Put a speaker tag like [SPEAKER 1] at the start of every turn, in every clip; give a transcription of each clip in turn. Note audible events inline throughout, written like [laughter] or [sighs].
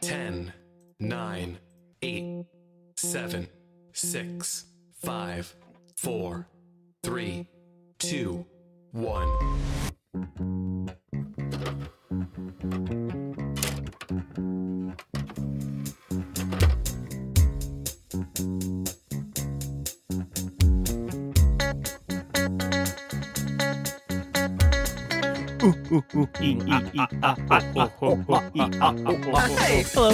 [SPEAKER 1] 10, 9, 8, 7, 6, 5, 4, 3, 2, 1.
[SPEAKER 2] Hey,
[SPEAKER 3] Hello.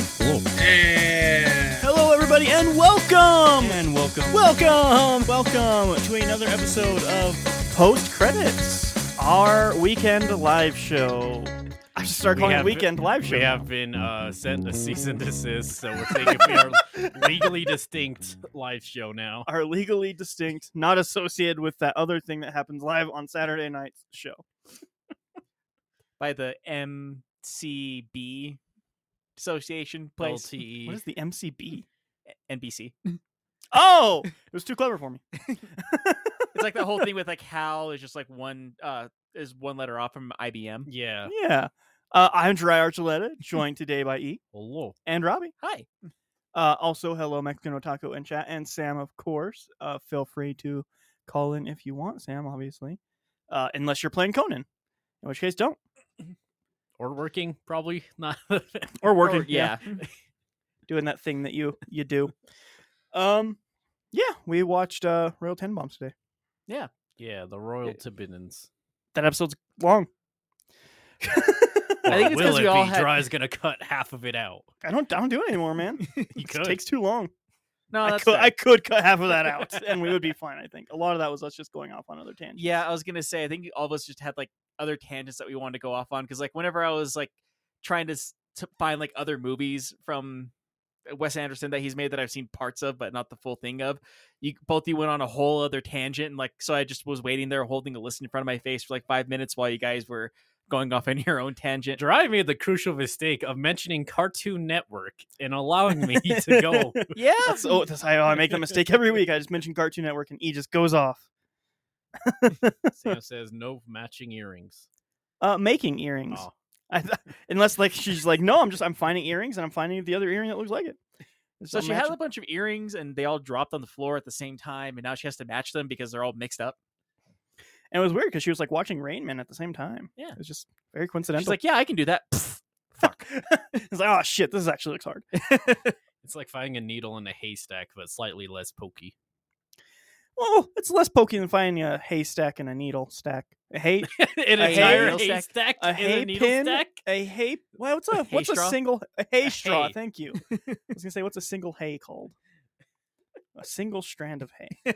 [SPEAKER 4] Yeah.
[SPEAKER 3] Hello, everybody, and welcome.
[SPEAKER 2] and welcome.
[SPEAKER 3] Welcome, welcome to another episode of Post Credits, our weekend live show. I should start
[SPEAKER 2] We
[SPEAKER 3] calling
[SPEAKER 2] have-
[SPEAKER 3] it weekend live show.
[SPEAKER 2] we
[SPEAKER 3] now.
[SPEAKER 2] have been uh, sent a cease and desist, so we're taking we are
[SPEAKER 5] [laughs]
[SPEAKER 2] legally distinct live show now.
[SPEAKER 3] are legally distinct, not associated with that other thing that happens live on Saturday night's show.
[SPEAKER 5] by the MCB Association place.
[SPEAKER 2] LTE.
[SPEAKER 3] What is the
[SPEAKER 2] [laughs]
[SPEAKER 3] MCB?
[SPEAKER 5] NBC.
[SPEAKER 3] Oh, it was too clever for me.
[SPEAKER 5] It's like the whole thing with like Hal is just like one uh is one letter off from IBM.
[SPEAKER 2] yeah.
[SPEAKER 3] Yeah. Uh, I'm Dry Archuleta, joined today by E
[SPEAKER 2] Hello.
[SPEAKER 3] and Robbie.
[SPEAKER 5] Hi.
[SPEAKER 3] Uh, also, hello, Mexican Otaku and chat, and Sam, of course. Uh, feel free to call in if you want, Sam, obviously. Uh, unless you're playing Conan, in which case, don't.
[SPEAKER 2] Or working, probably [laughs] not.
[SPEAKER 3] Or working.
[SPEAKER 5] Or- Oh, yeah.
[SPEAKER 3] Doing that thing that you you do. Um, yeah, we watched uh, Royal Ten Bombs today.
[SPEAKER 2] yeah, the Royal
[SPEAKER 5] Yeah.
[SPEAKER 2] Tibbinans.
[SPEAKER 3] That episode's long.
[SPEAKER 5] I think it's
[SPEAKER 2] will
[SPEAKER 5] because
[SPEAKER 2] it
[SPEAKER 5] we all
[SPEAKER 2] be?
[SPEAKER 5] had
[SPEAKER 2] Dry's gonna cut half of it
[SPEAKER 5] [laughs]
[SPEAKER 2] out.
[SPEAKER 3] [laughs] I don't I don't do it anymore, man.
[SPEAKER 2] You
[SPEAKER 3] It
[SPEAKER 2] could.
[SPEAKER 3] takes too long.
[SPEAKER 5] no.
[SPEAKER 3] I
[SPEAKER 5] Oh, that's
[SPEAKER 3] could
[SPEAKER 5] fair.
[SPEAKER 3] I could cut half of that out, and we would be fine. I think a lot of that was us just going off on other tangents.
[SPEAKER 5] yeah, I was gonna say I think all of us just had like other tangents that we wanted to go off on because like whenever I was like trying to, s- to find like other movies from uh, Wes Anderson that he's made that I've seen parts of but not the full thing of, you both you went on a whole other tangent and like so I just was waiting there holding a list in front of my face for like five minutes while you guys were going off in [laughs] your own tangent.
[SPEAKER 2] Dry made the crucial mistake of mentioning Cartoon Network and allowing
[SPEAKER 5] [laughs]
[SPEAKER 2] me to go.
[SPEAKER 5] Yeah.
[SPEAKER 3] That's, oh, that's how I make the mistake every week. I just mention Cartoon Network and E just goes off.
[SPEAKER 2] Sam says no matching earrings.
[SPEAKER 3] Uh, making earrings.
[SPEAKER 2] Oh.
[SPEAKER 3] I th- unless like she's like, no, I'm just I'm finding earrings and I'm finding the other earring that looks like it. It's
[SPEAKER 5] So
[SPEAKER 3] not
[SPEAKER 5] she had
[SPEAKER 3] matching.
[SPEAKER 5] a bunch of earrings and they all dropped on the floor at the same time and now she has to match them because they're all mixed up.
[SPEAKER 3] and it was weird because she was like watching Rain Man at the same time.
[SPEAKER 5] Yeah.
[SPEAKER 3] it was just very coincidental.
[SPEAKER 5] She's like, "Yeah, I can do that." [laughs] Pfft,
[SPEAKER 3] fuck. [laughs] it's like, oh shit, this actually looks
[SPEAKER 5] [laughs]
[SPEAKER 3] hard.
[SPEAKER 2] It's like finding a needle in a haystack, but slightly less pokey. [laughs]
[SPEAKER 3] Well, "Oh, it's less pokey than finding a haystack and a needle stack. A hay,
[SPEAKER 2] an
[SPEAKER 3] A
[SPEAKER 2] entire
[SPEAKER 3] hay-
[SPEAKER 2] haystack,
[SPEAKER 3] a
[SPEAKER 2] and
[SPEAKER 3] hay
[SPEAKER 2] a needle
[SPEAKER 3] pin?
[SPEAKER 2] stack.
[SPEAKER 3] a hay. Well, what's a
[SPEAKER 5] hay
[SPEAKER 3] what's a
[SPEAKER 5] straw?
[SPEAKER 3] single a hay
[SPEAKER 2] A
[SPEAKER 3] straw?
[SPEAKER 2] hay.
[SPEAKER 3] Thank
[SPEAKER 5] [laughs]
[SPEAKER 3] you. I was gonna say, what's a single hay called? A single strand of hay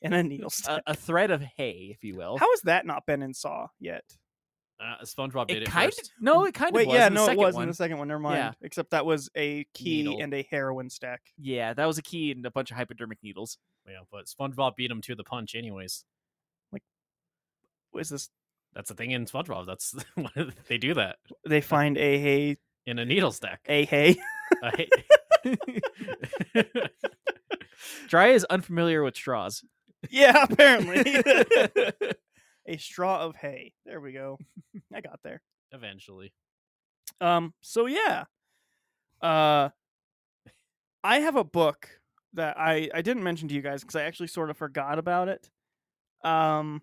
[SPEAKER 3] and a
[SPEAKER 5] [laughs]
[SPEAKER 3] needle stack.
[SPEAKER 5] a, a thread of hay, if you will.
[SPEAKER 3] How has that not been in Saw yet?
[SPEAKER 2] Uh, SpongeBob did
[SPEAKER 5] it
[SPEAKER 2] it,
[SPEAKER 5] kind of
[SPEAKER 2] first.
[SPEAKER 5] no, it kind
[SPEAKER 3] Wait,
[SPEAKER 5] of was.
[SPEAKER 3] yeah,
[SPEAKER 5] in the
[SPEAKER 3] no, it
[SPEAKER 5] second
[SPEAKER 3] was
[SPEAKER 5] one.
[SPEAKER 3] in the second one. Never mind.
[SPEAKER 5] Yeah.
[SPEAKER 3] Except that was a key
[SPEAKER 2] Needle.
[SPEAKER 3] and a heroin stack.
[SPEAKER 5] Yeah, that was a key and a bunch of hypodermic needles.
[SPEAKER 2] Yeah, but SpongeBob beat him to the punch, anyways.
[SPEAKER 3] What Is this?
[SPEAKER 2] That's the thing in SpongeBob. That's [laughs] one of the- they do that
[SPEAKER 3] They find a hay,
[SPEAKER 2] in a needle stack.
[SPEAKER 3] a hay. [laughs]
[SPEAKER 2] A hay-
[SPEAKER 5] [laughs] Dry is unfamiliar
[SPEAKER 3] [laughs]
[SPEAKER 5] with straws. [laughs]
[SPEAKER 3] yeah, apparently. [laughs] a straw of hay. There we
[SPEAKER 5] [laughs]
[SPEAKER 3] go. I got there.
[SPEAKER 2] [laughs] Eventually,
[SPEAKER 3] Um. So yeah, uh, I have a book that I I didn't mention to you guys because I actually sort of forgot about it. Um,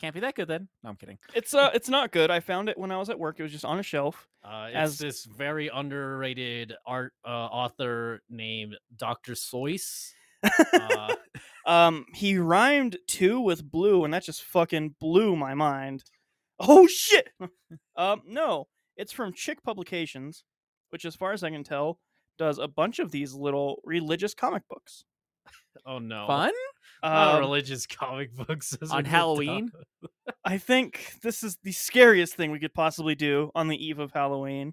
[SPEAKER 5] Can't be that good then. No, I'm kidding.
[SPEAKER 3] it's uh, it's not good. I found it when I was at work. It was just on a shelf.
[SPEAKER 2] uh, it's
[SPEAKER 3] As-
[SPEAKER 2] this very underrated art uh, author named Dr. Seuss.
[SPEAKER 5] [laughs]
[SPEAKER 2] Uh,
[SPEAKER 3] Um, he rhymed two with blue, and that just fucking blew my mind. Oh shit! [laughs] um, no, it's from Chick Publications, which, as far as I can tell, does a bunch of these little religious comic books.
[SPEAKER 2] oh no,
[SPEAKER 5] Fun
[SPEAKER 2] Not
[SPEAKER 3] Um,
[SPEAKER 2] religious comic books those are
[SPEAKER 5] on
[SPEAKER 2] good [laughs]
[SPEAKER 5] Halloween.
[SPEAKER 2] stuff.
[SPEAKER 3] I think this is the scariest thing we could possibly do on the eve of Halloween.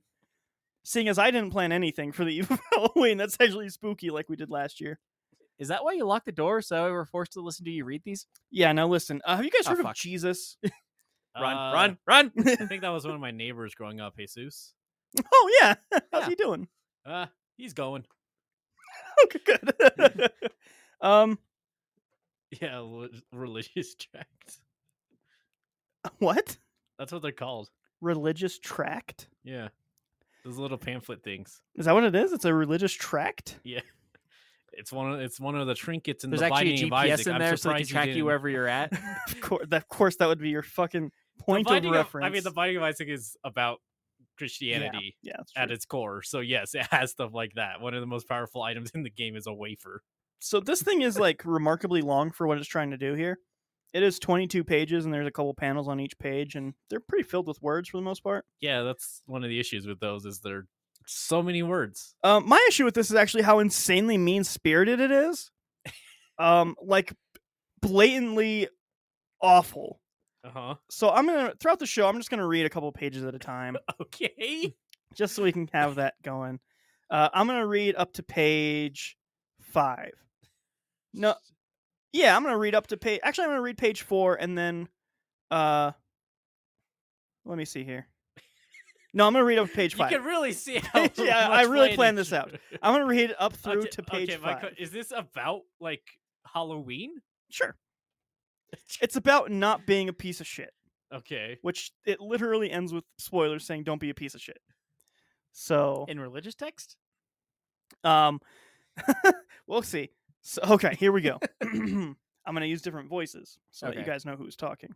[SPEAKER 3] Seeing as I didn't plan anything for the [laughs] eve of Halloween, that's actually spooky like we did last year.
[SPEAKER 5] Is that why you locked the door so we were forced to listen to you read these?
[SPEAKER 3] Yeah, now listen. Uh, have you guys
[SPEAKER 2] Ah,
[SPEAKER 5] Oh,
[SPEAKER 3] heard of
[SPEAKER 5] fuck.
[SPEAKER 3] Jesus?
[SPEAKER 5] Run,
[SPEAKER 2] Uh,
[SPEAKER 5] run, run!
[SPEAKER 2] I think that was one of my neighbors growing up. Jesus,
[SPEAKER 3] [laughs] oh, yeah. [laughs] How's
[SPEAKER 5] Yeah.
[SPEAKER 3] he doing?
[SPEAKER 2] uh, he's going. [laughs]
[SPEAKER 3] Okay, good. [laughs] um,
[SPEAKER 2] Yeah, li- religious [laughs] tract.
[SPEAKER 3] what?
[SPEAKER 2] That's what they're called.
[SPEAKER 3] Religious tract?
[SPEAKER 2] Yeah. Those little pamphlet things.
[SPEAKER 3] Is that what it is? It's a religious tract.
[SPEAKER 2] Yeah. It's one of it's one of the trinkets in
[SPEAKER 5] There's
[SPEAKER 2] the
[SPEAKER 5] actually a
[SPEAKER 2] Binding of
[SPEAKER 5] GPS
[SPEAKER 2] Isaac.
[SPEAKER 5] in
[SPEAKER 2] I'm
[SPEAKER 5] there so they can
[SPEAKER 2] surprised
[SPEAKER 5] track you
[SPEAKER 2] didn't-
[SPEAKER 5] wherever you're at.
[SPEAKER 2] [laughs]
[SPEAKER 3] Of course, of course, that would be your fucking
[SPEAKER 2] The
[SPEAKER 3] point of
[SPEAKER 2] Binding
[SPEAKER 3] reference.
[SPEAKER 2] I mean, the Binding of Isaac is about Christianity
[SPEAKER 3] yeah, that's
[SPEAKER 2] at
[SPEAKER 3] true.
[SPEAKER 2] its core. So yes, it has stuff like that. One of the most powerful items in the game is a wafer.
[SPEAKER 3] So this thing is like remarkably long for what it's trying to do here. It is 22 pages, and there's a couple panels on each page, and they're pretty filled with words for the most part.
[SPEAKER 2] Yeah, that's one of the issues with those is there are so many words.
[SPEAKER 3] Um, my issue with this is actually how insanely mean spirited it is. Um, like blatantly awful.
[SPEAKER 2] Uh huh.
[SPEAKER 3] So I'm gonna throughout the show, I'm just gonna read a couple pages at a time,
[SPEAKER 2] [laughs] Okay.
[SPEAKER 3] just so we can have that going. Uh, I'm gonna read up to page five. No, yeah, I'm gonna read up to page. Actually, I'm gonna read page four, and then, uh, let me see here. No, I'm gonna read up to page
[SPEAKER 2] You
[SPEAKER 3] five.
[SPEAKER 2] can
[SPEAKER 3] [laughs]
[SPEAKER 2] really see how.
[SPEAKER 3] Yeah, I
[SPEAKER 2] much
[SPEAKER 3] really
[SPEAKER 2] planning
[SPEAKER 3] planned this
[SPEAKER 2] you- [laughs]
[SPEAKER 3] out. I'm gonna read up through
[SPEAKER 2] Okay-
[SPEAKER 3] to page
[SPEAKER 2] okay, my
[SPEAKER 3] five.
[SPEAKER 2] que- is this about like Halloween? [laughs]
[SPEAKER 3] Sure. It's about not being a piece of shit,
[SPEAKER 2] Okay.
[SPEAKER 3] which it literally ends with spoilers saying don't be a piece of shit. So,
[SPEAKER 5] in religious text?
[SPEAKER 3] um [laughs] we'll see. So, okay, here we go. [clears throat] I'm going to use different voices so that you
[SPEAKER 5] Okay.
[SPEAKER 3] guys know who's talking.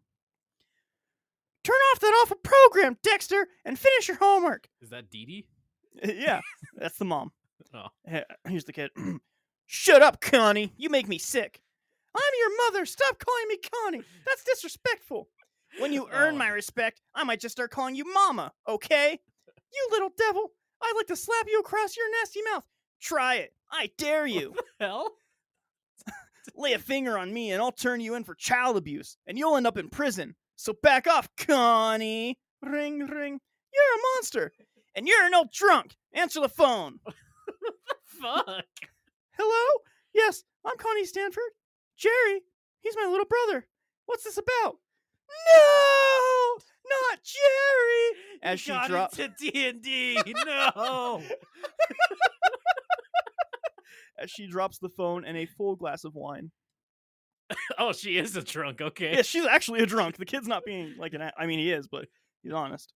[SPEAKER 3] Turn off that awful program, Dexter, and finish your homework.
[SPEAKER 2] Is that Dee Dee?
[SPEAKER 3] Yeah, that's the mom.
[SPEAKER 2] Oh.
[SPEAKER 3] He- Here's the kid. [clears throat] Shut up, Connie. You make me sick. I'm your mother. Stop calling me Connie. That's disrespectful. When you earn
[SPEAKER 2] Oh.
[SPEAKER 3] my respect, I might just start calling you Mama, okay? You little devil. I'd like to slap you across your nasty mouth. Try it. I dare
[SPEAKER 2] [laughs]
[SPEAKER 3] you.
[SPEAKER 2] Hell?
[SPEAKER 3] Lay a finger on me and I'll turn you in for child abuse, and you'll end up in prison. So back off, Connie. Ring, ring. You're a monster, and you're an old drunk. Answer the phone.
[SPEAKER 2] Fuck.
[SPEAKER 3] Hello? Yes, I'm Connie Stanford. Jerry, he's my little brother. What's this about? No! Not Jerry! As she drops
[SPEAKER 2] to D and D.
[SPEAKER 3] [laughs]
[SPEAKER 2] No.
[SPEAKER 3] as she drops the phone and a full glass of wine.
[SPEAKER 2] oh, she is a drunk. Okay. [laughs]
[SPEAKER 3] Yeah, she's actually a drunk. The kid's not being like an a- I mean he is, but he's honest.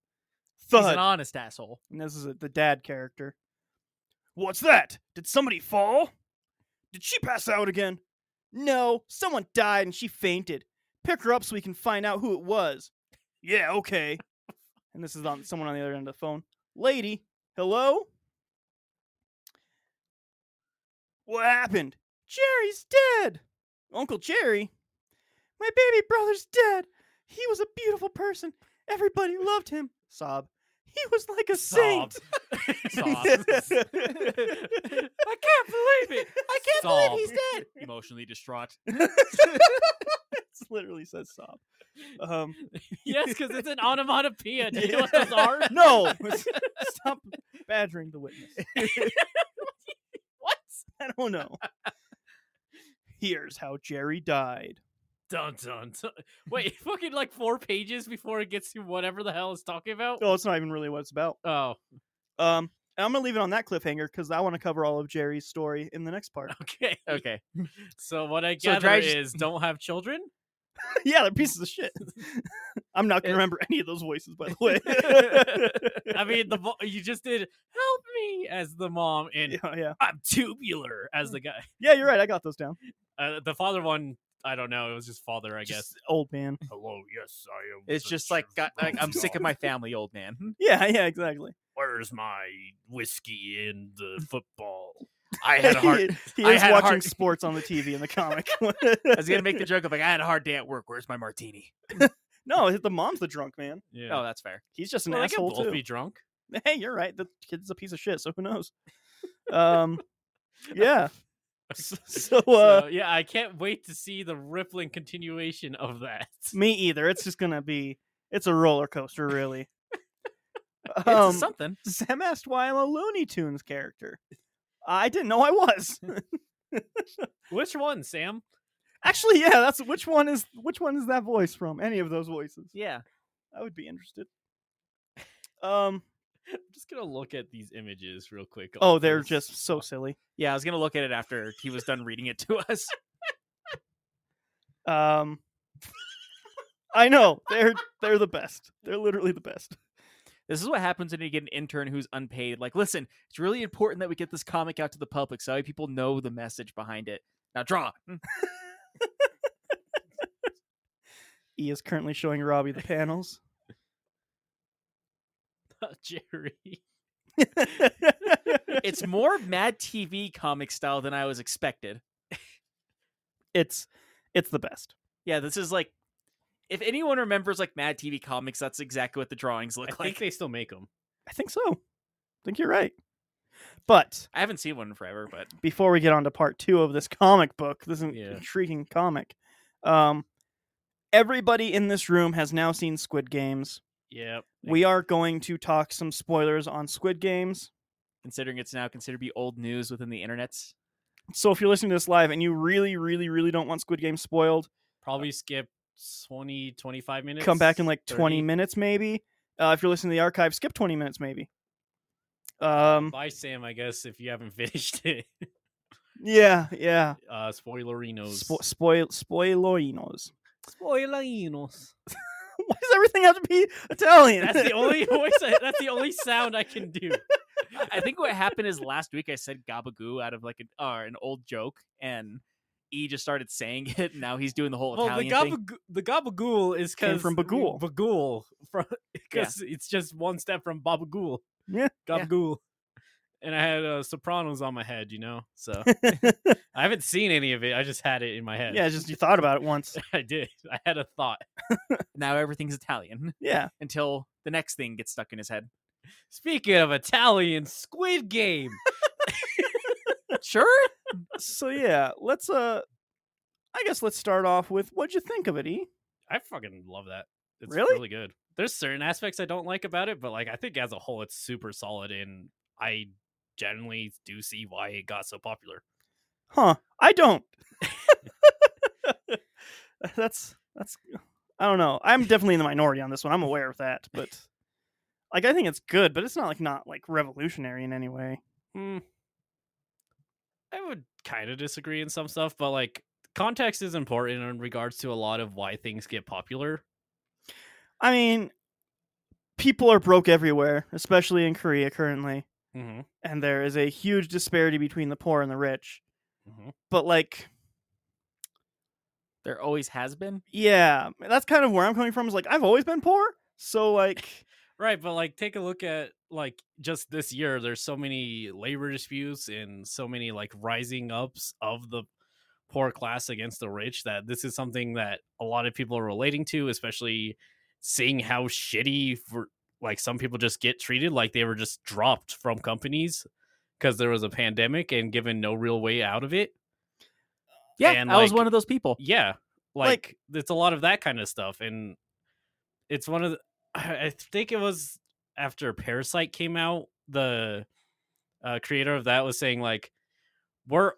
[SPEAKER 5] He's an
[SPEAKER 3] Thud.
[SPEAKER 5] honest asshole.
[SPEAKER 3] And this is the dad character. What's that? Did somebody fall? Did she pass out again? No, someone died and she fainted. Pick her up so we can find out who it was. [laughs] Yeah, okay. and this is on someone on the other end of the phone. Lady, hello? What happened? Jerry's dead. Uncle Jerry? My baby brother's dead. He was a beautiful person. Everybody loved him. Sob. He was like a saint. [laughs]
[SPEAKER 2] Sobbed. Sobbed. I can't believe it. I can't believe he's dead.
[SPEAKER 5] Emotionally distraught.
[SPEAKER 3] [laughs] it literally says sob. Um,
[SPEAKER 2] yes, because
[SPEAKER 5] [laughs]
[SPEAKER 2] it's an onomatopoeia. Do you know what those are?
[SPEAKER 3] [laughs] no, stop badgering the witness. [laughs]
[SPEAKER 2] What?
[SPEAKER 3] I don't know. Here's how Jerry died.
[SPEAKER 2] Dun dun dun. Wait, [laughs] fucking like four pages before it gets to whatever the hell it's talking about.
[SPEAKER 3] Oh, it's not even really what it's about.
[SPEAKER 2] Oh, [laughs]
[SPEAKER 3] Um, and I'm gonna leave it on that cliffhanger because I want to cover all of Jerry's story in the next part.
[SPEAKER 2] okay.
[SPEAKER 5] Okay.
[SPEAKER 2] So what I
[SPEAKER 5] So
[SPEAKER 2] gather
[SPEAKER 5] Drag-
[SPEAKER 2] is don't have
[SPEAKER 5] [laughs]
[SPEAKER 2] children.
[SPEAKER 3] yeah, they're pieces of shit. [laughs] I'm not gonna
[SPEAKER 2] It-
[SPEAKER 3] remember any of those voices, by the way.
[SPEAKER 5] [laughs]
[SPEAKER 2] I mean, the vo- you just did help me as the mom,
[SPEAKER 3] [laughs]
[SPEAKER 2] and
[SPEAKER 3] yeah, yeah,
[SPEAKER 2] I'm tubular as
[SPEAKER 5] Mm.
[SPEAKER 2] the guy.
[SPEAKER 3] yeah. You're right. I got those down.
[SPEAKER 2] Uh, the father one, I don't know. It was just father, I guess.
[SPEAKER 3] Just old man. [laughs]
[SPEAKER 2] Hello, yes, I am.
[SPEAKER 5] It's
[SPEAKER 2] the
[SPEAKER 5] just like,
[SPEAKER 2] sheriff
[SPEAKER 5] God, like, I'm
[SPEAKER 2] Rosenthal. [laughs]
[SPEAKER 5] sick of my family, old man. Hmm?
[SPEAKER 3] Yeah, yeah, exactly.
[SPEAKER 2] Where's my whiskey and the football?
[SPEAKER 5] [laughs] I had a hard.
[SPEAKER 3] [laughs] he
[SPEAKER 5] I
[SPEAKER 3] is
[SPEAKER 5] had a
[SPEAKER 3] watching
[SPEAKER 5] heart-
[SPEAKER 3] sports on the TV in the comic.
[SPEAKER 5] [laughs] I
[SPEAKER 3] [laughs]
[SPEAKER 5] was gonna make [laughs] the joke of like, I had a hard day at work. Where's my martini?
[SPEAKER 3] no, the mom's the drunk man.
[SPEAKER 2] Yeah.
[SPEAKER 5] Oh, that's fair.
[SPEAKER 3] He's just an
[SPEAKER 2] Well, they can
[SPEAKER 3] asshole
[SPEAKER 2] both
[SPEAKER 3] too.
[SPEAKER 2] be drunk.
[SPEAKER 3] [laughs] Hey, you're right. The kid's a piece of shit, so who
[SPEAKER 5] [laughs]
[SPEAKER 3] knows? Um,
[SPEAKER 2] [laughs]
[SPEAKER 3] yeah. So, so, uh,
[SPEAKER 2] So, yeah, I can't wait to see the rippling continuation of that.
[SPEAKER 3] me either. It's just gonna be. It's a roller coaster, really.
[SPEAKER 5] [laughs] It's
[SPEAKER 3] um,
[SPEAKER 5] something.
[SPEAKER 3] Sam asked why I'm a Looney Tunes character. I didn't know I [laughs] was.
[SPEAKER 2] [laughs] Which one, Sam?
[SPEAKER 3] Actually, yeah. That's which one is which one is that voice from? Any of those voices?
[SPEAKER 5] Yeah.
[SPEAKER 3] I would be interested. [laughs] Um.
[SPEAKER 2] I'm just gonna look at these images real quick.
[SPEAKER 3] Oh,
[SPEAKER 2] of
[SPEAKER 3] they're
[SPEAKER 2] this.
[SPEAKER 3] just so silly.
[SPEAKER 5] Yeah. I was gonna look at it after he was done reading it to [laughs] us.
[SPEAKER 3] Um, I know they're they're the best. They're literally the best.
[SPEAKER 5] This is what happens when you get an intern who's unpaid. Like, listen, it's really important that we get this comic out to the public so people know the message behind it. Now draw.
[SPEAKER 3] E is currently showing Robbie the panels.
[SPEAKER 2] [laughs]
[SPEAKER 3] [laughs]
[SPEAKER 2] Jerry.
[SPEAKER 3] [laughs]
[SPEAKER 5] it's more Mad TV comic style than I was expected.
[SPEAKER 3] it's it's the best.
[SPEAKER 5] Yeah, this is like if anyone remembers like Mad TV comics, that's exactly what the drawings
[SPEAKER 2] I
[SPEAKER 5] look
[SPEAKER 2] think
[SPEAKER 5] like.
[SPEAKER 2] they still make them.
[SPEAKER 3] I think so. I think you're right. But
[SPEAKER 5] I haven't seen one in forever, but
[SPEAKER 3] before we get on to part two of this [laughs] comic book, this in-
[SPEAKER 2] Yeah.
[SPEAKER 3] intriguing comic, um, everybody in this room has now seen Squid Games.
[SPEAKER 2] Yep.
[SPEAKER 3] We are going to talk some spoilers on Squid Games.
[SPEAKER 5] considering it's now considered to be old news within the internets.
[SPEAKER 3] So if you're listening to this live and you really, really, really don't want Squid Game spoiled,
[SPEAKER 2] probably skip 20, 25 minutes.
[SPEAKER 3] come back in like 20
[SPEAKER 2] 30.
[SPEAKER 3] minutes maybe. Uh, if you're listening to the archive, skip 20 minutes maybe. Um,
[SPEAKER 2] Bye, Sam. I guess if you haven't [laughs] finished it,
[SPEAKER 3] yeah, yeah.
[SPEAKER 2] uh, spoilerinos.
[SPEAKER 3] Spo- spoil, spoilerinos.
[SPEAKER 2] spoilerinos.
[SPEAKER 3] [laughs] Why does everything have to be Italian?
[SPEAKER 2] That's
[SPEAKER 3] [laughs]
[SPEAKER 2] the only voice. I, that's the only sound I can do.
[SPEAKER 5] I- I think what happened is last week I said gabagoo out of like an uh, an old joke, and E just started saying it. And now he's doing the whole
[SPEAKER 2] Well, the
[SPEAKER 5] Italian thing.
[SPEAKER 2] gabagoo, the gabagool is
[SPEAKER 3] Came
[SPEAKER 2] because
[SPEAKER 3] from Bagul.
[SPEAKER 2] Bagul from [laughs] because it's just one step from Babagool.
[SPEAKER 3] Yeah.
[SPEAKER 5] Yeah.
[SPEAKER 2] Gabagool. And I had uh, Sopranos on my head, you know.
[SPEAKER 3] [laughs]
[SPEAKER 2] So I haven't seen any of it. I just had it in my head.
[SPEAKER 3] yeah, it's just you thought about it once.
[SPEAKER 2] [laughs] I did. I had a thought.
[SPEAKER 5] Now everything's Italian [laughs]
[SPEAKER 3] Yeah.
[SPEAKER 5] until the next thing gets stuck in his head.
[SPEAKER 2] Speaking of Italian, Squid Game.
[SPEAKER 5] Sure,
[SPEAKER 3] So yeah, let's uh I guess let's start off with what'd you think of it, E?
[SPEAKER 2] I fucking love that. It's
[SPEAKER 3] Really?
[SPEAKER 2] really? good. There's certain aspects I don't like about it, but like I think as a whole it's super solid and I generally do see why it got so popular.
[SPEAKER 3] Huh. I don't. [laughs] that's that's I don't know. I'm definitely in the minority on this one. I'm aware of that, but like I think it's good, but it's not like not like revolutionary in any way.
[SPEAKER 2] Hmm. I would kind of disagree in some stuff, but like context is important in regards to a lot of why things get popular.
[SPEAKER 3] I mean, people are broke everywhere, especially in Korea currently,
[SPEAKER 2] Mm-hmm.
[SPEAKER 3] and there is a huge disparity between the poor and the rich.
[SPEAKER 2] Mm-hmm.
[SPEAKER 3] But like
[SPEAKER 5] there always has been.
[SPEAKER 3] Yeah, that's kind of where I'm coming from. Is like I've always been poor, so like,
[SPEAKER 2] Right, but like take a look at like just this year there's so many labor disputes and so many like rising ups of the poor class against the rich that this is something that a lot of people are relating to, especially seeing how shitty for like some people just get treated like they were just dropped from companies because there was a pandemic and given no real way out of it.
[SPEAKER 5] Yeah,
[SPEAKER 2] And,
[SPEAKER 5] I was
[SPEAKER 2] like,
[SPEAKER 5] one of those people.
[SPEAKER 2] Yeah.
[SPEAKER 3] Like-
[SPEAKER 2] Like, it's a lot of that kind of stuff. And it's one of the, [sighs] I I think it was after Parasite came out, the uh, creator of that was saying, like, we're,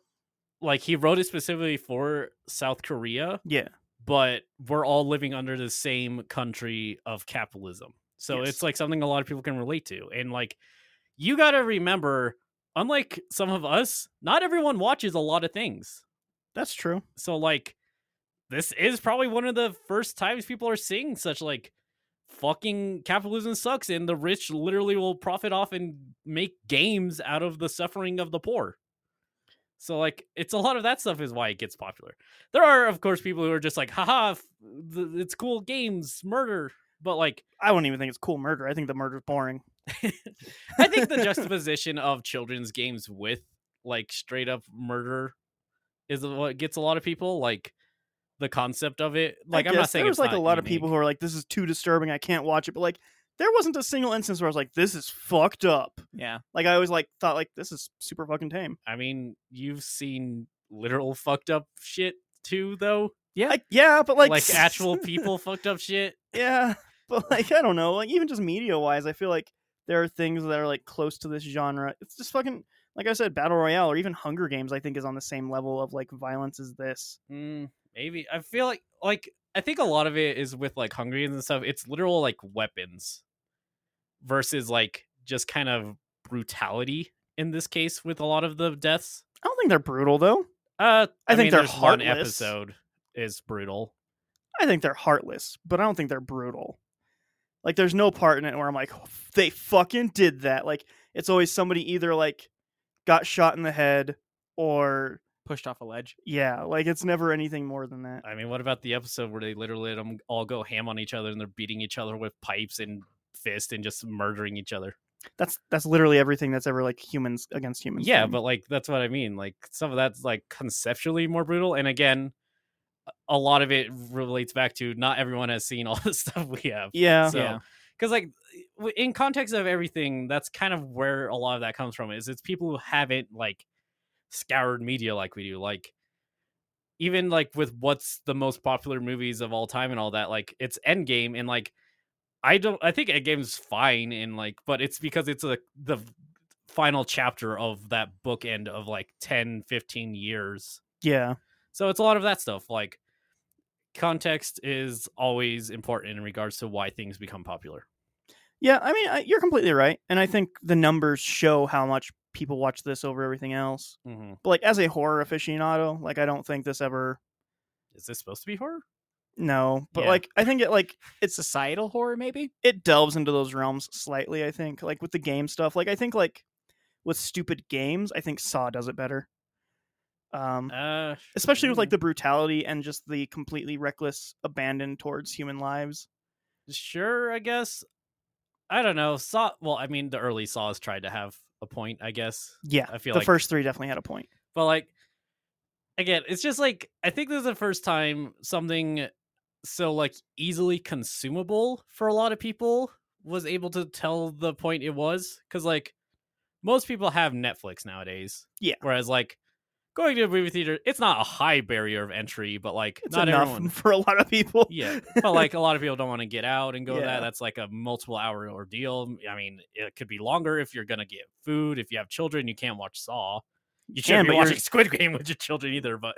[SPEAKER 2] like, he wrote it specifically for South Korea,
[SPEAKER 3] yeah,
[SPEAKER 2] but we're all living under the same country of capitalism. So
[SPEAKER 3] Yes.
[SPEAKER 2] it's like something a lot of people can relate to. And like, you got to remember, unlike some of us, not everyone watches a lot of things.
[SPEAKER 3] that's true.
[SPEAKER 2] So like this is probably one of the first times people are seeing such like fucking capitalism sucks and the rich literally will profit off and make games out of the suffering of the poor. So like it's a lot of that stuff is why it gets popular. There are of course people who are just like haha f- th- it's cool games murder but like
[SPEAKER 3] I wouldn't even think it's cool murder. I think the murder's boring.
[SPEAKER 2] I think the juxtaposition of children's games with like straight up murder is what gets a lot of people like the concept of it. Like
[SPEAKER 3] I
[SPEAKER 2] I'm not
[SPEAKER 3] guess
[SPEAKER 2] saying
[SPEAKER 3] there was
[SPEAKER 2] it's
[SPEAKER 3] like a
[SPEAKER 2] not
[SPEAKER 3] lot of people
[SPEAKER 2] unique.
[SPEAKER 3] who are like, "This is too disturbing. I can't watch it." But like, there wasn't a single instance where I was like, "This is fucked up."
[SPEAKER 5] Yeah,
[SPEAKER 3] Like I always like thought like, "This is super fucking tame."
[SPEAKER 2] I mean, you've seen literal fucked up shit too, though.
[SPEAKER 5] yeah.
[SPEAKER 3] Like yeah, but like
[SPEAKER 2] Like,
[SPEAKER 3] [laughs]
[SPEAKER 2] actual people fucked up shit.
[SPEAKER 3] yeah, but like I don't know. Like even just media wise, I feel like there are things that are like close to this genre. It's just fucking like I said, battle royale or even Hunger Games. I think is on the same level of like violence as this.
[SPEAKER 2] Mm, maybe I feel like like I think a lot of it is with like Hungarians and stuff. It's literal like weapons versus like just kind of brutality in this case with a lot of the deaths.
[SPEAKER 3] I don't think they're brutal though.
[SPEAKER 2] Uh,
[SPEAKER 3] I think they're
[SPEAKER 2] there's one
[SPEAKER 3] heartless.
[SPEAKER 2] episode is brutal.
[SPEAKER 3] I think they're heartless, but I don't think they're brutal. Like there's no part in it where I'm like, "Oh, they fucking did that. Like it's always somebody either like got shot in the head or
[SPEAKER 5] pushed off a ledge.
[SPEAKER 3] yeah, like it's never anything more than that.
[SPEAKER 2] I mean, what about the episode where they literally let them all go ham on each other and they're beating each other with pipes and fists and just murdering each other?
[SPEAKER 3] That's that's literally everything that's ever like humans against humans.
[SPEAKER 2] Yeah,
[SPEAKER 3] done.
[SPEAKER 2] but like that's what I mean. Like some of that's like conceptually more brutal, and again, a- a lot of it relates back to not everyone has seen all [laughs] the stuff we have.
[SPEAKER 3] yeah,
[SPEAKER 2] So, Because like w- in context of everything, that's kind of where a lot of that comes from. Is it's people who haven't like scoured media like we do. Like even like with what's the most popular movies of all time and all that. Like it's Endgame and like I don't. I think Endgame's fine and like, but it's because it's a the final chapter of that bookend of like 10 15 years
[SPEAKER 3] yeah,
[SPEAKER 2] so it's a lot of that stuff. Like context is always important in regards to why things become popular.
[SPEAKER 3] yeah. I mean, I, you're completely right, and I think the numbers show how much people watch this over everything else.
[SPEAKER 2] Mm-hmm.
[SPEAKER 3] But like as a horror aficionado, like I don't think this ever.
[SPEAKER 2] Is this supposed to be horror?
[SPEAKER 3] No, but
[SPEAKER 2] Yeah.
[SPEAKER 3] like I think it like
[SPEAKER 5] It's societal horror, maybe.
[SPEAKER 3] it delves into those realms slightly. I think like with the game stuff, like I think like with stupid games, I think Saw does it better. Um,
[SPEAKER 2] Uh,
[SPEAKER 3] especially with like the brutality and just the completely reckless abandon towards human lives.
[SPEAKER 2] sure, I guess. I don't know. Saw. Well, I mean, the early Saws tried to have a point, I guess.
[SPEAKER 3] Yeah,
[SPEAKER 2] I feel
[SPEAKER 3] the
[SPEAKER 2] like-
[SPEAKER 3] first three definitely had a point.
[SPEAKER 2] But like, again, it's just like I think this is the first time something so like easily consumable for a lot of people was able to tell the point it was because like most people have Netflix nowadays.
[SPEAKER 3] Yeah.
[SPEAKER 2] Whereas like going to a movie theater, it's not a high barrier of entry, but like
[SPEAKER 3] It's
[SPEAKER 2] not
[SPEAKER 3] enough [laughs]
[SPEAKER 2] everyone.
[SPEAKER 3] for a lot of people.
[SPEAKER 2] Yeah,
[SPEAKER 3] [laughs]
[SPEAKER 2] but like a lot of people don't want to get out and go to
[SPEAKER 3] Yeah.
[SPEAKER 2] that. That's like a multiple hour ordeal. I mean, it could be longer if you're gonna get food. If you have children, you can't watch Saw. You
[SPEAKER 3] can,
[SPEAKER 2] shouldn't
[SPEAKER 3] but
[SPEAKER 2] be
[SPEAKER 3] you're-
[SPEAKER 2] watching [laughs] Squid Game with your children either. But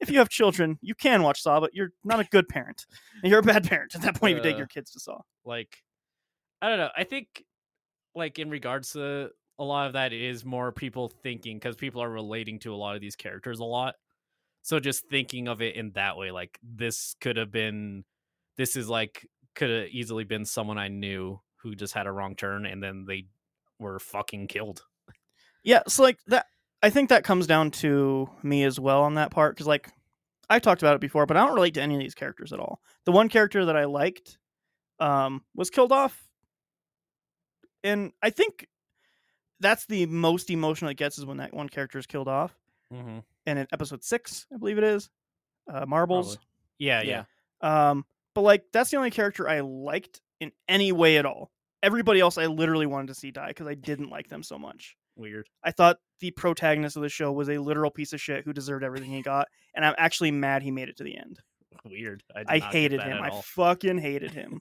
[SPEAKER 3] if you have children, you can watch Saw, but you're not a good parent. And You're a bad parent at that point if you take
[SPEAKER 2] Uh,
[SPEAKER 3] your kids to Saw.
[SPEAKER 2] like, I don't know. I think like in regards to a lot of that, it is more people thinking because people are relating to a lot of these characters a lot. So just thinking of it in that way, like this could have been, this is like could have easily been someone I knew who just had a wrong turn and then they were fucking killed.
[SPEAKER 3] Yeah, so like that I think that comes down to me as well on that part cuz like I've talked about it before, but I don't relate to any of these characters at all. The one character that I liked um was killed off and I think that's the most emotional it gets is when that one character is killed off
[SPEAKER 2] Mm-hmm.
[SPEAKER 3] and in episode 6, I believe it is. Uh Marbles.
[SPEAKER 2] Yeah, yeah,
[SPEAKER 5] Yeah.
[SPEAKER 3] Um but like that's the only character I liked in any way at all. Everybody else I literally wanted to see die cuz I didn't like them so much.
[SPEAKER 2] Weird. [laughs]
[SPEAKER 3] I thought the protagonist of the show was a literal piece of shit who deserved everything he got, and I'm actually mad he made it to the end.
[SPEAKER 2] Weird. did
[SPEAKER 3] I
[SPEAKER 2] not get
[SPEAKER 3] hated
[SPEAKER 2] that
[SPEAKER 3] him.
[SPEAKER 2] at
[SPEAKER 3] I
[SPEAKER 2] all.
[SPEAKER 3] fucking hated him.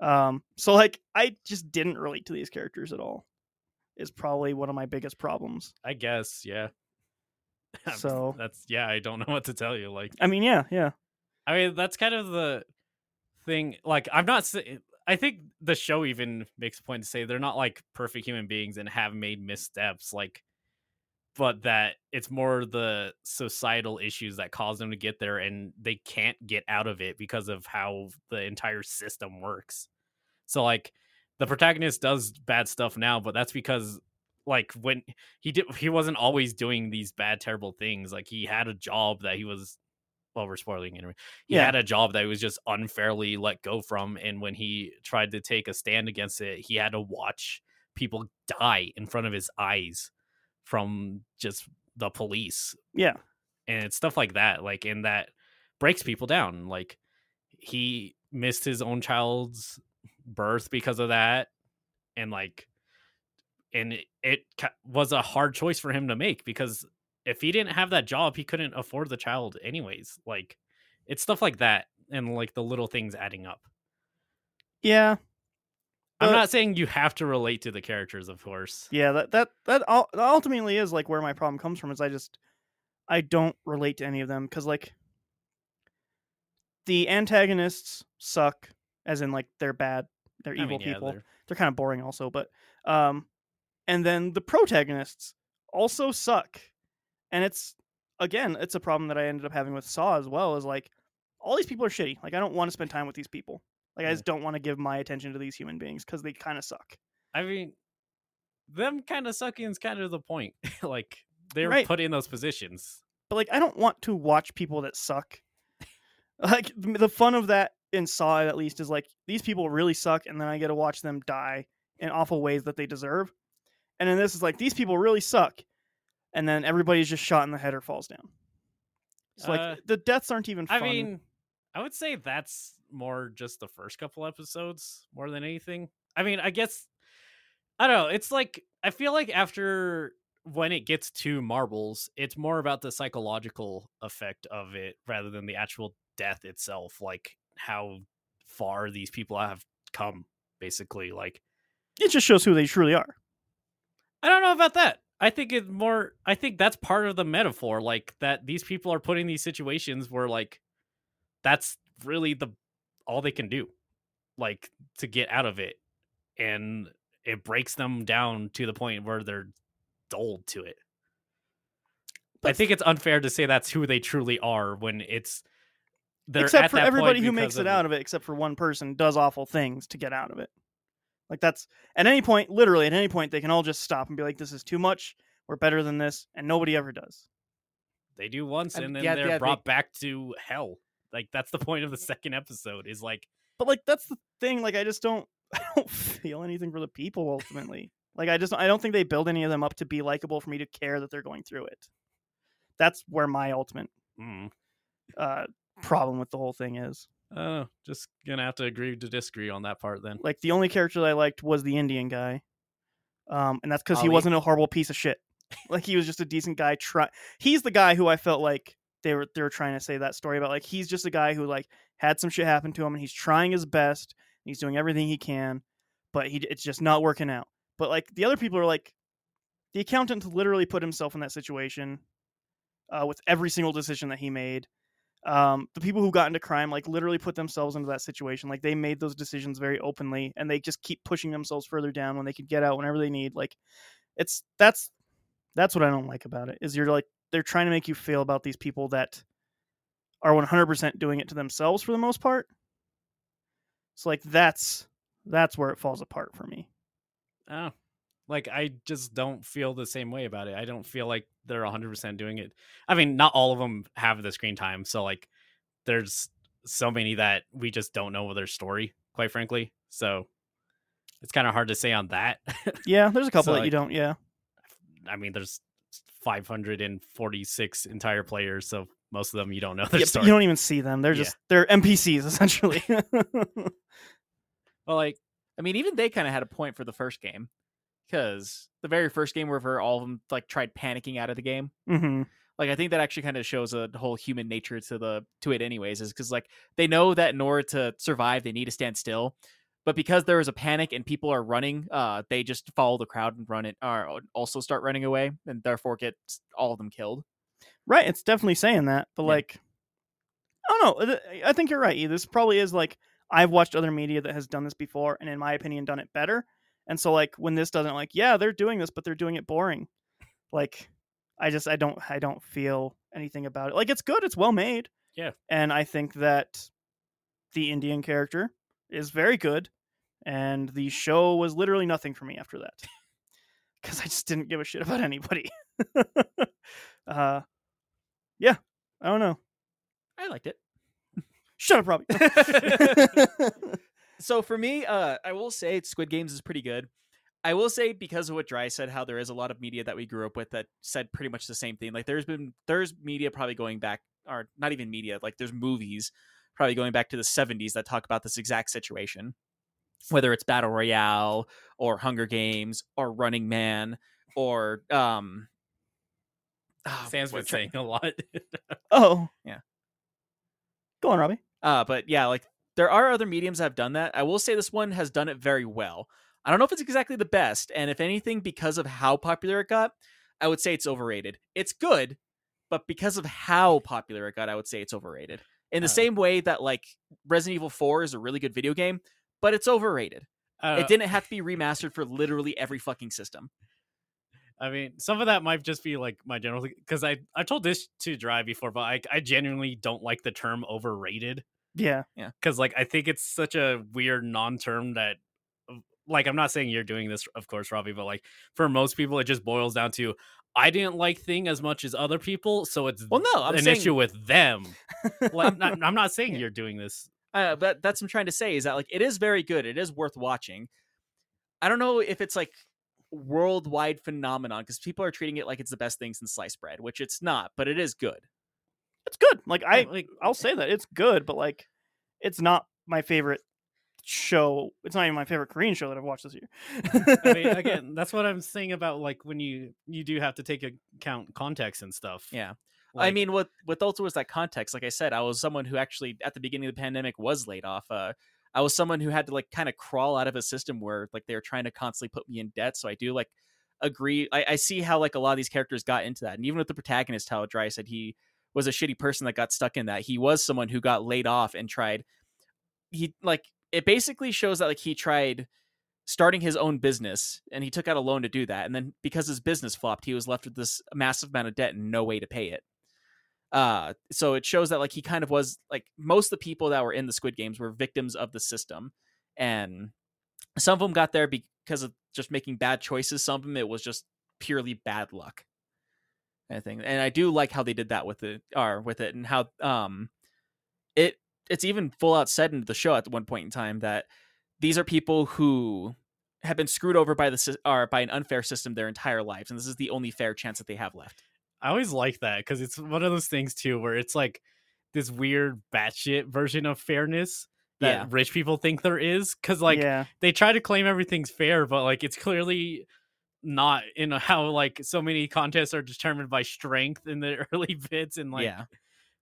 [SPEAKER 3] um, so like I just didn't relate to these characters at all. Is probably one of my biggest problems.
[SPEAKER 2] I guess, yeah. [laughs] I'm-
[SPEAKER 3] So-
[SPEAKER 2] that's yeah, I don't know what to tell you. Like
[SPEAKER 3] I mean, yeah, yeah,
[SPEAKER 2] I mean, that's kind of the thing. Like, I'm not. sa- eh, I think the show even makes a point to say they're not like perfect human beings and have made missteps. Like, but that it's more the societal issues that cause them to get there, and they can't get out of it because of how the entire system works. So, like, the protagonist does bad stuff now, but that's because like when he did he wasn't always doing these bad terrible things like he had a job that he was well we're spoiling anyway he
[SPEAKER 3] Yeah.
[SPEAKER 2] had a job that he was just unfairly let go from and when he tried to take a stand against it he had to watch people die in front of his eyes from just the police
[SPEAKER 3] yeah.
[SPEAKER 2] and it's stuff like that like and that breaks people down like he missed his own child's birth because of that and like and it, it ki- was a hard choice for him to make because if he didn't have that job he couldn't afford the child anyways like it's stuff like that and like the little things adding up
[SPEAKER 3] Yeah,
[SPEAKER 2] i'm
[SPEAKER 3] But-
[SPEAKER 2] not saying you have to relate to the characters of course
[SPEAKER 3] yeah. That that that ul- that ultimately is like where my problem comes from. Is I just I don't relate to any of them because like the antagonists suck, as in like they're bad, they're
[SPEAKER 2] I
[SPEAKER 3] evil
[SPEAKER 2] mean, yeah,
[SPEAKER 3] people.
[SPEAKER 2] they're-
[SPEAKER 3] they're kind of boring also but um and then the protagonists also suck and it's again it's a problem that i ended up having with saw as well is like all these people are shitty like i don't want to spend time with these people Like I just don't want to give my attention to these human beings because they kind of suck.
[SPEAKER 2] I mean, them kind of sucking is kind of the point. [laughs] like they're
[SPEAKER 3] Right.
[SPEAKER 2] put in those positions.
[SPEAKER 3] But like I don't want to watch people that suck. [laughs] like th- the fun of that in Saw at least is like these people really suck, and then I get to watch them die in awful ways that they deserve. And then this is like these people really suck, and then everybody's just shot in the head or falls down. So like
[SPEAKER 2] Uh,
[SPEAKER 3] the deaths aren't even.
[SPEAKER 2] I
[SPEAKER 3] Fun.
[SPEAKER 2] mean, I would say that's more just the first couple episodes more than anything. I mean, I guess I don't know. It's like I feel like after when it gets to marbles, it's more about the psychological effect of it rather than the actual death itself, like how far these people have come basically like
[SPEAKER 3] it just shows who they truly are.
[SPEAKER 2] I don't know about that. I think it's more. I think that's part of the metaphor, like that these people are put in these situations where, like, that's really the all they can do, like, to get out of it, and it breaks them down to the point where they're dulled to it. I
[SPEAKER 3] But-
[SPEAKER 2] think it's unfair to say that's who they truly are when it's they're
[SPEAKER 3] except
[SPEAKER 2] at
[SPEAKER 3] for
[SPEAKER 2] that
[SPEAKER 3] everybody
[SPEAKER 2] point
[SPEAKER 3] who
[SPEAKER 2] because
[SPEAKER 3] makes it
[SPEAKER 2] of-
[SPEAKER 3] out of it, except for one person does awful things to get out of it. Like that's at any point, literally at any point, they can all just stop and be like, "This is too much. We're better than this," and nobody ever does.
[SPEAKER 2] They do once,
[SPEAKER 5] And
[SPEAKER 2] and then
[SPEAKER 5] yeah,
[SPEAKER 2] they're
[SPEAKER 5] yeah, they-
[SPEAKER 2] brought back to hell. Like that's the point of the second episode. Is like
[SPEAKER 3] But like that's the thing. Like I just don't, [laughs] I don't feel anything for the people ultimately. like I just, I don't think they build any of them up to be likable for me to care that they're going through it. That's where my ultimate
[SPEAKER 2] mm.
[SPEAKER 3] uh, problem with the whole thing is.
[SPEAKER 2] Oh, just gonna have to agree to disagree on that part then.
[SPEAKER 3] Like the only character that I liked was the Indian guy, um, and that's because he
[SPEAKER 5] Ali.
[SPEAKER 3] wasn't a horrible piece of shit. [laughs] Like he was just a decent guy. Try he's the guy who I felt like they were they were trying to say that story about. Like he's just a guy who like had some shit happen to him, and he's trying his best. And he's doing everything he can, but he it's just not working out. But like the other people are like, the accountant literally put himself in that situation uh, with every single decision that he made. Um, the people who got into crime like literally put themselves into that situation. Like they made those decisions very openly, and they just keep pushing themselves further down when they could get out whenever they need. Like it's that's that's what I don't like about it is you're like they're trying to make you feel about these people that are 100% doing it to themselves for the most part. So like that's that's where it falls apart for me.
[SPEAKER 2] Oh, like I just don't feel the same way about it. I don't feel like they're 100% doing it. I mean, not all of them have the screen time, so like there's so many that we just don't know their story, quite frankly. So it's kind of hard to say on that. [laughs]
[SPEAKER 3] Yeah, there's a couple that you
[SPEAKER 2] like-
[SPEAKER 3] don't. Yeah,
[SPEAKER 2] I mean, there's 546 entire players, so most of them you don't know their
[SPEAKER 3] Yeah, but
[SPEAKER 2] story.
[SPEAKER 3] you don't even see them. They're
[SPEAKER 2] Yeah.
[SPEAKER 3] just they're NPCs essentially. [laughs]
[SPEAKER 5] Well, like, I mean, even they kind of had a point for the first game because the very first game where all of them like tried panicking out of the game.
[SPEAKER 3] hmm
[SPEAKER 5] Like, I think that actually kind of shows a whole human nature to the to it, anyways, is because like they know that in order to survive, they need to stand still. But because there is a panic and people are running, uh, they just follow the crowd and run it, or also start running away, and therefore get s- all of them killed.
[SPEAKER 3] Right, it's definitely saying that, but
[SPEAKER 5] Yeah.
[SPEAKER 3] like, I don't know. I- I think you're right. E. This probably is like I've watched other media that has done this before, and in my opinion, done it better. And so, like, when this doesn't, like, yeah, they're doing this, but they're doing it boring. Like, I just, I don't, I don't feel anything about it. Like, it's good, it's well made.
[SPEAKER 2] Yeah.
[SPEAKER 3] And I think that the Indian character is very good, and the show was literally nothing for me after that, because I just didn't give a shit about anybody. [laughs] uh, yeah, I don't know.
[SPEAKER 5] I liked it.
[SPEAKER 3] Shut up, Robbie. [laughs]
[SPEAKER 5] [laughs] so for me, uh, I will say Squid Games is pretty good. I will say because of what Dry said, how there is a lot of media that we grew up with that said pretty much the same thing. Like there's been there's media probably going back, or not even media, like there's movies probably going back to the 70s that talk about this exact situation, whether it's Battle Royale or Hunger Games or Running Man or um. ah,
[SPEAKER 2] Sam's been
[SPEAKER 5] what's her-
[SPEAKER 2] saying a lot.
[SPEAKER 3] oh,
[SPEAKER 5] Yeah.
[SPEAKER 3] Go on, Robbie.
[SPEAKER 5] Uh, but yeah, like there are other mediums that have done that. I will say this one has done it very well. I don't know if it's exactly the best, and if anything, because of how popular it got, I would say it's overrated. It's good, but because of how popular it got, I would say it's overrated. In the
[SPEAKER 2] Uh.
[SPEAKER 5] same way that like Resident Evil 4 is a really good video game, but it's overrated.
[SPEAKER 2] Uh, I
[SPEAKER 5] it didn't have to be remastered for literally every fucking system.
[SPEAKER 2] I mean, some of that might just be like my general because I I told this to Dry before, but I I genuinely don't like the term overrated.
[SPEAKER 3] Yeah.
[SPEAKER 2] because like I think it's such a weird non-term that um, like I'm not saying you're doing this, of course, Robbie, but like for most people, it just boils down to I didn't like thing as much as other people, so it's
[SPEAKER 5] Well, no, I'm
[SPEAKER 2] an
[SPEAKER 5] saying,
[SPEAKER 2] issue with them. like, not, I'm not
[SPEAKER 5] [laughs]
[SPEAKER 2] saying you're doing this.
[SPEAKER 5] uh, but that's what I'm trying to say is that like it is very good. It is worth watching. I don't know if it's like worldwide phenomenon because people are treating it like it's the best thing since sliced bread, which it's not, but it is good.
[SPEAKER 3] It's good. Like I
[SPEAKER 2] like
[SPEAKER 3] I'll say that it's good, but like it's not my favorite show. It's not even my favorite Korean show that I've watched this year.
[SPEAKER 2] I
[SPEAKER 5] [laughs]
[SPEAKER 3] [laughs]
[SPEAKER 2] mean, again, that's what I'm saying about like when you you do have to take account context and stuff.
[SPEAKER 5] Yeah. I
[SPEAKER 2] Like,
[SPEAKER 5] mean, what what also was that context? Like I said, I was someone who actually at the beginning of the pandemic was laid off. Uh, I was someone who had to like kind of crawl out of a system where like they were trying to constantly put me in debt. So I do like agree. I, I see how like a lot of these characters got into that, and even with the protagonist, how Dry said he was a shitty person that got stuck in that. He was someone who got laid off and tried. He like it basically shows that like he tried starting his own business and he took out a loan to do that and then because his business flopped he was left with this massive amount of debt and no way to pay it uh so it shows that like he kind of was like most of the people that were in the squid games were victims of the system and some of them got there because of just making bad choices some of them it was just purely bad luck i think and i do like how they did that with it or with it and how um it it's even full out said in the show at one point in time that these are people who have been screwed over by the sys- or by an unfair system their entire lives and this is the only fair chance that they have left
[SPEAKER 2] I always like that because it's one of those things too where it's like this weird batshit version of fairness that
[SPEAKER 5] Yeah.
[SPEAKER 2] rich people think there is because like
[SPEAKER 3] yeah,
[SPEAKER 2] they try to claim everything's fair, but like it's clearly not in how like so many contests are determined by strength in the [laughs] early bits and like
[SPEAKER 5] yeah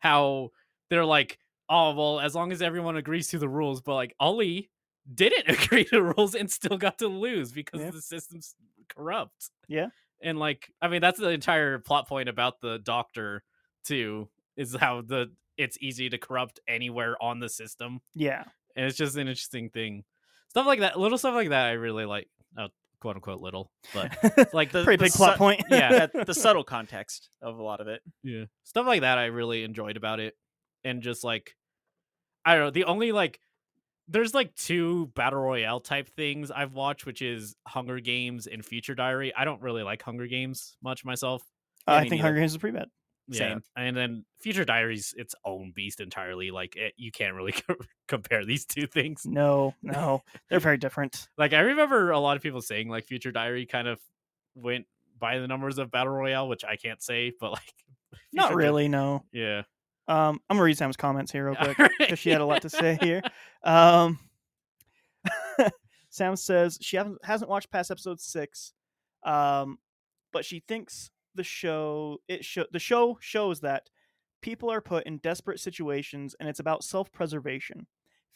[SPEAKER 2] how they're like, oh well, as long as everyone agrees to the rules, but like Ali didn't [laughs] agree to rules and still got to lose because
[SPEAKER 3] Yeah.
[SPEAKER 2] the system's corrupt.
[SPEAKER 3] Yeah.
[SPEAKER 2] And like I mean that's the entire plot point about the doctor too, is how the it's easy to corrupt anywhere on the system
[SPEAKER 3] yeah.
[SPEAKER 2] and it's just an interesting thing. Stuff like that, little stuff like that, I really like. Uh, quote unquote little, but like
[SPEAKER 3] [laughs]
[SPEAKER 5] The-
[SPEAKER 3] Pretty
[SPEAKER 5] the
[SPEAKER 3] big plot
[SPEAKER 5] su-
[SPEAKER 3] point.
[SPEAKER 2] yeah,
[SPEAKER 3] [laughs]
[SPEAKER 5] that the subtle context of a lot of it.
[SPEAKER 2] yeah, stuff like that, I really enjoyed about it, and just like I don't know, the only like there's like two battle royale type things I've watched, which is Hunger Games and Future Diary. I don't really like Hunger Games much myself.
[SPEAKER 3] I
[SPEAKER 5] me
[SPEAKER 3] think
[SPEAKER 5] neither.
[SPEAKER 3] Hunger Games is pretty bad.
[SPEAKER 5] Same.
[SPEAKER 2] Yeah. And then Future Diaries, its own beast entirely. Like it, you can't really [laughs] compare these two things.
[SPEAKER 3] No, no, [laughs] they're very different.
[SPEAKER 2] like I remember a lot of people saying like Future Diary kind of went by the numbers of Battle Royale, which I can't say, but like [laughs]
[SPEAKER 3] Not
[SPEAKER 2] Future Di-
[SPEAKER 3] really. No.
[SPEAKER 2] Yeah.
[SPEAKER 3] Um, I'm gonna read Sam's comments here real
[SPEAKER 2] [laughs]
[SPEAKER 3] quick. because she had a lot to say
[SPEAKER 2] Yeah.
[SPEAKER 3] here. Um, [laughs] Sam says she haven't, hasn't watched past episode six, um, but she thinks the show it show the show shows that people are put in desperate situations and it's about self preservation.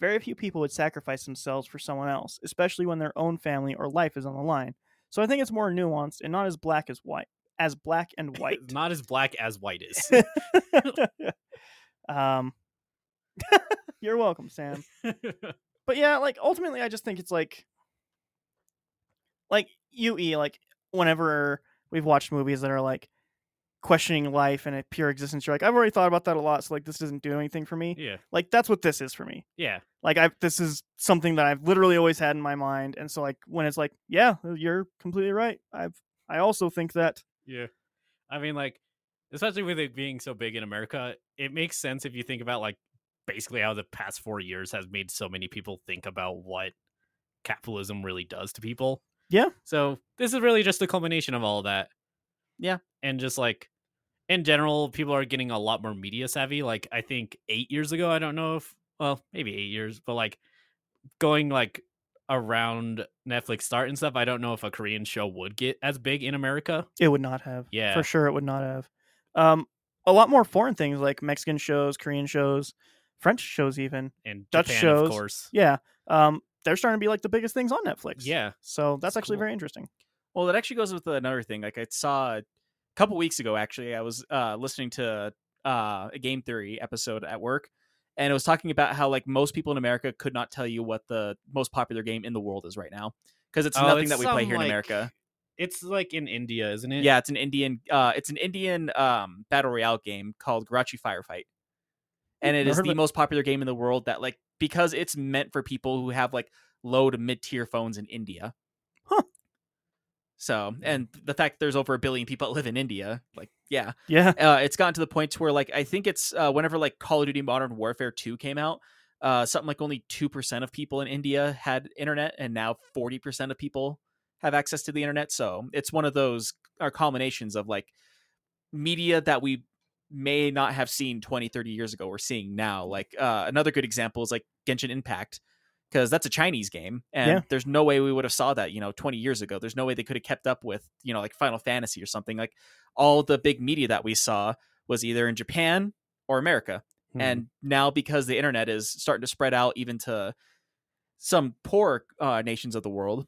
[SPEAKER 3] Very few people would sacrifice themselves for someone else, especially when their own family or life is on the line. So I think it's more nuanced and not as black as white as black
[SPEAKER 2] [laughs]
[SPEAKER 3] and white.
[SPEAKER 2] It's Not as black as white is.
[SPEAKER 3] [laughs] um, [laughs] you're welcome, Sam but yeah, like ultimately, I just think it's like, like UE, like whenever we've watched movies that are like questioning life and a pure existence, you're like, I've already thought about that a lot, so like this doesn't do anything for me.
[SPEAKER 2] yeah.
[SPEAKER 3] Like that's what this is for me.
[SPEAKER 2] Yeah.
[SPEAKER 3] Like I, this is something that I've literally always had in my mind, and so like when it's like, yeah, uh, you're completely right. I've, I also think that.
[SPEAKER 2] Yeah. I mean like especially with it being so big in America, it makes sense if you think about like basically how the past 4 years has made so many people think about what capitalism really does to people.
[SPEAKER 3] Yeah.
[SPEAKER 2] So this is really just the culmination of all that.
[SPEAKER 5] Yeah.
[SPEAKER 2] And just like in general, people are getting a lot more media savvy. Like I think eight years ago, I don't know if well, maybe eight years, but like going like around Netflix start and stuff, I don't know if a Korean show would get as big in America.
[SPEAKER 3] It would not have.
[SPEAKER 2] Yeah.
[SPEAKER 3] For sure, it would not have. Um, a lot more foreign things like Mexican shows, Korean shows, French shows, even.
[SPEAKER 2] And
[SPEAKER 3] Dutch
[SPEAKER 2] Japan,
[SPEAKER 3] shows.
[SPEAKER 2] of course.
[SPEAKER 3] Yeah. Um, they're starting to be like the biggest things on Netflix.
[SPEAKER 2] Yeah.
[SPEAKER 3] So that's
[SPEAKER 2] That's
[SPEAKER 3] actually
[SPEAKER 2] cool.
[SPEAKER 3] very interesting.
[SPEAKER 5] Well, it actually goes with another thing. Like I saw a couple weeks ago, actually, I was uh, listening to uh, a game theory episode at work, and it was talking about how like most people in America could not tell you what the most popular game in the world is right now because it's
[SPEAKER 2] Oh,
[SPEAKER 5] nothing
[SPEAKER 2] it's
[SPEAKER 5] that we play
[SPEAKER 2] some,
[SPEAKER 5] here in
[SPEAKER 2] like-
[SPEAKER 5] America.
[SPEAKER 2] It's like in India, isn't it?
[SPEAKER 5] Yeah, it's an Indian. Uh, it's an Indian um, battle royale game called Garachi Firefight. and it
[SPEAKER 3] Never
[SPEAKER 5] is
[SPEAKER 3] heard of
[SPEAKER 5] the
[SPEAKER 3] it.
[SPEAKER 5] most popular game in the world that like because it's meant for people who have like low to mid tier phones in India.
[SPEAKER 3] Huh.
[SPEAKER 5] So, and the fact there's over a billion people that live in India, like yeah,
[SPEAKER 3] Yeah.
[SPEAKER 5] uh, it's gotten to the point to where like I think it's uh, whenever like Call of Duty Modern Warfare 2 came out, uh, something like only 2% of people in India had internet and now 40% of people have access to the internet. So it's one of those are combinations of like media that we may not have seen 20, 30 years ago we're seeing now. Like uh, another good example is like Genshin Impact because that's a Chinese game and
[SPEAKER 3] Yeah.
[SPEAKER 5] there's no way we would have saw that, you know, 20 years ago. There's no way they could have kept up with, you know, like Final Fantasy or something like all the big media that we saw was either in Japan or America.
[SPEAKER 2] Hmm.
[SPEAKER 5] And now, because the internet is starting to spread out even to some poor uh, nations of the world,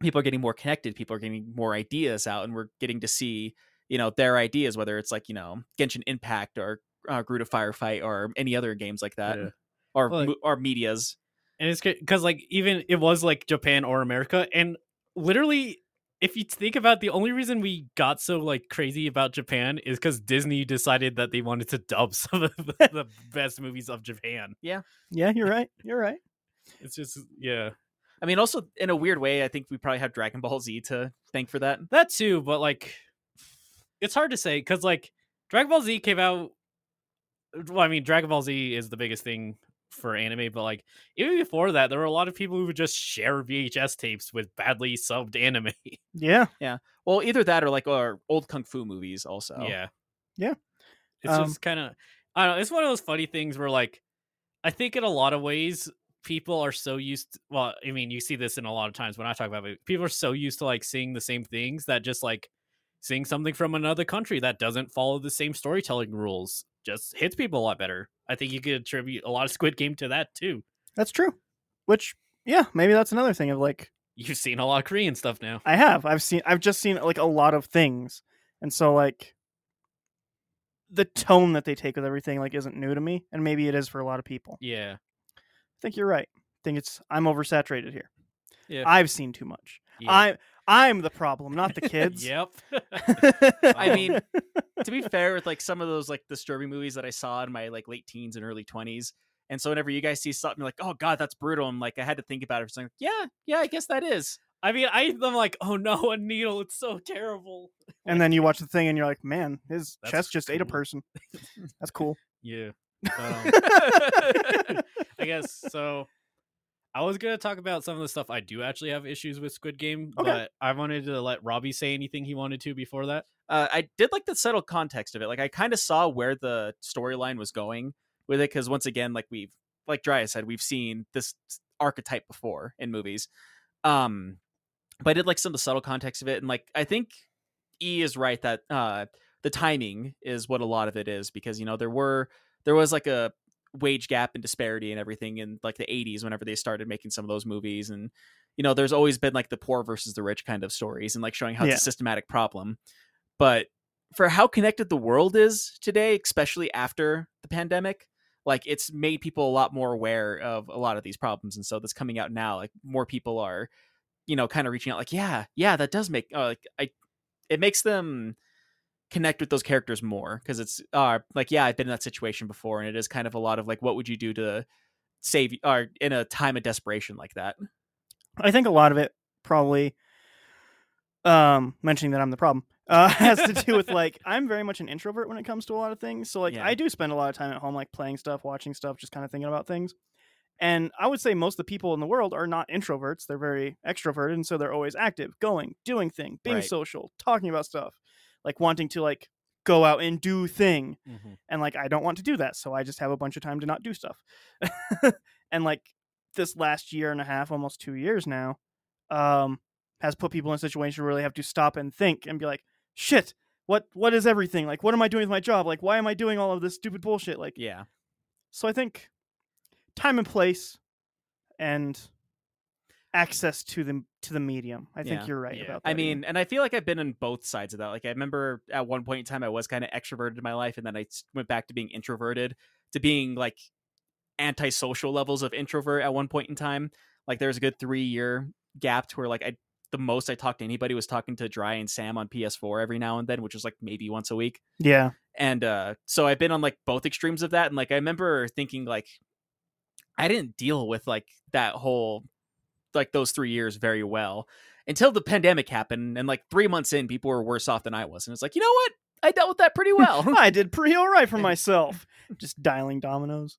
[SPEAKER 5] people are getting more connected. People are getting more ideas out, and we're getting to see, you know, their ideas, whether it's like you know Genshin Impact or uh, Gruta Firefight or any other games like that,
[SPEAKER 2] Yeah.
[SPEAKER 5] or
[SPEAKER 2] Well, like-
[SPEAKER 5] mo- or media's.
[SPEAKER 2] and it's because like even it was like Japan or America, and literally, if you think about it, the only reason we got so like crazy about Japan is because Disney decided that they wanted to dub [laughs] some of the, the best movies of Japan.
[SPEAKER 3] Yeah, you're right. You're right.
[SPEAKER 2] It's just yeah,
[SPEAKER 5] I mean, also in a weird way, I think we probably have Dragon Ball Z to thank for that.
[SPEAKER 2] that too. But like, it's hard to say because like Dragon Ball Z came out. Well, I mean, Dragon Ball Z is the biggest thing for anime, but like even before that, there were a lot of people who would just share VHS tapes with badly subbed anime.
[SPEAKER 3] Yeah.
[SPEAKER 5] Well, either that or like or old kung fu movies. Also,
[SPEAKER 2] Yeah.
[SPEAKER 3] Yeah.
[SPEAKER 2] It's
[SPEAKER 3] Um,
[SPEAKER 2] just kind of, I don't know. It's one of those funny things where, like, I think in a lot of ways, people are so used, well, I mean, you see this in a lot of times when I talk about it. People are so used to, like, seeing the same things that just, like, seeing something from another country that doesn't follow the same storytelling rules just hits people a lot better. I think you could attribute a lot of Squid Game to that, too.
[SPEAKER 3] That's true. Which yeah, maybe that's another thing of like
[SPEAKER 2] You've seen a lot of Korean stuff now.
[SPEAKER 3] I have. I've seen I've just seen like a lot of things. And so like the tone that they take with everything like isn't new to me and maybe it is for a lot of people.
[SPEAKER 2] Yeah.
[SPEAKER 3] I think you're right. I think it's I'm oversaturated here.
[SPEAKER 2] Yeah.
[SPEAKER 3] I've seen too much.
[SPEAKER 2] yeah. [laughs]
[SPEAKER 3] I I'm the problem, not the kids. [laughs]
[SPEAKER 2] Yep.
[SPEAKER 5] I mean, to be fair, with like some of those like disturbing movies that I saw in my like late teens and early twenties, and so whenever you guys see something like, "Oh God, that's brutal," I'm like, I had to think about it. for Like, yeah, yeah, I guess that is.
[SPEAKER 2] I mean, I, I'm like, oh no, a needle. It's so terrible. [laughs]
[SPEAKER 3] and then you watch the thing and you're like, man, his
[SPEAKER 2] That's
[SPEAKER 3] chest just ate a
[SPEAKER 2] cool.
[SPEAKER 3] person. That's cool.
[SPEAKER 2] Yeah.
[SPEAKER 3] [laughs]
[SPEAKER 2] Um, I guess so. I was gonna talk about some of the stuff I do actually have issues with Squid Game,
[SPEAKER 3] Okay.
[SPEAKER 2] but I wanted to let Robbie say anything he wanted to before that. [laughs]
[SPEAKER 5] Uh, I did like the subtle context of it. Like, I kind of saw where the storyline was going with it because once again, like we've like Dryas said, we've seen this archetype before in movies. Um, but I did like some of the subtle context of it, and like I think E is right that uh the timing is what a lot of it is because you know there were there was like a wage gap and disparity and everything in like the 80s whenever they started making some of those movies and you know there's always been like the poor versus the rich kind of stories and like showing how
[SPEAKER 3] Yeah.
[SPEAKER 5] it's a systematic problem but for how connected the world is today especially after the pandemic like it's made people a lot more aware of a lot of these problems and so that's coming out now like more people are you know kind of reaching out like yeah yeah that does make uh, like i it makes them connect with those characters more because it's uh like yeah i've been in that situation before and it is kind of a lot of like what would you do to save or in a time of desperation like that
[SPEAKER 3] [laughs] I think a lot of it probably um mentioning that I'm the problem uh [laughs] has to do with like I'm very much an introvert when it comes to a lot of things. So like
[SPEAKER 5] Yeah.
[SPEAKER 3] I do spend a lot of time at home like playing stuff, watching stuff, just kind of thinking about things. And I would say most of the people in the world are not introverts. They're very extroverted and so they're always active, going, doing thing, being
[SPEAKER 5] Right.
[SPEAKER 3] social, talking about stuff, like wanting to like go out and do thing and like I don't want to do that, so I just have a bunch of time to not do stuff. [laughs] and like this last year and a half, almost two years now, um, has put people in a situation where they have to stop and think and be like, shit, what what is everything? Like what am I doing with my job? Like why am I doing all of this stupid bullshit? Like
[SPEAKER 5] yeah
[SPEAKER 3] so I think time and place and access to the to the medium. I think
[SPEAKER 5] Yeah.
[SPEAKER 3] you're right
[SPEAKER 2] Yeah.
[SPEAKER 3] about that.
[SPEAKER 5] I
[SPEAKER 3] Ian.
[SPEAKER 5] mean, and I feel like I've been on both sides of that. Like I remember at one point in time I was kind of extroverted in my life and then I s- went back to being introverted to being like antisocial levels of introvert at one point in time. Like there was a good 3 year gap to where like I the most I talked to anybody was talking to Dry and Sam on PS4 every now and then, which was like maybe once a week.
[SPEAKER 3] Yeah.
[SPEAKER 5] and uh so i've been on like both extremes of that and like i remember thinking like i didn't deal with like that whole like those three years very well until the pandemic happened and like three months in people were worse off than i was and it's like you know what i dealt with that pretty well
[SPEAKER 3] [laughs] I did pretty all right for myself. [laughs] Just dialing dominoes.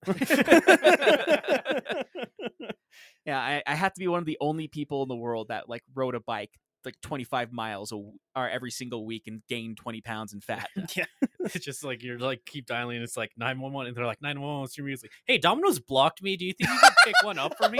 [SPEAKER 5] yeah I, I had to be one of the only people in the world that like rode a bike like 25 miles a, w- or every single week and gained 20 pounds in fat
[SPEAKER 2] It's just like you're like keep dialing. It's like nine one one, and they're like nine one one. It's like, hey, Domino's blocked me. Do you think you can pick one up for me?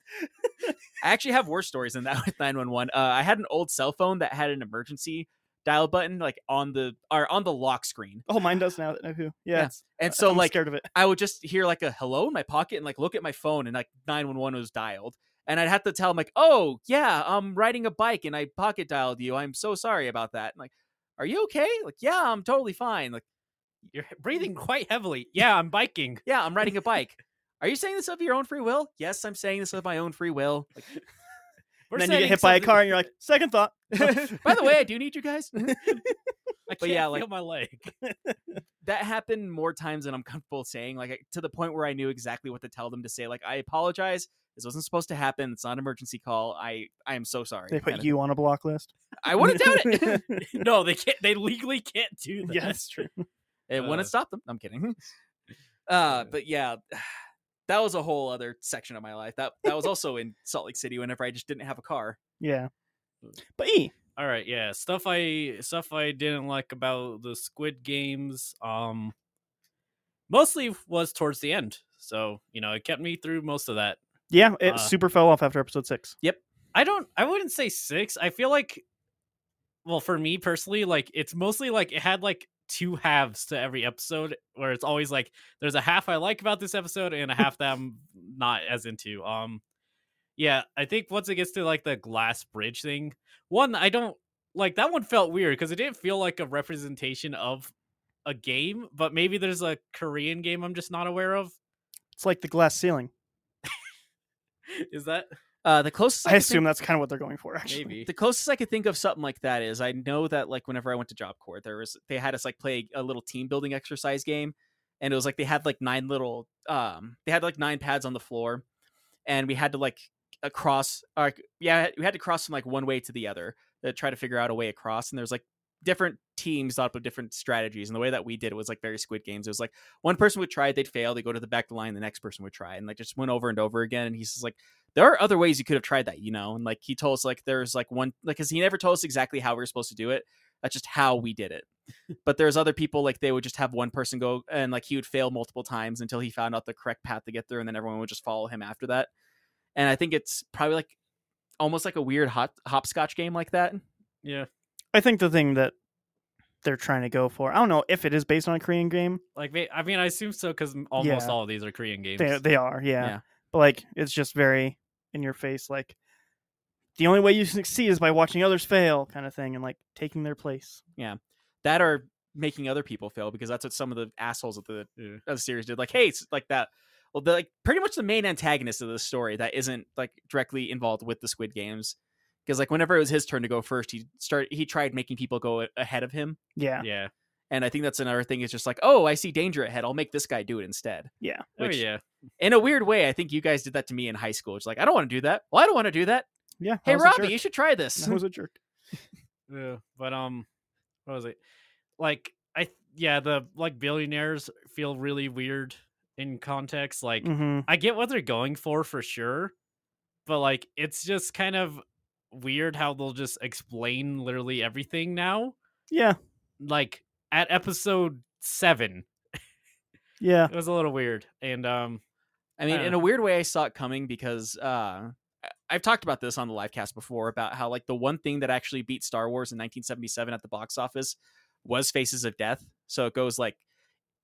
[SPEAKER 2] [laughs]
[SPEAKER 5] I actually have worse stories than that [laughs] with 911. Uh, I had an old cell phone that had an emergency dial button like on the or on the lock screen.
[SPEAKER 3] oh, mine does now. That I do. Yeah.
[SPEAKER 5] Yeah,
[SPEAKER 3] it's-
[SPEAKER 5] And so
[SPEAKER 3] I'm
[SPEAKER 5] like
[SPEAKER 3] scared of it.
[SPEAKER 5] I would just hear like a hello in my pocket and like look at my phone and like 911 was dialed. And I'd have to tell him like, "Oh, yeah, I'm riding a bike and I pocket dialed you. I'm so sorry about that." And like, "Are you okay?" Like, "Yeah, I'm totally fine." Like,
[SPEAKER 2] You're he- breathing quite heavily. Yeah, I'm biking.
[SPEAKER 5] "Yeah, I'm riding
[SPEAKER 3] [laughs]
[SPEAKER 5] a bike." Are you saying this of your own free will? Yes, I'm saying this of my own free will. Like,
[SPEAKER 2] We're
[SPEAKER 3] then you get
[SPEAKER 2] setting
[SPEAKER 3] hit by a
[SPEAKER 2] something-
[SPEAKER 3] car and you're like, second thought. [laughs]
[SPEAKER 5] by the way, I do need you guys.
[SPEAKER 2] I can't
[SPEAKER 5] but yeah, like-
[SPEAKER 2] feel my leg. [laughs]
[SPEAKER 5] that happened more times than I'm comfortable saying, like I- to the point where I knew exactly what to tell them to say. Like, I apologize. This wasn't supposed to happen. It's not an emergency call. I I am so sorry.
[SPEAKER 3] They put
[SPEAKER 5] kinda-
[SPEAKER 3] you on a block list.
[SPEAKER 5] I wouldn't doubt
[SPEAKER 3] [laughs]
[SPEAKER 5] it. [laughs]
[SPEAKER 2] [laughs] no, they can't. They legally can't do that.
[SPEAKER 3] yeah, that's true.
[SPEAKER 5] it
[SPEAKER 2] Uh.
[SPEAKER 5] wouldn't stop them. I'm kidding. Uh, but yeah, [sighs] that was a whole other section of my life. That that was also in Salt Lake City. Whenever I just didn't have a car.
[SPEAKER 3] Yeah. But E,
[SPEAKER 2] All right, yeah. Stuff I stuff I didn't like about the Squid Games um mostly was towards the end. So, you know, it kept me through most of that.
[SPEAKER 3] yeah, it
[SPEAKER 2] Uh,
[SPEAKER 3] super fell off after episode six.
[SPEAKER 2] I don't I wouldn't say 6. I feel like well, for me personally, like it's mostly like it had like two halves to every episode where it's always like there's a half I like about this episode and a half that I'm not as into. Um yeah, I think once it gets to like the glass bridge thing, one I don't like that one felt weird because it didn't feel like a representation of a game, but maybe there's a Korean game I'm just not aware of. [laughs]
[SPEAKER 3] It's like the glass ceiling.
[SPEAKER 2] Is that
[SPEAKER 5] Uh, the closest I,
[SPEAKER 3] I
[SPEAKER 5] could
[SPEAKER 3] assume
[SPEAKER 5] think-
[SPEAKER 3] that's kind of what they're going for, actually.
[SPEAKER 2] maybe?
[SPEAKER 5] the closest I could think of something like that is I know that like whenever I went to Job Corps, there was they had us like play a little team building exercise game, and it was like they had like nine little um they had like nine pads on the floor, and we had to like across or yeah we had to cross from like one way to the other to try to figure out a way across, and there's like different teams thought up of different strategies, and the way that we did it was like very Squid Games. It was like one person would try, it, they'd fail, they go to the back of the line, the next person would try, and like just went over and over again. And he's just like there are other ways you could have tried that, you know? And like he told us like there's like one like cause he never told us exactly how we were supposed to do it. That's just how we did it. but there's other people like they would just have one person go and like he would fail multiple times until he found out the correct path to get through and then everyone would just follow him after that. And I think it's probably like almost like a weird hop hopscotch game like that.
[SPEAKER 2] yeah.
[SPEAKER 3] I think the thing that they're trying to go for, I don't know if it is based on a Korean game.
[SPEAKER 2] Like they- I mean, I assume so because almost
[SPEAKER 3] Yeah.
[SPEAKER 2] all of these are Korean games.
[SPEAKER 3] They, they are, yeah.
[SPEAKER 5] Yeah.
[SPEAKER 3] But like, it's just very in your face. Like, the only way you succeed is by watching others fail, kind of thing, and like taking their place.
[SPEAKER 5] That are making other people fail because that's what some of the assholes of the of the series did. Like, hey, it's like that. Well, the like pretty much the main antagonist of the story that isn't like directly involved with the Squid Games, because like whenever it was his turn to go first, he started he tried making people go a- ahead of him,
[SPEAKER 3] Yeah.
[SPEAKER 2] yeah.
[SPEAKER 5] and I think that's another thing. Is just like, oh, I see danger ahead. I'll make this guy do it instead.
[SPEAKER 3] Yeah.
[SPEAKER 2] Oh
[SPEAKER 5] Which,
[SPEAKER 2] yeah.
[SPEAKER 5] In a weird way, I think you guys did that to me in high school. It's like I don't want to do that. Well, I don't want to do that.
[SPEAKER 3] Yeah. I
[SPEAKER 5] Hey,
[SPEAKER 3] was a
[SPEAKER 5] Robbie,
[SPEAKER 3] jerk.
[SPEAKER 5] you should try this.
[SPEAKER 3] I was a jerk.
[SPEAKER 2] Yeah. But um, what was it? Like I th- yeah the like billionaires feel really weird in context. [laughs] Like
[SPEAKER 3] hmm
[SPEAKER 2] I get what they're going for for sure, but like it's just kind of weird how they'll just explain literally everything now.
[SPEAKER 3] Yeah.
[SPEAKER 2] Like at episode
[SPEAKER 3] [laughs]
[SPEAKER 2] seven,
[SPEAKER 3] Yeah.
[SPEAKER 2] it was a little weird. And um,
[SPEAKER 5] I mean,
[SPEAKER 2] Uh.
[SPEAKER 5] in a weird way, I saw it coming because uh, I- I've talked about this on the live cast before about how like the one thing that actually beat Star Wars in 1977 at the box office was Faces of Death. So it goes like,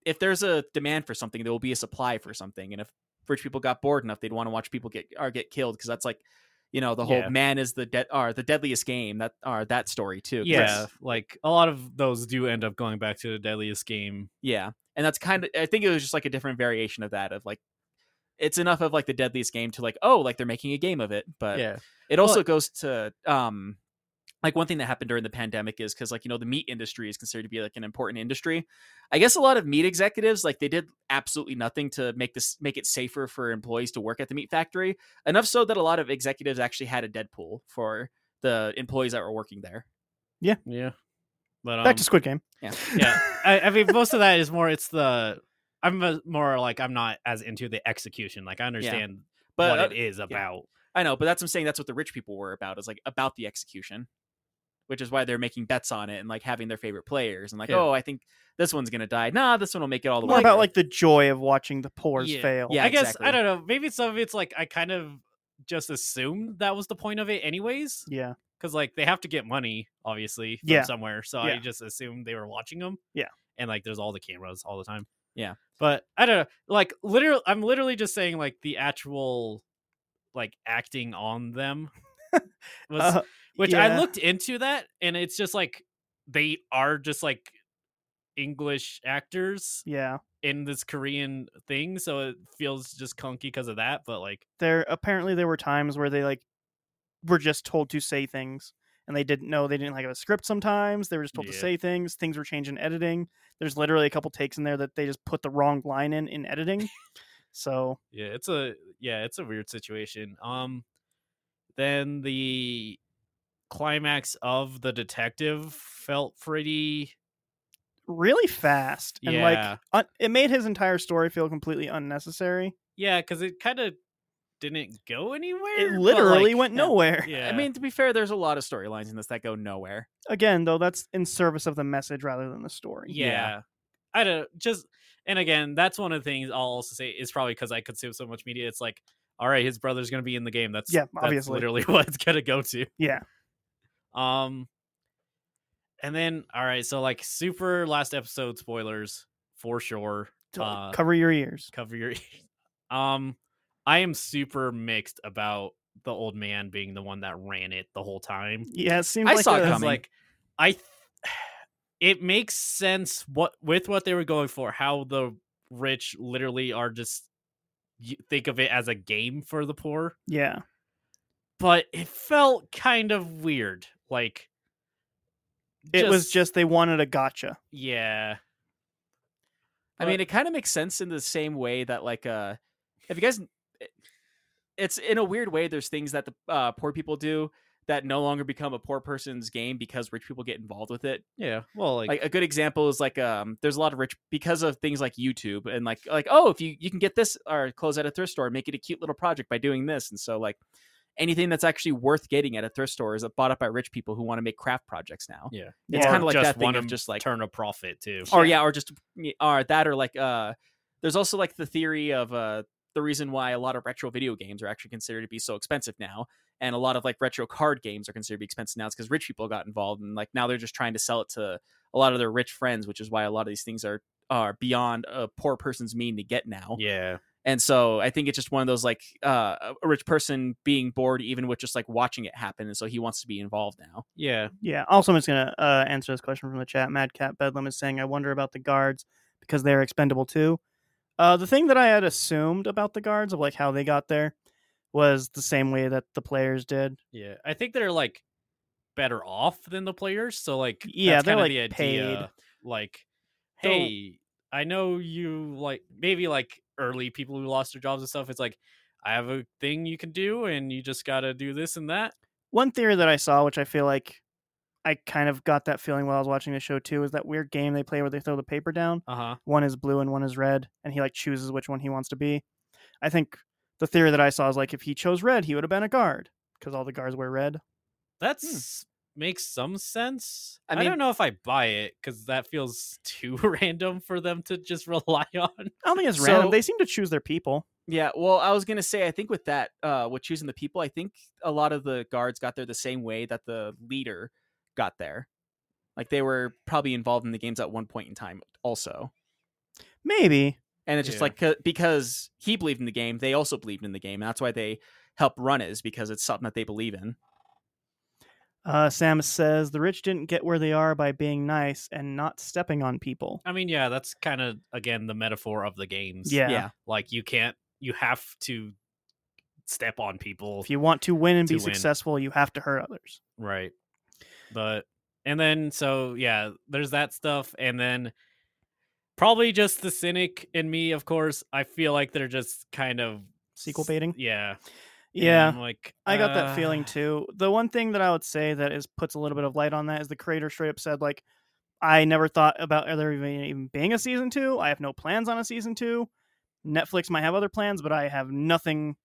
[SPEAKER 5] if there's a demand for something, there will be a supply for something, and if rich people got bored enough, they'd want to watch people get or get killed because that's like, you know, the whole
[SPEAKER 2] Yeah.
[SPEAKER 5] man is the dead or the deadliest game that or that story too. 'cause that's-
[SPEAKER 2] yeah, like a lot of those do end up going back to the deadliest game
[SPEAKER 5] yeah. And that's kind of I think it was just like a different variation of that of like it's enough of like the deadliest game to like oh like they're making a game of it, but
[SPEAKER 2] yeah
[SPEAKER 5] it also goes to um like one thing that happened during the pandemic is because like you know the meat industry is considered to be like an important industry i guess a lot of meat executives like they did absolutely nothing to make this make it safer for employees to work at the meat factory enough so that a lot of executives actually had a deadpool for the employees that were working there
[SPEAKER 2] Yeah. But um,
[SPEAKER 3] Back to Squid Game.
[SPEAKER 5] yeah.
[SPEAKER 2] yeah.
[SPEAKER 3] [laughs]
[SPEAKER 2] I, I mean, most of that is more. It's the I'm a, more like I'm not as into the execution. Like I understand
[SPEAKER 5] but
[SPEAKER 2] what
[SPEAKER 5] uh,
[SPEAKER 2] it is about.
[SPEAKER 5] i know but that's what i'm saying that's what the rich people were about is like about the execution which is why they're making bets on it and like having their favorite players and like
[SPEAKER 2] Yeah.
[SPEAKER 5] oh i think this one's gonna die nah this one will make it all the
[SPEAKER 3] More
[SPEAKER 5] way
[SPEAKER 3] about
[SPEAKER 5] through."
[SPEAKER 3] like the joy of watching the pores
[SPEAKER 2] Yeah.
[SPEAKER 3] fail.
[SPEAKER 5] Yeah.
[SPEAKER 2] I guess
[SPEAKER 5] exactly.
[SPEAKER 2] I don't know. Maybe some of it's like I kind of just assumed that was the point of it, anyways.
[SPEAKER 3] Yeah.
[SPEAKER 2] Because like they have to get money, obviously, from
[SPEAKER 3] Yeah.
[SPEAKER 2] somewhere. So I
[SPEAKER 3] Yeah.
[SPEAKER 2] just assumed they were watching them.
[SPEAKER 3] Yeah.
[SPEAKER 2] And like there's all the cameras all the time.
[SPEAKER 5] Yeah.
[SPEAKER 2] But I don't know. Like literally, I'm literally just saying like the actual like acting on them [laughs] was
[SPEAKER 3] Uh, [laughs]
[SPEAKER 2] which
[SPEAKER 3] yeah.
[SPEAKER 2] I looked into that, and it's just like they are just like English actors
[SPEAKER 3] Yeah.
[SPEAKER 2] in this Korean thing, so it feels just clunky because of that. But like,
[SPEAKER 3] There apparently there were times where they like were just told to say things and they didn't know they didn't like have a script sometimes. They were just told to
[SPEAKER 2] Yeah.
[SPEAKER 3] say things. Things were changed in editing. There's literally a couple takes in there that they just put the wrong line in in editing. so
[SPEAKER 2] yeah, it's a yeah, it's a weird situation. Um, then the climax of the detective felt pretty
[SPEAKER 3] really fast and
[SPEAKER 2] Yeah.
[SPEAKER 3] like un- it made his entire story feel completely unnecessary.
[SPEAKER 2] yeah because it kind of didn't go anywhere.
[SPEAKER 3] It
[SPEAKER 2] Eh, but,
[SPEAKER 3] literally
[SPEAKER 2] like,
[SPEAKER 3] went
[SPEAKER 5] yeah.
[SPEAKER 3] nowhere. [laughs]
[SPEAKER 2] Yeah,
[SPEAKER 5] i mean to be fair there's a lot of storylines in this that go nowhere
[SPEAKER 3] Again, though, that's in service of the message rather than the story.
[SPEAKER 2] yeah. I don't just and again, that's one of the things I'll also say is probably because I consume so much media. It's like, all right, his brother's gonna be in the game. That's
[SPEAKER 3] Yeah,
[SPEAKER 2] that's
[SPEAKER 3] obviously.
[SPEAKER 2] literally [laughs] what it's gonna go to.
[SPEAKER 3] Yeah.
[SPEAKER 2] Um, and then all right, so like super last episode spoilers for sure.
[SPEAKER 3] So,
[SPEAKER 2] Uh,
[SPEAKER 3] cover your ears.
[SPEAKER 2] Cover your. [laughs] um, I am super mixed about the old man being the one that ran it the whole time.
[SPEAKER 3] Yeah, it seems
[SPEAKER 5] I
[SPEAKER 3] like
[SPEAKER 5] saw it
[SPEAKER 3] a-
[SPEAKER 2] Because,
[SPEAKER 5] coming.
[SPEAKER 2] Like, I, th- [sighs] it makes sense what with what they were going for. How the rich literally are just you think of it as a game for the poor,
[SPEAKER 3] Yeah,
[SPEAKER 2] but it felt kind of weird. Like
[SPEAKER 3] it was just they wanted a gotcha.
[SPEAKER 2] yeah,
[SPEAKER 5] I mean, it kind of makes sense in the same way that like uh have you guys it- it's in a weird way there's things that the uh, poor people do that no longer become a poor person's game because rich people get involved with it.
[SPEAKER 2] yeah. Well, like,
[SPEAKER 5] Like a good example is like um there's a lot of rich because of things like YouTube and like like oh if you you can get this or close at a thrift store make it a cute little project by doing this and so like anything that's actually worth getting at a thrift store is bought up by rich people who want to make craft projects now.
[SPEAKER 2] yeah,
[SPEAKER 5] It's
[SPEAKER 2] Or
[SPEAKER 5] kind of like
[SPEAKER 2] just
[SPEAKER 5] that thing
[SPEAKER 2] wanna
[SPEAKER 5] of just like
[SPEAKER 2] turn a profit too.
[SPEAKER 5] or yeah, or just yeah, or that, or like uh, there's also like the theory of uh, the reason why a lot of retro video games are actually considered to be so expensive now, and a lot of like retro card games are considered to be expensive now. It's because rich people got involved, and like now they're just trying to sell it to a lot of their rich friends, which is why a lot of these things are are beyond a poor person's mean to get now.
[SPEAKER 2] yeah,
[SPEAKER 5] And so I think it's just one of those like uh, a- a rich person being bored even with just like watching it happen, and so he wants to be involved now.
[SPEAKER 2] yeah.
[SPEAKER 3] Yeah. Also, I'm just gonna uh, answer this question from the chat. Mad Cat Bedlam is saying, "I wonder about the guards because they're expendable too." Uh, the thing that I had assumed about the guards of like how they got there was the same way that the players did.
[SPEAKER 2] Yeah, I think they're like better off than the players. So like,
[SPEAKER 3] Yeah,
[SPEAKER 2] that's
[SPEAKER 3] they're,
[SPEAKER 2] kinda
[SPEAKER 3] like,
[SPEAKER 2] the
[SPEAKER 3] paid.
[SPEAKER 2] idea. Like,
[SPEAKER 3] So-
[SPEAKER 2] hey, I know you like maybe like early people who lost their jobs and stuff. It's like I have a thing you can do, and you just gotta do this and that.
[SPEAKER 3] One theory that I saw, which I feel like I kind of got that feeling while I was watching the show too, is that weird game they play where they throw the paper down.
[SPEAKER 2] Uh huh.
[SPEAKER 3] one is blue and one is red and he like chooses which one he wants to be i think the theory that i saw is like if he chose red he would have been a guard because all the guards wear red
[SPEAKER 2] That's makes some sense.
[SPEAKER 5] I
[SPEAKER 2] I,
[SPEAKER 5] mean-
[SPEAKER 2] don't know if I buy it because that feels [laughs] too random for them to just [laughs] rely on.
[SPEAKER 3] i don't think it's random
[SPEAKER 5] So-
[SPEAKER 3] they seem to choose their people
[SPEAKER 5] Yeah, well, I was gonna say, I think with that, uh, with choosing the people, I think a lot of the guards got there the same way that the leader got there. Like they were probably involved in the games at one point in time, also.
[SPEAKER 3] maybe
[SPEAKER 5] And it's just
[SPEAKER 2] Yeah.
[SPEAKER 5] like 'cause- because he believed in the game, they also believed in the game. That's why they help run it, is because it's something that they believe in.
[SPEAKER 3] uh, sam says the rich didn't get where they are by being nice and not stepping on people
[SPEAKER 2] I mean, yeah, that's kind of again the metaphor of the games.
[SPEAKER 3] yeah.
[SPEAKER 5] yeah.
[SPEAKER 2] like you can't, you have to step on people
[SPEAKER 3] if you want to win and
[SPEAKER 2] To
[SPEAKER 3] be
[SPEAKER 2] win.
[SPEAKER 3] successful you have to hurt others
[SPEAKER 2] Right. But and then so yeah, there's that stuff, and then probably just the cynic in me. Of course, I feel like they're just kind of
[SPEAKER 3] Sequel baiting.
[SPEAKER 2] Yeah, and
[SPEAKER 3] Yeah,
[SPEAKER 2] I'm like
[SPEAKER 3] I got that feeling
[SPEAKER 2] Mm. "Ah."
[SPEAKER 3] too. The one thing that I would say that is puts a little bit of light on that is the creator straight up said like, I never thought about there even even being a season two. I have no plans on a season two. Netflix might have other plans, but I have nothing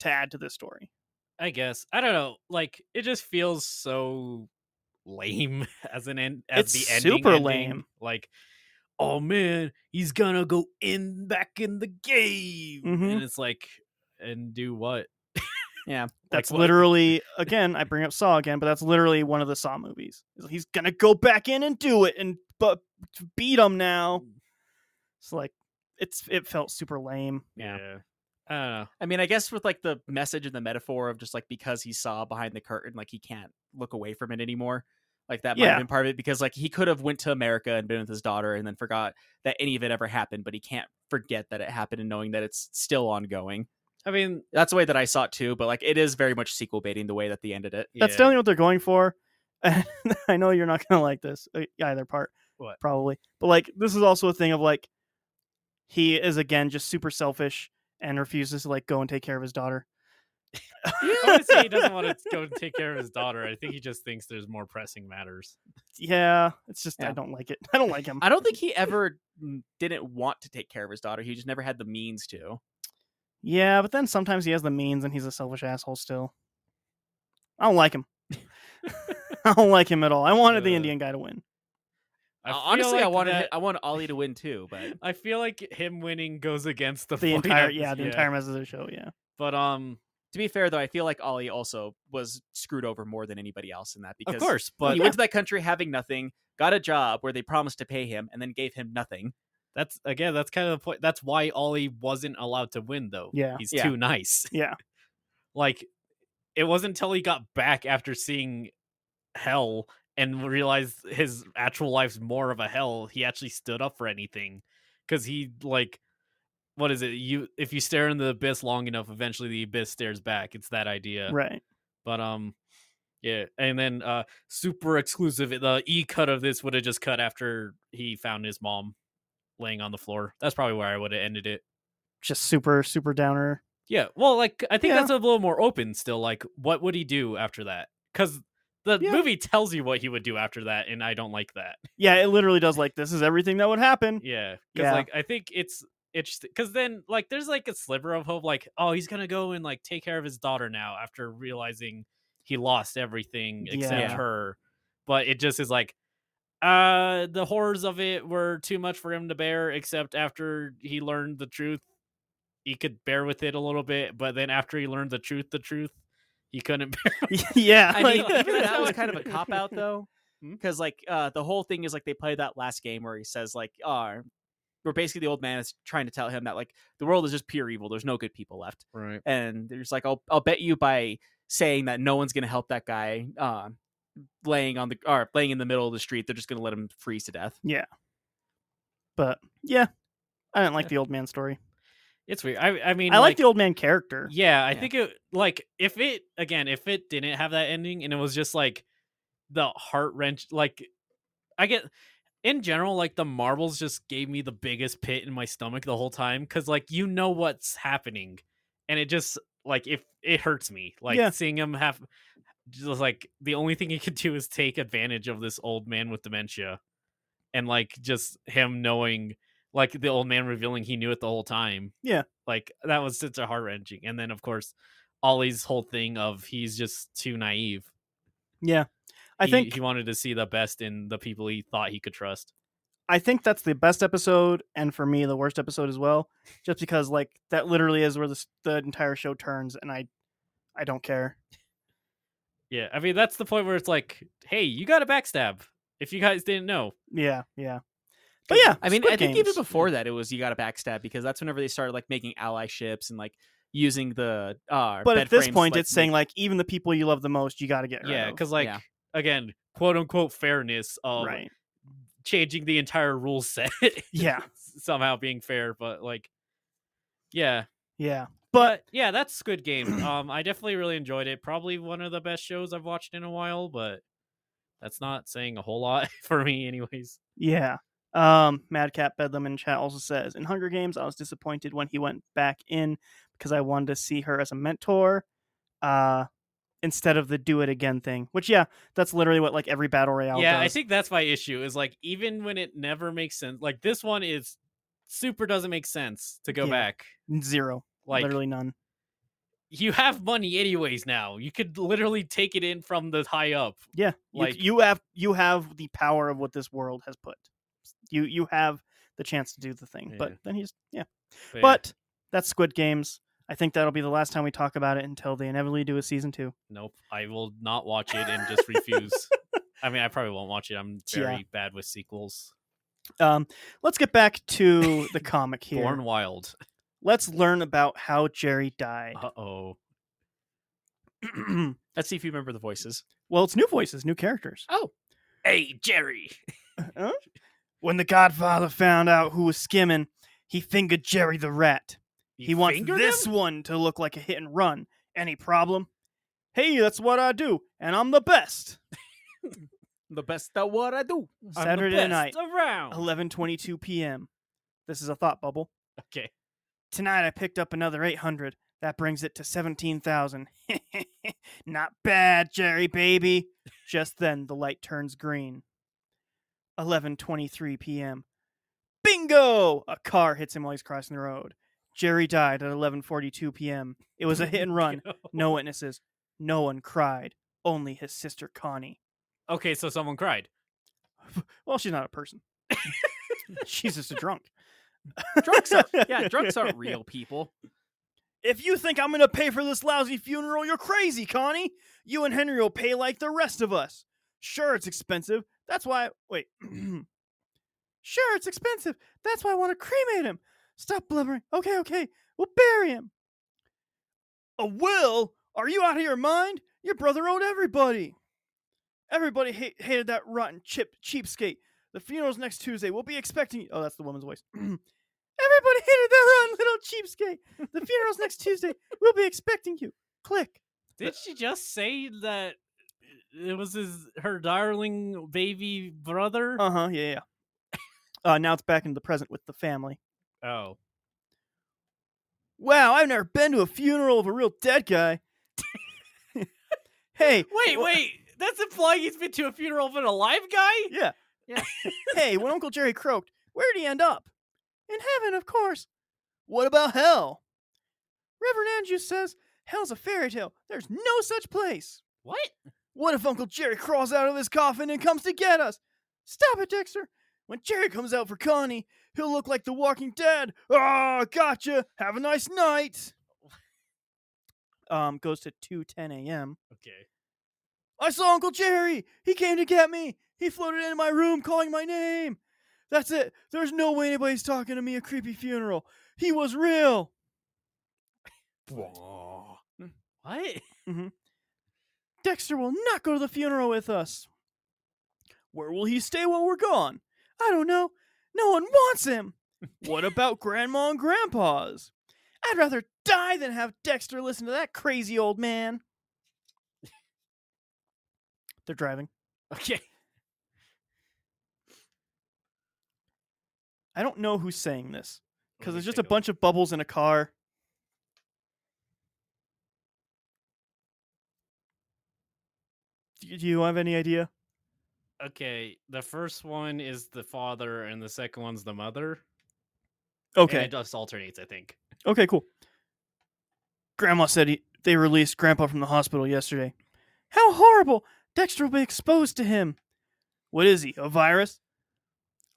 [SPEAKER 3] to add to this story.
[SPEAKER 2] I guess I don't know. Like it just feels so [laughs] lame as an end. As
[SPEAKER 3] It's
[SPEAKER 2] the ending,
[SPEAKER 3] super
[SPEAKER 2] ending.
[SPEAKER 3] lame.
[SPEAKER 2] Like, oh man, he's gonna go in back in the game,
[SPEAKER 3] Mhm.
[SPEAKER 2] and it's like, and do what?
[SPEAKER 5] Yeah,
[SPEAKER 2] Like,
[SPEAKER 3] That's
[SPEAKER 2] what-
[SPEAKER 3] literally again, I bring up Saw again, but that's literally one of the Saw movies. He's gonna go back in and do it and but beat him now.
[SPEAKER 2] Mm.
[SPEAKER 3] It's like it's it felt super lame.
[SPEAKER 5] Yeah.
[SPEAKER 2] I don't know.
[SPEAKER 5] I mean, I guess with like the message and the metaphor of just like because he saw behind the curtain, like he can't look away from it anymore. Like that might
[SPEAKER 3] Yeah.
[SPEAKER 5] have been part of it because like he could have went to America and been with his daughter and then forgot that any of it ever happened, but he can't forget that it happened and knowing that it's still ongoing.
[SPEAKER 2] I mean,
[SPEAKER 5] That's the way that I saw it too, but like it is very much sequel baiting the way that they ended it.
[SPEAKER 3] That's
[SPEAKER 2] yeah.
[SPEAKER 3] definitely what they're going for. And [laughs] I know you're not gonna like this uh, either part,
[SPEAKER 2] What?
[SPEAKER 3] probably. But like, this is also a thing of like, he is again just super selfish and refuses to like go and take care of his daughter.
[SPEAKER 5] [laughs]
[SPEAKER 2] I want to say he doesn't want to go and take care of his daughter. I think he just thinks there's more pressing matters.
[SPEAKER 3] Yeah, it's just I
[SPEAKER 5] Yeah.
[SPEAKER 3] don't like it. [laughs] I don't like him.
[SPEAKER 5] I don't think he ever mm, didn't want to take care of his daughter. He just never had the means to.
[SPEAKER 3] Yeah, but then sometimes he has the means and he's a selfish asshole still. I don't like him. [laughs] I don't like him at all. I wanted the
[SPEAKER 2] Uh,
[SPEAKER 3] Indian guy to win.
[SPEAKER 2] I
[SPEAKER 5] Uh,
[SPEAKER 2] feel
[SPEAKER 5] honestly, I
[SPEAKER 2] like
[SPEAKER 5] wanted
[SPEAKER 2] that-
[SPEAKER 5] I want Ollie to win too, but
[SPEAKER 2] I feel like him winning goes against [laughs] the,
[SPEAKER 3] The
[SPEAKER 2] point
[SPEAKER 3] entire
[SPEAKER 2] of-
[SPEAKER 3] yeah, the entire message of the show, yeah.
[SPEAKER 2] But um,
[SPEAKER 5] to be fair though, I feel like Ollie also was screwed over more than anybody else in that because
[SPEAKER 2] of course, but
[SPEAKER 5] he went to that country having nothing, got a job where they promised to pay him, and then gave him
[SPEAKER 2] [laughs]
[SPEAKER 5] nothing.
[SPEAKER 2] That's again. That's kind of the point. That's why Ollie wasn't allowed to win, though.
[SPEAKER 3] Yeah.
[SPEAKER 2] he's
[SPEAKER 5] Yeah.
[SPEAKER 2] too nice. [laughs]
[SPEAKER 3] Yeah.
[SPEAKER 2] like it wasn't until he got back after seeing hell and realized his actual life's more of a hell. He actually stood up for anything because he like what is it? You if you stare in the abyss long enough, eventually the abyss stares back. It's that idea.
[SPEAKER 3] Right.
[SPEAKER 2] But um, yeah, and then uh, super exclusive. The e cut of this would have just cut after he found his mom laying on the floor. That's probably where I would have ended it.
[SPEAKER 3] Just super, super downer.
[SPEAKER 2] Yeah, well, like I think
[SPEAKER 3] Yeah.
[SPEAKER 2] that's a little more open still. Like, what would he do after that? Because the
[SPEAKER 3] Yeah.
[SPEAKER 2] movie tells you what he would do after that, and I don't like that.
[SPEAKER 3] Yeah, it literally does like this is everything that would happen.
[SPEAKER 2] Yeah, because
[SPEAKER 3] Yeah.
[SPEAKER 2] like I think it's interesting. Because then like there's like a sliver of hope, like oh he's gonna go and like take care of his daughter now after realizing he lost everything except
[SPEAKER 3] Yeah.
[SPEAKER 2] her. But it just is like, uh, the horrors of it were too much for him to bear. Except after he learned the truth, he could bear with it a little bit. But then after he learned the truth, the truth, he couldn't [laughs] bear.
[SPEAKER 3] [laughs] yeah.
[SPEAKER 5] [laughs] I mean,
[SPEAKER 3] like- [laughs]
[SPEAKER 5] even that was kind of a
[SPEAKER 2] [laughs]
[SPEAKER 5] cop out though,
[SPEAKER 2] Hmm?
[SPEAKER 5] because like uh, the whole thing is like they play that last game where he says like, "Ah, where basically the old man is trying to tell him that like the world is just pure evil. There's no good people left."
[SPEAKER 2] Right.
[SPEAKER 5] and there's like I'll I'll bet you by saying that no one's gonna help that guy uh, laying on the or laying in the middle of the street, they're just gonna let him freeze to death.
[SPEAKER 3] But yeah. I didn't like the old man story.
[SPEAKER 2] It's weird. I I mean
[SPEAKER 3] I like
[SPEAKER 2] like
[SPEAKER 3] the old man character.
[SPEAKER 2] Yeah, I
[SPEAKER 5] Yeah.
[SPEAKER 2] think it like if it again, if it didn't have that ending and it was just like the heart wrench like I get in general, like the marbles just gave me the biggest pit in my stomach the whole time because like you know what's happening. And it just like if it hurts me. Like
[SPEAKER 3] Yeah.
[SPEAKER 2] seeing him have just like the only thing he could do is take advantage of this old man with dementia. And like just him knowing like the old man revealing he knew it the whole time.
[SPEAKER 3] Yeah.
[SPEAKER 2] Like that was such a heart wrenching. And then of course Ollie's whole thing of he's just too naive.
[SPEAKER 3] Yeah. I
[SPEAKER 2] He-
[SPEAKER 3] think
[SPEAKER 2] he wanted to see the best in the people he thought he could trust.
[SPEAKER 3] I think that's the best episode, and for me, the worst episode as well, just because like that literally is where this, the entire show turns, and I, I don't care.
[SPEAKER 2] Yeah, I mean that's the point where it's like, hey, you got a backstab. If you guys didn't know,
[SPEAKER 3] Yeah, yeah, but yeah,
[SPEAKER 5] I mean,
[SPEAKER 3] Squid
[SPEAKER 5] I think even
[SPEAKER 3] Games.
[SPEAKER 5] before that, it was you got a backstab because that's whenever they started like making ally ships and like using the uh.
[SPEAKER 3] But
[SPEAKER 5] bed
[SPEAKER 3] at this
[SPEAKER 5] frames,
[SPEAKER 3] point,
[SPEAKER 5] like,
[SPEAKER 3] it's saying
[SPEAKER 5] make-
[SPEAKER 3] like even the people you love the most, you got to get rid
[SPEAKER 2] yeah,
[SPEAKER 3] of.
[SPEAKER 2] because like
[SPEAKER 5] Yeah.
[SPEAKER 2] again, quote unquote fairness of
[SPEAKER 3] right,
[SPEAKER 2] changing the entire rule set. [laughs]
[SPEAKER 3] Yeah.
[SPEAKER 5] [laughs]
[SPEAKER 2] somehow being fair, but like, yeah,
[SPEAKER 3] yeah, but
[SPEAKER 2] but yeah, that's Squid Game. Um, I definitely really enjoyed it. Probably one of the best shows I've watched in a while, but That's not saying a whole lot [laughs] for me, anyways.
[SPEAKER 3] Yeah. Um, Madcap Bedlam in chat also says in Hunger Games, I was disappointed when he went back in because I wanted to see her as a mentor, uh, instead of the do it again thing. Which yeah, that's literally what like every battle royale.
[SPEAKER 2] yeah, I
[SPEAKER 3] does.
[SPEAKER 2] think that's my issue. Is like even when it never makes sense, like this one is super doesn't make sense to go
[SPEAKER 3] Yeah.
[SPEAKER 2] back.
[SPEAKER 3] zero,
[SPEAKER 2] Like
[SPEAKER 3] literally none.
[SPEAKER 2] you have money anyways now. You could literally take it in from the high up.
[SPEAKER 3] Yeah, you,
[SPEAKER 2] like-
[SPEAKER 3] you have you have the power of what this world has put. You you have the chance to do the thing, but
[SPEAKER 2] Yeah.
[SPEAKER 3] then he's yeah.
[SPEAKER 2] yeah.
[SPEAKER 3] But that's Squid Games. I think that'll be the last time we talk about it until they inevitably do a season two.
[SPEAKER 2] nope, I will not watch it and
[SPEAKER 3] [laughs]
[SPEAKER 2] just refuse. I mean, I probably won't watch it. I'm
[SPEAKER 3] Yeah.
[SPEAKER 2] very bad with sequels.
[SPEAKER 3] Um, let's get back
[SPEAKER 2] [laughs]
[SPEAKER 3] to the comic here.
[SPEAKER 2] Born Wild.
[SPEAKER 3] Let's learn about how Jerry died.
[SPEAKER 2] Uh
[SPEAKER 3] [clears throat]
[SPEAKER 2] oh.
[SPEAKER 5] Let's see if you remember the voices.
[SPEAKER 3] well, it's new voices, new characters.
[SPEAKER 2] Hey, Jerry.
[SPEAKER 3] When the Godfather found out who was skimming, he fingered Jerry the Rat.
[SPEAKER 2] You
[SPEAKER 3] he wants
[SPEAKER 2] fingered
[SPEAKER 3] this
[SPEAKER 2] him?
[SPEAKER 3] one to look like a hit and run. Any problem? Hey, that's what I do, and I'm the best.
[SPEAKER 5] The best at what I do.
[SPEAKER 2] I'm the
[SPEAKER 3] Saturday
[SPEAKER 2] best Oh.
[SPEAKER 3] night,
[SPEAKER 2] around.
[SPEAKER 3] 11:22 p.m. This is a thought bubble.
[SPEAKER 2] Okay.
[SPEAKER 3] Tonight I picked up another 800. That brings it to 17,000. [laughs] Not bad, Jerry baby. Just then the light turns green. 11:23 p.m. Bingo! A car hits him while he's crossing the road. Jerry died at 11:42 p.m. It was a hit
[SPEAKER 2] [laughs]
[SPEAKER 3] and
[SPEAKER 5] [laughs]
[SPEAKER 3] run. No witnesses. No one cried. Only his sister Connie.
[SPEAKER 2] Okay, so someone cried.
[SPEAKER 3] Well, she's not a person. [laughs] she's just a drunk. [laughs]
[SPEAKER 5] Drunks are [laughs] yeah, drunks aren't real people.
[SPEAKER 3] If you think I'm going to pay for this lousy funeral, you're crazy, Connie. You and Henry will pay like the rest of us. Sure, it's expensive. That's why. Wait. [clears throat] sure, it's expensive. That's why I want to cremate him. Stop blubbering. Okay, okay. We'll bury him. A will? Are you out of your mind? Your brother owed everybody. Everybody hate, hated that rotten chip cheapskate. The funeral's next Tuesday. We'll be expecting you. Oh, that's the woman's voice. [clears throat] Everybody hated that rotten little cheapskate. The funeral's next Tuesday. We'll be expecting you. Click.
[SPEAKER 2] Did she just say that it was his her darling baby brother?
[SPEAKER 3] Uh huh. Yeah, yeah. [laughs] Uh, now it's back into the present with the family.
[SPEAKER 2] oh,
[SPEAKER 3] Wow, I've never been to a funeral of a real dead guy. [laughs] hey,
[SPEAKER 2] wait,
[SPEAKER 3] wha-
[SPEAKER 2] wait. That's implying he's been to a funeral of an alive guy.
[SPEAKER 3] [laughs] Yeah.
[SPEAKER 5] Yeah.
[SPEAKER 3] [laughs] hey, when Uncle Jerry croaked, where'd he end up? In heaven, of course. What about hell? Reverend Andrews says hell's a fairy tale. There's no such place.
[SPEAKER 2] What?
[SPEAKER 3] What if Uncle Jerry crawls out of his coffin and comes to get us? Stop it, Dexter! When Jerry comes out for Connie, he'll look like the Walking Dead. Ah, gotcha. Have a nice night. Um, goes to two ten a.m.
[SPEAKER 2] Okay.
[SPEAKER 3] I saw Uncle Jerry. He came to get me. He floated into my room, calling my name. That's it. There's no way anybody's talking to me at creepy funeral. He was real.
[SPEAKER 2] Hmm. What?
[SPEAKER 3] Dexter will not go to the funeral with us. Where will he stay while we're gone? I don't know. No one wants him. What about Grandma and Grandpa's? I'd rather die than have Dexter listen to that crazy old man. They're driving.
[SPEAKER 2] Okay.
[SPEAKER 3] I don't know who's saying this because
[SPEAKER 2] Let me
[SPEAKER 3] there's just a
[SPEAKER 2] take
[SPEAKER 3] bunch of bubbles in a car. Do do you have any idea?
[SPEAKER 2] look. Okay. The first one is the father, and the second one's the mother. and
[SPEAKER 3] Okay.
[SPEAKER 2] it just alternates, I think.
[SPEAKER 3] Okay, cool. Grandma said he, they released Grandpa from the hospital yesterday. How horrible! Dexter will be exposed to him. What is he, a virus?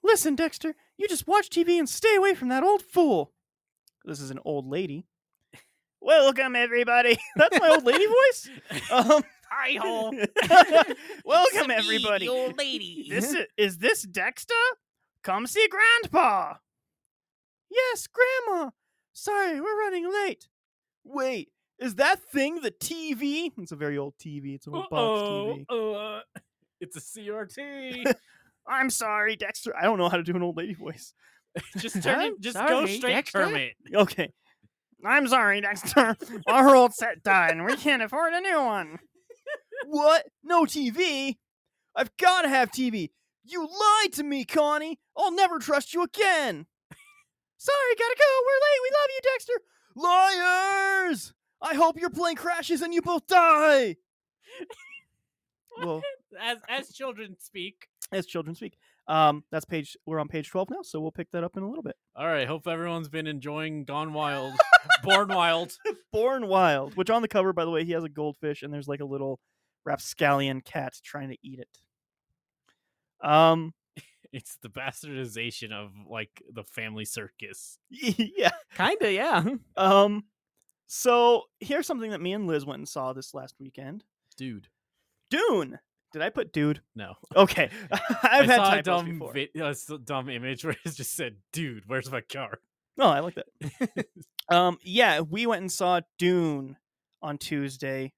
[SPEAKER 3] Listen, Dexter, you just watch TV and stay away from that old fool. This is an old [laughs] lady. Welcome, everybody. [laughs] That's my old lady [laughs] voice. Um,
[SPEAKER 5] Hi
[SPEAKER 3] [laughs]
[SPEAKER 5] [laughs]
[SPEAKER 3] welcome, everybody. [laughs]
[SPEAKER 5] lady.
[SPEAKER 3] This is, is this Dexter? Come see Grandpa. Yes, Grandma. Sorry, we're running late. Wait, is that thing the TV? It's a very old TV. It's an old box TV.
[SPEAKER 2] Uh, it's a [laughs] CRT.
[SPEAKER 3] I'm sorry, Dexter. I don't know how to do an old lady voice.
[SPEAKER 2] just turn
[SPEAKER 5] I'm
[SPEAKER 2] it. Just go
[SPEAKER 5] sorry,
[SPEAKER 2] straight,
[SPEAKER 5] Dexter.
[SPEAKER 2] [laughs] Kermit.
[SPEAKER 3] Okay. I'm sorry, Dexter. Our old set died, and we can't afford a new one. What? No TV? I've got to have TV. You lied to me, Connie. I'll never trust you again. Sorry, gotta go. We're late. We love you, Dexter. Liars! I hope your plane crashes and you both die. well,
[SPEAKER 2] as as children speak.
[SPEAKER 3] as children speak. Um, that's page. We're on page twelve now, so we'll pick that up in a little bit.
[SPEAKER 2] All right. Hope everyone's been enjoying Gone [laughs] Wild, Born Wild. [laughs]
[SPEAKER 3] [laughs] Born Wild, which on the cover, by the way, he has a goldfish and there's like a little rapscallion cat trying to eat it. Um, [laughs]
[SPEAKER 2] It's the bastardization of like the family circus.
[SPEAKER 3] yeah.
[SPEAKER 5] [laughs]
[SPEAKER 3] [laughs]
[SPEAKER 5] Kinda, yeah.
[SPEAKER 3] Um, so here's something that me and Liz went and saw this last weekend.
[SPEAKER 2] Dude.
[SPEAKER 3] Dune. Did I put dude?
[SPEAKER 2] No.
[SPEAKER 3] Okay, [laughs] I've
[SPEAKER 2] I
[SPEAKER 3] had
[SPEAKER 2] saw a
[SPEAKER 3] typos
[SPEAKER 2] dumb,
[SPEAKER 3] before.
[SPEAKER 2] vi- uh, s- dumb image where it just said, dude, where's my car?
[SPEAKER 3] No, Oh, I like that. um, yeah, we went and saw Dune on Tuesday.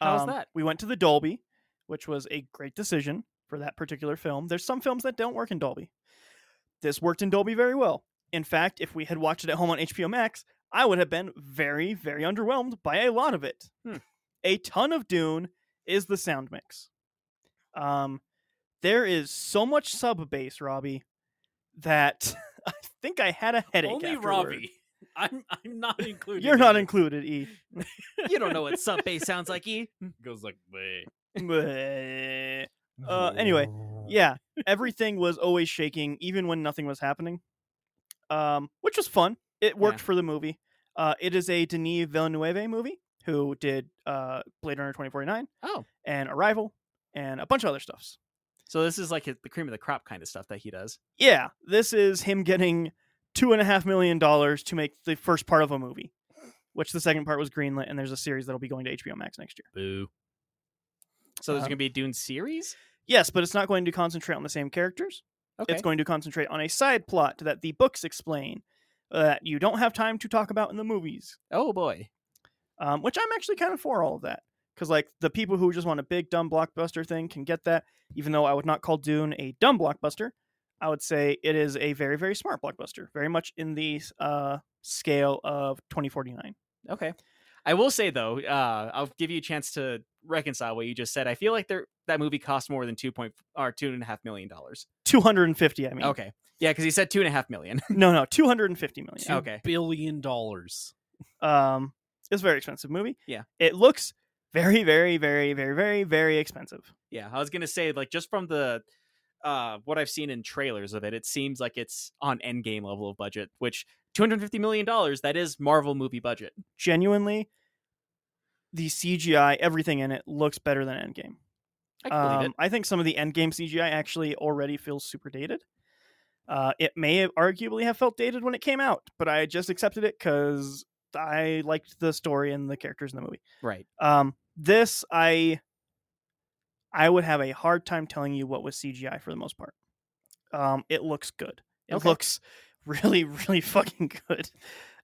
[SPEAKER 5] How was
[SPEAKER 3] Um,
[SPEAKER 5] that?
[SPEAKER 3] We went to the Dolby, which was a great decision for that particular film. There's some films that don't work in Dolby. This worked in Dolby very well. In fact, if we had watched it at home on HBO Max, I would have been very, very underwhelmed by a lot of it.
[SPEAKER 5] Hmm.
[SPEAKER 3] A ton of Dune is the sound mix. Um, there is so much sub bass, Robbie, that [laughs] I think I had a [laughs] headache.
[SPEAKER 2] Only
[SPEAKER 3] afterward.
[SPEAKER 2] Robbie. [laughs] I'm
[SPEAKER 3] [laughs]
[SPEAKER 2] I'm not included.
[SPEAKER 3] You're not
[SPEAKER 2] in
[SPEAKER 3] included,
[SPEAKER 2] [laughs]
[SPEAKER 3] E.
[SPEAKER 5] You don't know what sub bass sounds like, E.
[SPEAKER 2] it. Goes like, "Bleh."
[SPEAKER 3] Bleh. Uh, anyway, yeah, everything was always shaking, even when nothing was happening, um, which was fun. It worked for the movie. Uh, it is a Denis Villeneuve movie who did uh, Blade Runner 2049
[SPEAKER 5] Oh.
[SPEAKER 3] and Arrival and a bunch of other stuffs.
[SPEAKER 5] So this is like his- the cream of the crop kind of stuff that he does.
[SPEAKER 3] Yeah, this is him getting two and a half million dollars to make the first part of a movie, which the second part was greenlit, and there's a series that'll be going to HBO Max next year.
[SPEAKER 2] Boo.
[SPEAKER 5] So there's
[SPEAKER 3] Um,
[SPEAKER 5] gonna be a Dune series.
[SPEAKER 3] Yes, but it's not going to concentrate on the same characters.
[SPEAKER 5] Okay.
[SPEAKER 3] It's going to concentrate on a side plot that the books explain uh, that you don't have time to talk about in the movies,
[SPEAKER 5] oh boy.
[SPEAKER 3] um, which I'm actually kind of for all of that. Because, like, the people who just want a big, dumb blockbuster thing can get that. Even though I would not call Dune a dumb blockbuster, I would say it is a very, very smart blockbuster, very much in the uh, scale of 2049.
[SPEAKER 5] Okay. I will say though, uh, I'll give you a chance to reconcile what you just said. I feel like there that movie cost more than two point or two and a half million dollars.
[SPEAKER 3] 250, I mean.
[SPEAKER 5] Okay. Yeah, because he said two and a half million. [laughs]
[SPEAKER 3] No, no, 250 million.
[SPEAKER 2] Two
[SPEAKER 5] Okay.
[SPEAKER 2] Billion dollars.
[SPEAKER 3] Um, it's a very expensive movie.
[SPEAKER 5] Yeah.
[SPEAKER 3] it looks very, very, very, very, very, very expensive.
[SPEAKER 5] yeah, I was gonna say like just from the uh what I've seen in trailers of it, it seems like it's on endgame level of budget, which two hundred fifty million dollars that is Marvel movie budget.
[SPEAKER 3] Genuinely, the CGI, everything in it, looks better than Endgame.
[SPEAKER 5] I can believe it.
[SPEAKER 3] Um, I think some of the Endgame CGI actually already feels super dated. Uh, it may have arguably have felt dated when it came out, but I just accepted it because I liked the story and the characters in the movie.
[SPEAKER 5] Right.
[SPEAKER 3] Um, this I I would have a hard time telling you what was CGI for the most part. Um, it looks good. It
[SPEAKER 5] Okay.
[SPEAKER 3] looks [laughs] really, really fucking good.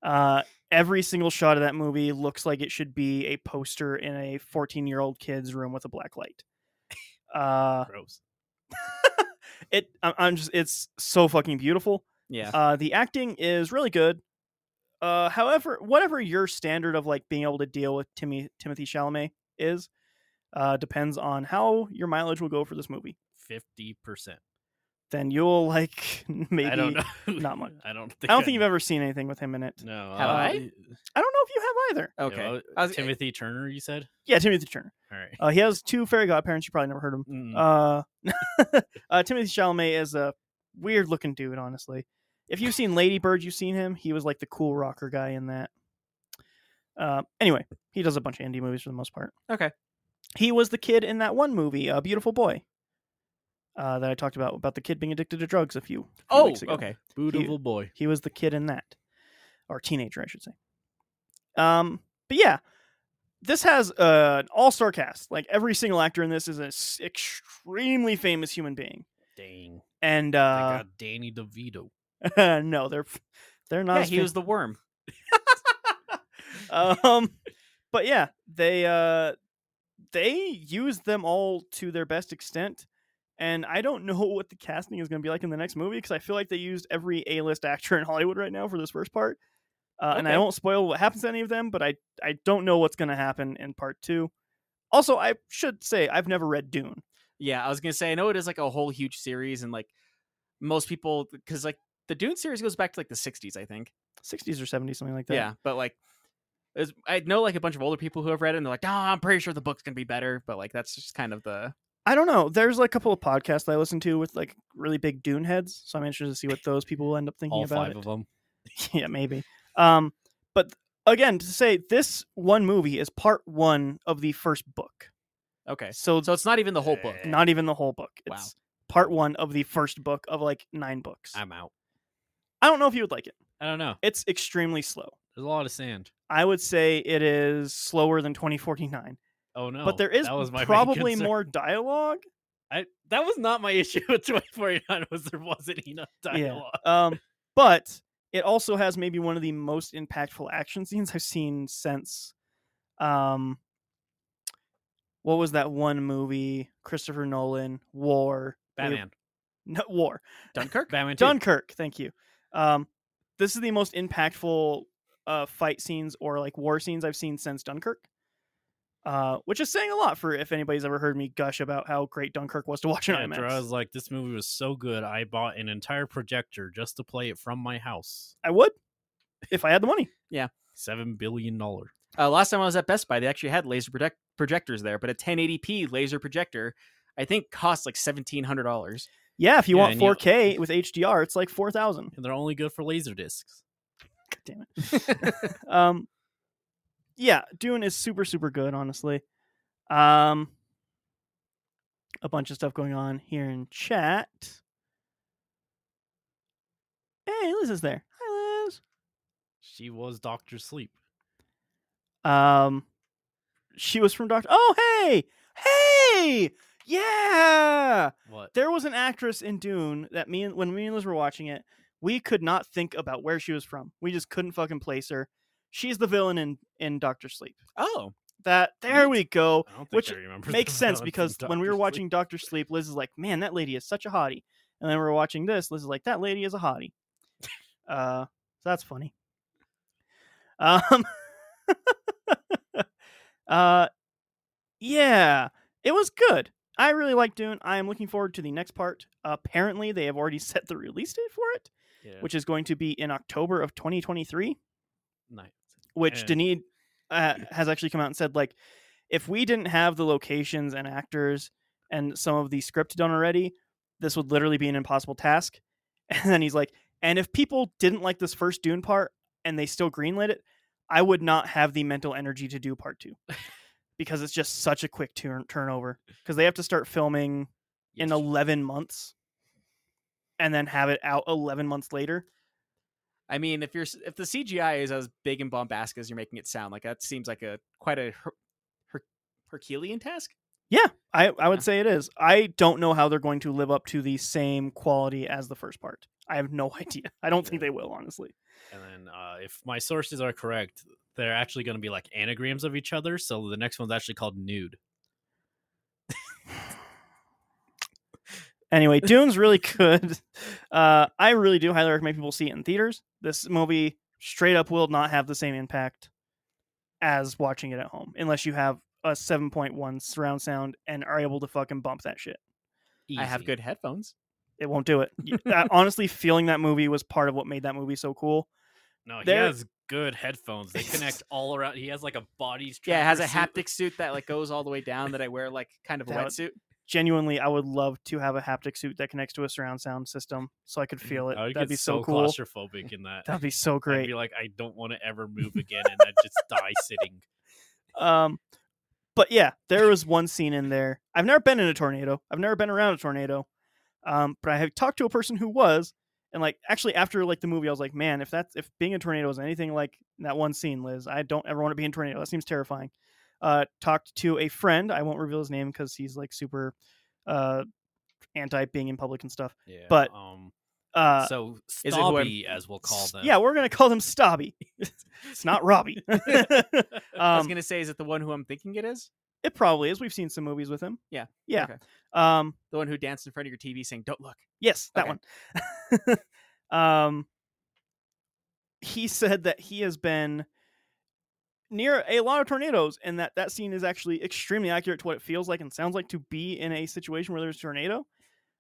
[SPEAKER 3] Uh, every single shot of that movie looks like it should be a poster in a 14 year old kid's room with a black light. Uh,
[SPEAKER 2] Gross.
[SPEAKER 3] it I- I'm just it's so fucking beautiful.
[SPEAKER 5] Yeah.
[SPEAKER 3] Uh, the acting is really good. Uh, however, whatever your standard of like being able to deal with Timmy Timothy Chalamet is, uh, depends on how your mileage will go for this movie.
[SPEAKER 2] Fifty percent.
[SPEAKER 3] Then you'll [laughs] like maybe.
[SPEAKER 2] I don't know. [laughs]
[SPEAKER 3] not much.
[SPEAKER 2] I don't
[SPEAKER 3] I
[SPEAKER 2] think.
[SPEAKER 3] don't think you've ever seen anything with him in it.
[SPEAKER 2] [laughs] No.
[SPEAKER 5] Have
[SPEAKER 2] uh,
[SPEAKER 5] I?
[SPEAKER 2] you
[SPEAKER 3] I don't know if you have either.
[SPEAKER 5] okay.
[SPEAKER 2] know,
[SPEAKER 5] I was-
[SPEAKER 2] Timothy Turner. You said.
[SPEAKER 3] Yeah, Timothy Turner.
[SPEAKER 2] All right.
[SPEAKER 3] Uh, he has two fairy godparents. You probably never heard of him.
[SPEAKER 5] Hmm.
[SPEAKER 2] Mm.
[SPEAKER 3] Uh, [laughs] uh, Timothy Chalamet is a weird looking dude, honestly. If you've seen Lady Bird, you've seen him. He was like the cool rocker guy in that. Uh, anyway, he does a bunch of indie movies for the most part.
[SPEAKER 5] Okay.
[SPEAKER 3] He was the kid in that one movie, A Beautiful Boy, uh, that I talked about, about the kid being addicted to drugs a few, few
[SPEAKER 5] Oh,
[SPEAKER 3] weeks ago.
[SPEAKER 5] okay.
[SPEAKER 2] Beautiful boy.
[SPEAKER 3] He was the kid in that, or teenager, I should say. Um, but yeah, this has uh, an all-star cast. Like every single actor in this is an extremely famous human being,
[SPEAKER 2] Dang.
[SPEAKER 3] and
[SPEAKER 2] They
[SPEAKER 3] uh,
[SPEAKER 2] got Danny DeVito.
[SPEAKER 3] [laughs] no, they're they're not.
[SPEAKER 5] Yeah,
[SPEAKER 3] as
[SPEAKER 5] he
[SPEAKER 3] fam-
[SPEAKER 5] was the worm.
[SPEAKER 3] um, but yeah, they uh, they used them all to their best extent. And I don't know [laughs] what the casting is going to be like in the next movie because I feel like they used every A-list actor in [laughs] Hollywood right now for this first part. Uh, And I
[SPEAKER 5] Okay.
[SPEAKER 3] won't spoil what happens to any of them, but I I don't know what's going to happen in part two. Also, I should say I've never read Dune.
[SPEAKER 5] Yeah, I was gonna say I know it is like a whole huge series, and like most people, because like the Dune series goes back to like the '60s, I think.
[SPEAKER 3] 60s or 70s, something like that.
[SPEAKER 5] Yeah, but like, it's, I know like a bunch of older people who have read it, and they're like, "No, I'm pretty sure the book's gonna be better," but like that's just kind of the
[SPEAKER 3] I don't know. There's like a couple of podcasts that I listen to with like really big Dune heads, so I'm interested to see what those people will end up thinking
[SPEAKER 2] all
[SPEAKER 3] about
[SPEAKER 2] five
[SPEAKER 3] it.
[SPEAKER 2] of them.
[SPEAKER 3] yeah, maybe. Um, but th- again, to say this one movie is part one of the first book,
[SPEAKER 5] okay.
[SPEAKER 3] so
[SPEAKER 2] eh
[SPEAKER 5] So it's not even the whole book.
[SPEAKER 2] Yeah.
[SPEAKER 3] not even the whole book.
[SPEAKER 5] Wow.
[SPEAKER 3] It's part one of the first book of like nine books. I'm,
[SPEAKER 2] I'm out.
[SPEAKER 3] I do not know if you would like it.
[SPEAKER 2] I don't know.
[SPEAKER 3] It's extremely slow.
[SPEAKER 2] There's a lot of sand.
[SPEAKER 3] I would say it is slower than 2049,
[SPEAKER 2] Oh no!
[SPEAKER 3] but there is
[SPEAKER 2] that was my [laughs] main
[SPEAKER 3] probably
[SPEAKER 2] concern.
[SPEAKER 3] more dialogue.
[SPEAKER 2] I, that was not my [laughs] issue with 2049. Was there wasn't enough dialogue?
[SPEAKER 3] Um, but it also has maybe one of the most impactful action scenes I've seen since, um, what was that one movie? Christopher Nolan, War, where-
[SPEAKER 2] Batman,
[SPEAKER 3] [laughs] no, War,
[SPEAKER 5] Dunkirk.
[SPEAKER 2] Batman, two.
[SPEAKER 3] Dunkirk. Thank you. Um, this is the most impactful uh fight scenes or like war scenes I've seen since Dunkirk. Uh, which is saying a lot for if anybody's ever heard me gush about how great Dunkirk was to watch in
[SPEAKER 2] Yeah,
[SPEAKER 3] IMAX.
[SPEAKER 2] Drew, I was like, this movie was so good, I bought an entire projector just to play it from my house.
[SPEAKER 3] I would, if I had the money.
[SPEAKER 2] Seven billion dollar.
[SPEAKER 5] Uh, last time I was at Best Buy, they actually had laser project- projectors there, but a 1080p laser projector, I think, costs like seventeen hundred dollars.
[SPEAKER 3] Yeah, if you
[SPEAKER 2] Yeah,
[SPEAKER 3] want
[SPEAKER 2] and you-
[SPEAKER 3] 4K with HDR, it's like 4,000.
[SPEAKER 2] And they're only good for laser discs.
[SPEAKER 3] God damn
[SPEAKER 2] [laughs]
[SPEAKER 3] it. um, yeah, Dune is super, super good, honestly. Um, a bunch of stuff going on here in chat. Hey, Liz is there. Hi, Liz.
[SPEAKER 2] She was Doctor Sleep.
[SPEAKER 3] Um, she was from Doctor. Oh, hey, hey, yeah.
[SPEAKER 2] What?
[SPEAKER 3] There was an actress in Dune that me and when me and Liz were watching it, we could not think about where she was from. We just couldn't fucking place her. She's the villain in in Doctor Sleep.
[SPEAKER 5] Oh,
[SPEAKER 3] That there we go.
[SPEAKER 2] I don't think
[SPEAKER 3] which
[SPEAKER 2] I remember.
[SPEAKER 3] Makes
[SPEAKER 2] [laughs] the
[SPEAKER 3] sense
[SPEAKER 2] villain
[SPEAKER 3] because
[SPEAKER 2] from
[SPEAKER 3] when we
[SPEAKER 2] Dr.
[SPEAKER 3] were
[SPEAKER 2] Sleep.
[SPEAKER 3] watching Doctor Sleep, Liz is like, "Man, that lady is such a hottie," and then we we're watching this. Liz is like, "That lady is a hottie." Uh, so that's funny. Um, [laughs] uh, yeah, it was good. I really like Dune. I am looking forward to the next part. Apparently, they have already [laughs] set the release date for it,
[SPEAKER 2] Yeah,
[SPEAKER 3] which is going to be in October of 2023
[SPEAKER 2] night.
[SPEAKER 3] which
[SPEAKER 2] And-
[SPEAKER 3] Denis uh, has actually come out and said, like, if we didn't have the locations and actors and some of the script done already, this would literally be an impossible task. [laughs] And then he's like, and if people didn't like this first Dune part and they still greenlit it, I would not have the mental energy to do part two because it's just such a quick turn turnover because they have to start filming in 11 months and then have it out 11 months later.
[SPEAKER 5] I mean, if you're s- if the CGI is as big and bombastic as you're making it sound, like that seems like a quite a her, her, Herculean task.
[SPEAKER 3] I, I would
[SPEAKER 5] Yeah.
[SPEAKER 3] say it is. I don't know how they're going to live up to the same quality as the first part. I have no [laughs] idea. I don't think
[SPEAKER 2] Yeah.
[SPEAKER 3] they will, honestly.
[SPEAKER 2] And then, uh, if my sources are correct, they're actually going to be like anagrams of each other. So the next one's actually called Nude.
[SPEAKER 3] Anyway, Dune's really good. Uh, I really do highly recommend people see it in theaters. This movie straight up will not have the same impact as watching it at home, unless you have a 7.1 surround sound and are able to fucking bump that shit.
[SPEAKER 5] I have
[SPEAKER 2] Easy.
[SPEAKER 5] good headphones.
[SPEAKER 3] It won't do it. You- uh, honestly, feeling that movie was part of what made that movie so cool.
[SPEAKER 2] No, he
[SPEAKER 3] There-
[SPEAKER 2] has good headphones.
[SPEAKER 3] [laughs]
[SPEAKER 2] They connect all around. He has like a body.
[SPEAKER 5] Yeah, it has a
[SPEAKER 2] tracker suit.
[SPEAKER 5] haptic suit that like goes all the way down that I wear like kind of a
[SPEAKER 3] That-
[SPEAKER 5] wetsuit.
[SPEAKER 3] genuinely I would love to have a haptic suit that connects to a surround sound system so I could feel it.
[SPEAKER 2] I would
[SPEAKER 3] That'd
[SPEAKER 2] Mm-hmm. Oh, get
[SPEAKER 3] be so,
[SPEAKER 2] so
[SPEAKER 3] cool.
[SPEAKER 2] claustrophobic in that.
[SPEAKER 3] That'd be so
[SPEAKER 2] I'd
[SPEAKER 3] great.
[SPEAKER 2] be like, I don't want to ever
[SPEAKER 3] [laughs]
[SPEAKER 2] move again, and I just die sitting.
[SPEAKER 3] Um but yeah, there was one scene in there. I've never been in a tornado. I've never been around a tornado. Um but I have talked to a person who was and like actually after like the movie I was like, "Man, if that's if being a tornado is anything like that one scene, Liz, I don't ever want to be in a tornado. That seems terrifying." Uh talked to a friend. I won't reveal his name cuz he's like super uh anti being in public and stuff.
[SPEAKER 2] Yeah,
[SPEAKER 3] But,
[SPEAKER 2] um,
[SPEAKER 3] Uh
[SPEAKER 2] so
[SPEAKER 5] is it who I'm-
[SPEAKER 2] Stobby, as we'll call
[SPEAKER 3] S-
[SPEAKER 2] them.
[SPEAKER 3] Yeah, we're gonna call them Stabby. [laughs] it's not
[SPEAKER 2] [laughs]
[SPEAKER 3] Robbie.
[SPEAKER 5] I was
[SPEAKER 3] [laughs] um,
[SPEAKER 5] gonna say, is it the one who I'm thinking it is?
[SPEAKER 3] It probably is. We've seen some movies with him.
[SPEAKER 5] Yeah,
[SPEAKER 3] Yeah.
[SPEAKER 5] okay.
[SPEAKER 3] Um.
[SPEAKER 5] The one who danced in front of your TV saying, "Don't look."
[SPEAKER 3] Yes, that
[SPEAKER 5] Okay.
[SPEAKER 3] [laughs] one. um. He said that he has been near a lot of tornadoes, and that that scene is actually extremely accurate to what it feels like and sounds like to be in a situation where there's a tornado.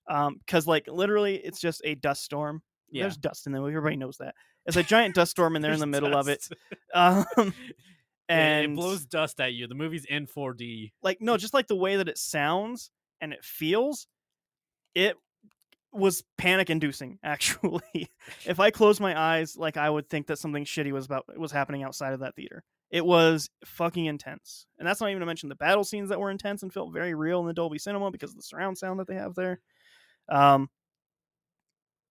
[SPEAKER 3] Um, because like literally, it's just a dust storm.
[SPEAKER 5] Yeah.
[SPEAKER 3] There's dust in there. Everybody knows that. It's a giant dust storm, and they're in
[SPEAKER 2] There's
[SPEAKER 3] the middle of it.
[SPEAKER 2] dust.
[SPEAKER 3] Um,
[SPEAKER 2] [laughs]
[SPEAKER 3] [laughs]
[SPEAKER 2] It-
[SPEAKER 3] and
[SPEAKER 2] [laughs] it blows dust at you. The movie's in 4D.
[SPEAKER 3] like no, just like the way that it sounds and it feels, it was panic inducing [laughs] actually. if I closed my eyes, like I would think that something shitty was about was happening outside of that theater. It was fucking intense. And that's not even to mention the battle scenes that were intense and felt very real in the Dolby Cinema because of the surround sound that they have there. Um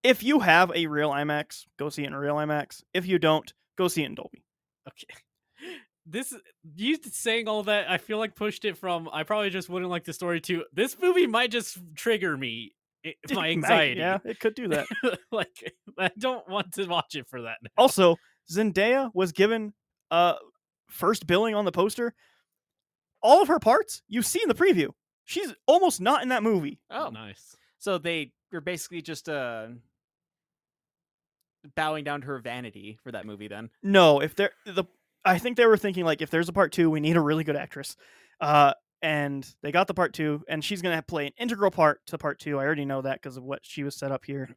[SPEAKER 3] if you have a real IMAX, go see it in real IMAX. If you don't, go see it in Dolby.
[SPEAKER 2] Okay. This you saying all that I feel like pushed it from I probably just wouldn't like the story to this movie might just trigger me
[SPEAKER 3] [laughs]
[SPEAKER 2] i-
[SPEAKER 3] It
[SPEAKER 2] my
[SPEAKER 3] might-
[SPEAKER 2] anxiety.
[SPEAKER 3] yeah, it could do that.
[SPEAKER 2] [laughs] like I don't want to watch it for that. now.
[SPEAKER 3] Also, Zendaya was given uh first billing on the poster. All of her parts you see in the preview. She's almost not in that movie.
[SPEAKER 5] Oh,
[SPEAKER 2] nice.
[SPEAKER 5] so they were basically just uh bowing down to her vanity for that movie. Then
[SPEAKER 3] No, if there the I think they were thinking like if there's a part 2, we need a really good actress. Uh and they got the part 2 and she's going to play an integral part to part 2. I already know that because of what she was set up here.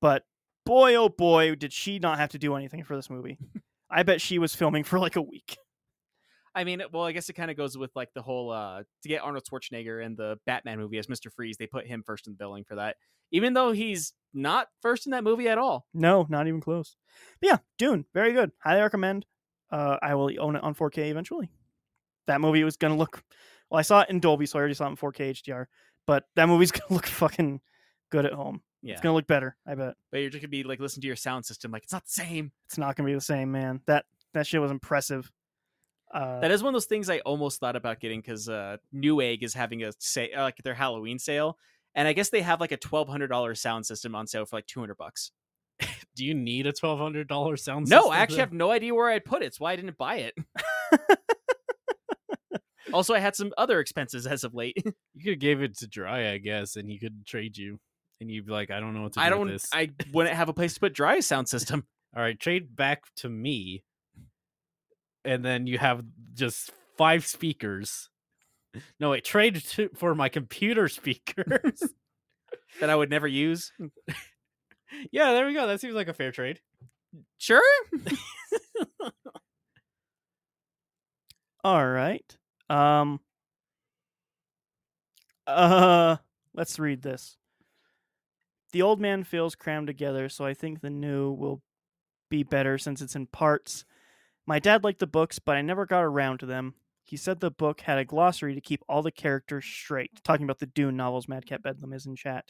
[SPEAKER 3] But boy oh boy did she not have to do anything for this movie. I bet she was filming for like a week.
[SPEAKER 5] I mean, well, I guess it kind of goes with like the whole uh to get Arnold Schwarzenegger in the Batman movie as Mister Freeze. They put him first in the billing for that, even though he's not first in that movie at all.
[SPEAKER 3] No, not even close. But yeah, Dune, very good. Highly recommend. Uh, I will own it on 4K eventually. That movie was gonna look. Well, I saw it in Dolby, so I already saw it in 4K HDR. But that movie's [laughs] gonna look fucking good at home.
[SPEAKER 5] Yeah,
[SPEAKER 3] It's gonna look better, I bet.
[SPEAKER 5] but you're just gonna be like listening to your sound system, like it's not the same.
[SPEAKER 3] It's not gonna be the same, man. That that shit was impressive. Uh,
[SPEAKER 5] That is one of those things I almost thought about getting because uh, Newegg is having a say like their Halloween sale, and I guess they have like a twelve hundred dollars sound system on sale for like two hundred bucks.
[SPEAKER 2] Do you need a twelve hundred dollar sound?
[SPEAKER 5] No,
[SPEAKER 2] system
[SPEAKER 5] I actually
[SPEAKER 2] though?
[SPEAKER 5] have no idea where I put it. It's why I didn't
[SPEAKER 3] [laughs]
[SPEAKER 5] buy it. also, I had some other expenses as of late.
[SPEAKER 2] You could give it to Dry, I guess, and he could trade you, and you'd be like, I don't know what to do
[SPEAKER 5] I
[SPEAKER 2] with
[SPEAKER 5] don't.
[SPEAKER 2] this.
[SPEAKER 5] I wouldn't have a place to put dry sound system. [laughs]
[SPEAKER 2] All right, trade back to me, and then you have just five speakers. No, wait, trade to, for my computer [laughs] speakers.
[SPEAKER 5] That I would never use.
[SPEAKER 2] [laughs] yeah, there we go. That seems like a fair trade.
[SPEAKER 5] Sure.
[SPEAKER 3] all right. Um. Uh, let's read this. The old man feels crammed together, so I think the new will be better since it's in parts. My dad liked the books, but I never got around to them. He said the book had a glossary to keep all the characters straight. Talking about the Dune novels, Madcap Bedlam is in chat.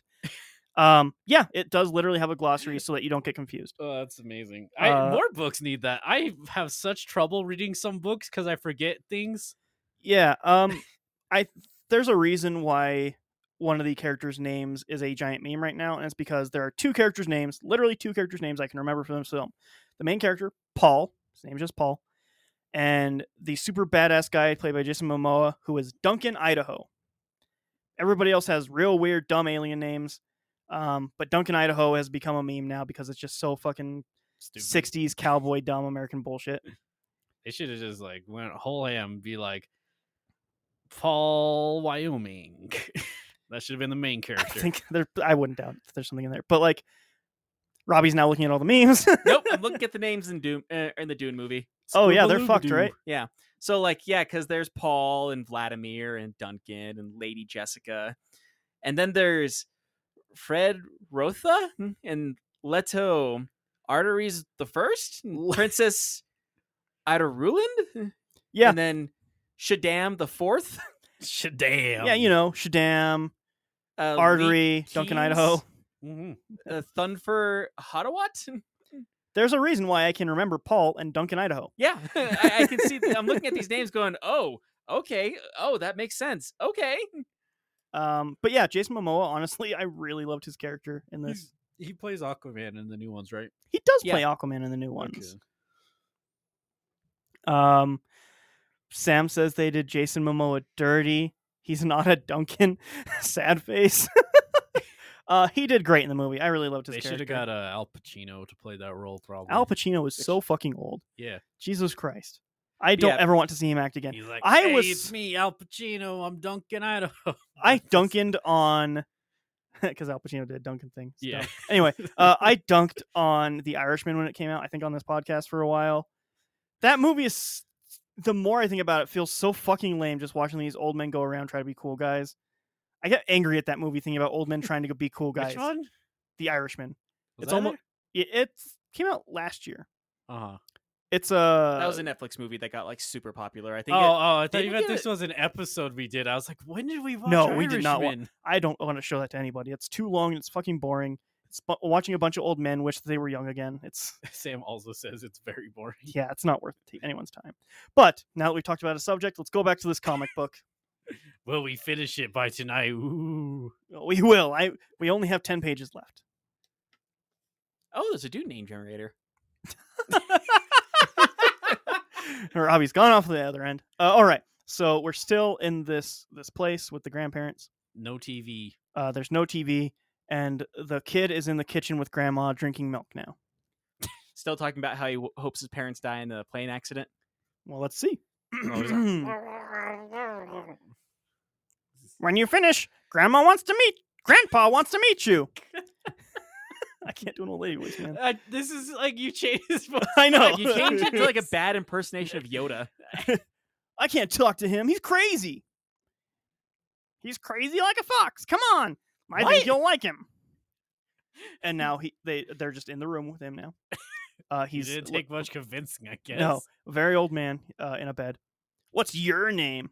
[SPEAKER 3] Um, yeah, it does literally have a glossary so that you don't get confused.
[SPEAKER 2] [laughs] Oh, that's amazing. I,
[SPEAKER 3] Uh,
[SPEAKER 2] more books need that. I have such trouble reading some books because I forget things.
[SPEAKER 3] Yeah, um, I there's a reason why one of the characters' names is a giant meme right now, and it's because there are two characters' names, literally two characters' names I can remember from this film. The main character, Paul, his name's just Paul, and the super badass guy played by Jason Momoa, who is Duncan Idaho. Everybody else has real weird, dumb alien names, um, but Duncan Idaho has become a meme now because it's just so fucking
[SPEAKER 2] Stupid.
[SPEAKER 3] 60s cowboy dumb American bullshit.
[SPEAKER 2] They should have just like went whole ham, and be like Paul Wyoming. [laughs] that should have been the main
[SPEAKER 3] I
[SPEAKER 2] character.
[SPEAKER 3] think [laughs] there. I wouldn't doubt if there's something in there, but like, Robbie's now looking at all the [laughs] memes.
[SPEAKER 5] nope. I'm looking at the names in Doom uh, in the Dune movie.
[SPEAKER 3] oh yeah, they're fucked,
[SPEAKER 2] Scoobaloo-doo.
[SPEAKER 3] right?
[SPEAKER 5] So like yeah, because there's Paul and Vladimir and Duncan and Lady Jessica, and then there's Fred Rotha and Leto Arteries
[SPEAKER 2] [laughs]
[SPEAKER 5] the First, and Princess Ida Ruland,
[SPEAKER 3] Yeah.
[SPEAKER 5] and then Shaddam the Fourth,
[SPEAKER 2] Shadam.
[SPEAKER 3] yeah, you know, Shaddam,
[SPEAKER 5] uh, Lee-
[SPEAKER 3] Artery, Duncan,
[SPEAKER 5] Keys.
[SPEAKER 3] Idaho. Mm-hmm.
[SPEAKER 2] Mhm.
[SPEAKER 5] uh, Thunfer Hadawat.
[SPEAKER 3] There's a reason why I can remember Paul and Duncan, Idaho.
[SPEAKER 5] [laughs] Yeah, [laughs] I, I can see. I'm looking at these names, going, oh, okay, oh, that makes sense. Okay,
[SPEAKER 3] Um, but yeah, Jason Momoa. Honestly, I really loved his character
[SPEAKER 2] Hmm.
[SPEAKER 3] in this.
[SPEAKER 2] He plays Aquaman in the new ones, right?
[SPEAKER 3] He does
[SPEAKER 5] Yeah.
[SPEAKER 3] play Aquaman in the new ones.
[SPEAKER 2] Okay.
[SPEAKER 3] Um, Sam says they did Jason Momoa dirty. He's not a Duncan. [laughs] Sad face. [laughs] uh, he did great in the movie. I really loved his
[SPEAKER 2] They should
[SPEAKER 3] character.
[SPEAKER 2] have got uh, Al Pacino to play that role, probably.
[SPEAKER 3] Al Pacino was so fucking old.
[SPEAKER 2] Yeah.
[SPEAKER 3] Jesus Christ. I don't
[SPEAKER 5] Yeah.
[SPEAKER 3] ever want to see him act again.
[SPEAKER 2] He's like,
[SPEAKER 3] I
[SPEAKER 2] "Hey,
[SPEAKER 3] was-
[SPEAKER 2] it's me, Al Pacino. I'm Duncan Idaho. [laughs]
[SPEAKER 3] I dunkined on [laughs] because Al Pacino did Duncan thing. It's
[SPEAKER 2] Yeah. [laughs]
[SPEAKER 3] dumb. Anyway, uh, I dunked on The Irishman when it came out. I think on this podcast for a while. That movie is. The more I think about it, feels so fucking lame. Just watching these old men go around try to be cool guys. I get angry at that movie thinking about old
[SPEAKER 2] [laughs]
[SPEAKER 3] men trying to go be cool guys.
[SPEAKER 2] Which one?
[SPEAKER 3] The Irishman.
[SPEAKER 2] Was
[SPEAKER 3] it's
[SPEAKER 2] that
[SPEAKER 3] almost
[SPEAKER 2] it?
[SPEAKER 3] it, it's came out last year.
[SPEAKER 2] Uh-huh.
[SPEAKER 3] It's uh, a
[SPEAKER 5] that was a Netflix movie that got like super popular. I
[SPEAKER 2] Oh,
[SPEAKER 5] think.
[SPEAKER 2] oh,
[SPEAKER 5] it-
[SPEAKER 2] I thought
[SPEAKER 5] didn't
[SPEAKER 2] you
[SPEAKER 5] we
[SPEAKER 2] meant
[SPEAKER 5] get
[SPEAKER 2] this
[SPEAKER 5] a-
[SPEAKER 2] was an episode we did. I was like, when did we watch
[SPEAKER 3] No, we did not wa-
[SPEAKER 2] Irishman? [laughs]
[SPEAKER 3] I don't want to show that to anybody. It's too long and it's fucking boring. It's bu- watching a bunch of old men wish they were young again. It's
[SPEAKER 2] Sam also says it's very boring.
[SPEAKER 3] yeah, it's not worth t- anyone's time. But now that we've talked about a subject, let's go back to this comic book.
[SPEAKER 2] Will we finish it by tonight? Ooh.
[SPEAKER 3] We will. I we only have ten pages left.
[SPEAKER 5] oh, there's a dude name generator.
[SPEAKER 3] Robbie's gone off the other end. Uh, all right, so we're still in this this place with the grandparents.
[SPEAKER 2] No TV.
[SPEAKER 3] Uh, there's no TV, and the kid is in the kitchen with grandma drinking milk now.
[SPEAKER 5] Still talking about how he w- hopes his parents die in a plane accident.
[SPEAKER 3] Well, let's see.
[SPEAKER 5] Oh, is
[SPEAKER 3] [clears throat] when you finish, Grandma wants to meet. Grandpa wants to meet you. [laughs] I can't do an old lady voice,
[SPEAKER 5] [laughs]
[SPEAKER 3] man.
[SPEAKER 2] Uh, this is like you changed this voice.
[SPEAKER 3] I know.
[SPEAKER 5] Like, you changed it to like a bad impersonation of Yoda.
[SPEAKER 3] [laughs] I can't talk to him. He's crazy. He's crazy like a fox. Come on. I
[SPEAKER 2] What?
[SPEAKER 3] think you'll like him. And now he they they're just in the room with him now. Uh,
[SPEAKER 2] He
[SPEAKER 3] he's
[SPEAKER 2] didn't
[SPEAKER 3] look-
[SPEAKER 2] take much convincing, I guess.
[SPEAKER 3] No, a very old man uh, in a bed. What's your name?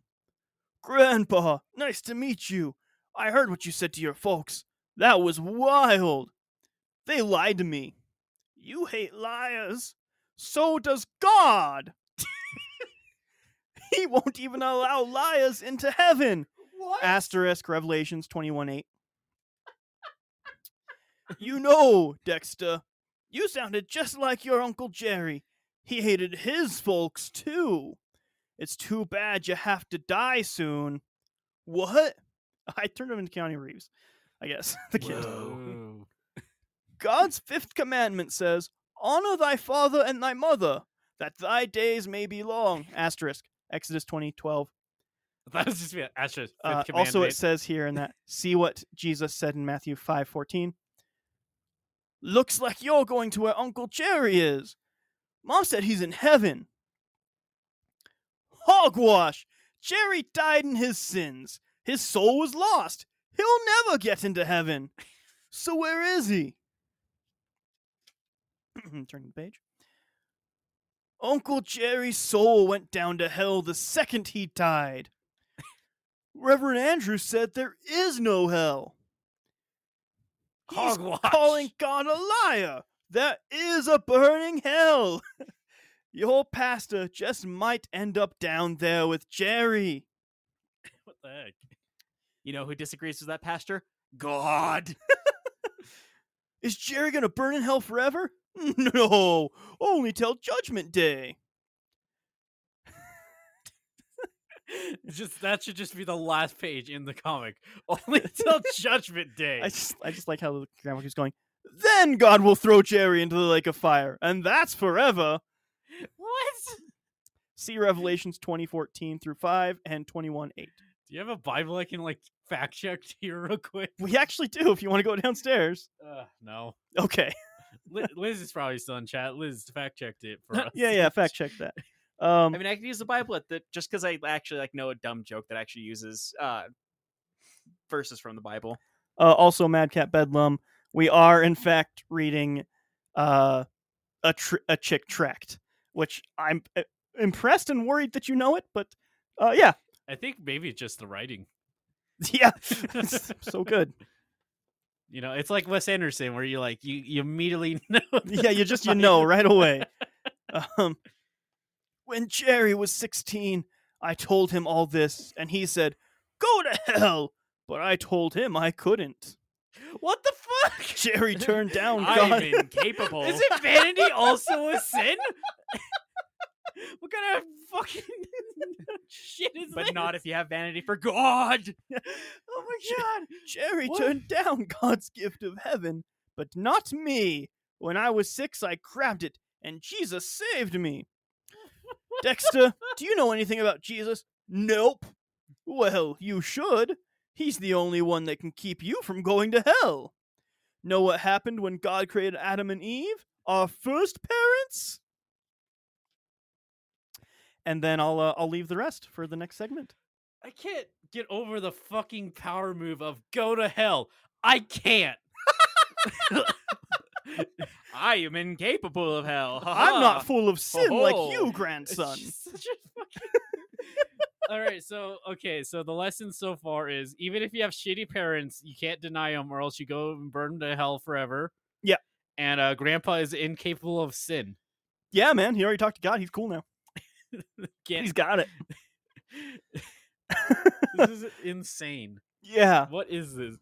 [SPEAKER 3] Grandpa, nice to meet you. I heard what you said to your folks. That was wild. They lied to me. You hate liars. So does God. [laughs] he won't even allow liars into heaven.
[SPEAKER 5] What?
[SPEAKER 3] Asterisk Revelations 21 8. you know, Dexter, you sounded just like your Uncle Jerry. He hated his folks, too. It's too bad you have to die soon. What? [laughs] I turned him into Keanu Reeves, I guess. [laughs] the kid.
[SPEAKER 2] Whoa.
[SPEAKER 3] God's fifth commandment says, Honor thy father and thy mother, that thy days may be long. Asterisk. Exodus twenty twelve.
[SPEAKER 2] That was just yeah, Asher's fifth
[SPEAKER 3] Uh,
[SPEAKER 2] commandment.
[SPEAKER 3] also, it says here in that, see what Jesus said in Matthew five fourteen. Looks like you're going to where Uncle Jerry is. Mom said he's in heaven. Hogwash! Jerry died in his sins. His soul was lost. He'll never get into heaven. So where is he? [clears throat] Turn the page. Uncle Jerry's soul went down to hell the second he died. Reverend Andrews said there is no hell. He's
[SPEAKER 2] Hogwash.
[SPEAKER 3] calling God a liar. There is a burning hell. [laughs] Your pastor just might end up down there with Jerry.
[SPEAKER 2] What the heck?
[SPEAKER 5] You know who disagrees with that pastor? God.
[SPEAKER 3] Is Jerry going to burn in hell forever? [laughs] No, only till Judgment Day. [laughs]
[SPEAKER 2] It's [laughs] just that should just be the last page in the comic. [laughs] Only
[SPEAKER 3] [laughs]
[SPEAKER 2] till Judgment Day.
[SPEAKER 3] I just, I just like how the grandma keeps going. Then God will throw Jerry into the lake of fire, and that's forever.
[SPEAKER 2] What?
[SPEAKER 3] See Revelations 2014 through 5 and 21 8.
[SPEAKER 2] Do you have a Bible I can like fact check here real quick?
[SPEAKER 3] We actually do if you want to go downstairs.
[SPEAKER 2] Uh, no.
[SPEAKER 5] [laughs]
[SPEAKER 3] Okay.
[SPEAKER 2] Li- Liz is probably still in chat. Liz fact checked it for us.
[SPEAKER 3] [laughs] Yeah, yeah, fact check that. Um
[SPEAKER 5] I mean, I can use the Bible at the just because I actually like know a dumb joke that actually uses uh verses from the Bible.
[SPEAKER 3] uh, also Madcap Bedlam, we are in fact reading uh a tr- a chick tract, which I'm uh, impressed and worried that you know it, but uh yeah.
[SPEAKER 2] [laughs]
[SPEAKER 3] [laughs]
[SPEAKER 2] I think maybe it's just the writing.
[SPEAKER 3] Yeah. [laughs] It's so good.
[SPEAKER 2] [laughs] You know, it's like Wes Anderson where you like you, you immediately [laughs] know.
[SPEAKER 3] Yeah, you
[SPEAKER 2] [laughs]
[SPEAKER 3] just you know right away. Um when Jerry was 16, I told him all this and he said, "Go to hell." But I told him I couldn't.
[SPEAKER 2] What the fuck?
[SPEAKER 3] [laughs] Jerry turned down God. [laughs]
[SPEAKER 2] [laughs]
[SPEAKER 5] I'm incapable.
[SPEAKER 2] Isn't vanity also a sin?
[SPEAKER 5] [laughs]
[SPEAKER 2] what kind of fucking [laughs] shit is [laughs]
[SPEAKER 5] but not if you have vanity for God.
[SPEAKER 3] oh
[SPEAKER 5] [laughs]
[SPEAKER 3] my god. Jerry
[SPEAKER 2] What?
[SPEAKER 3] turned down God's gift of heaven, but not me. When I was six, I grabbed it, and Jesus saved me. Dexter, do you know anything about Jesus? Nope. Well, you should. He's the only one that can keep you from going to hell. Know what happened when God created Adam and Eve, our first parents? And then I'll uh, I'll leave the rest for the next segment.
[SPEAKER 2] I can't get over the fucking power move of go to hell. I can't.
[SPEAKER 5] [laughs] I am incapable of hell.
[SPEAKER 3] I'm
[SPEAKER 2] Ah.
[SPEAKER 3] not full of sin like
[SPEAKER 5] Oh.
[SPEAKER 3] you,
[SPEAKER 2] [laughs]
[SPEAKER 3] grandson.
[SPEAKER 2] All right, so okay, so the lesson so far is even if you have shitty parents, you can't deny them, or else you go and burn to hell forever.
[SPEAKER 3] Yeah.
[SPEAKER 2] And uh, grandpa is incapable of sin. [laughs]
[SPEAKER 3] Yeah, man, he already talked to God. He's cool now.
[SPEAKER 2] Can't,
[SPEAKER 3] He's got it.
[SPEAKER 2] [laughs] this is
[SPEAKER 3] [laughs]
[SPEAKER 2] insane.
[SPEAKER 3] Yeah.
[SPEAKER 2] What is this?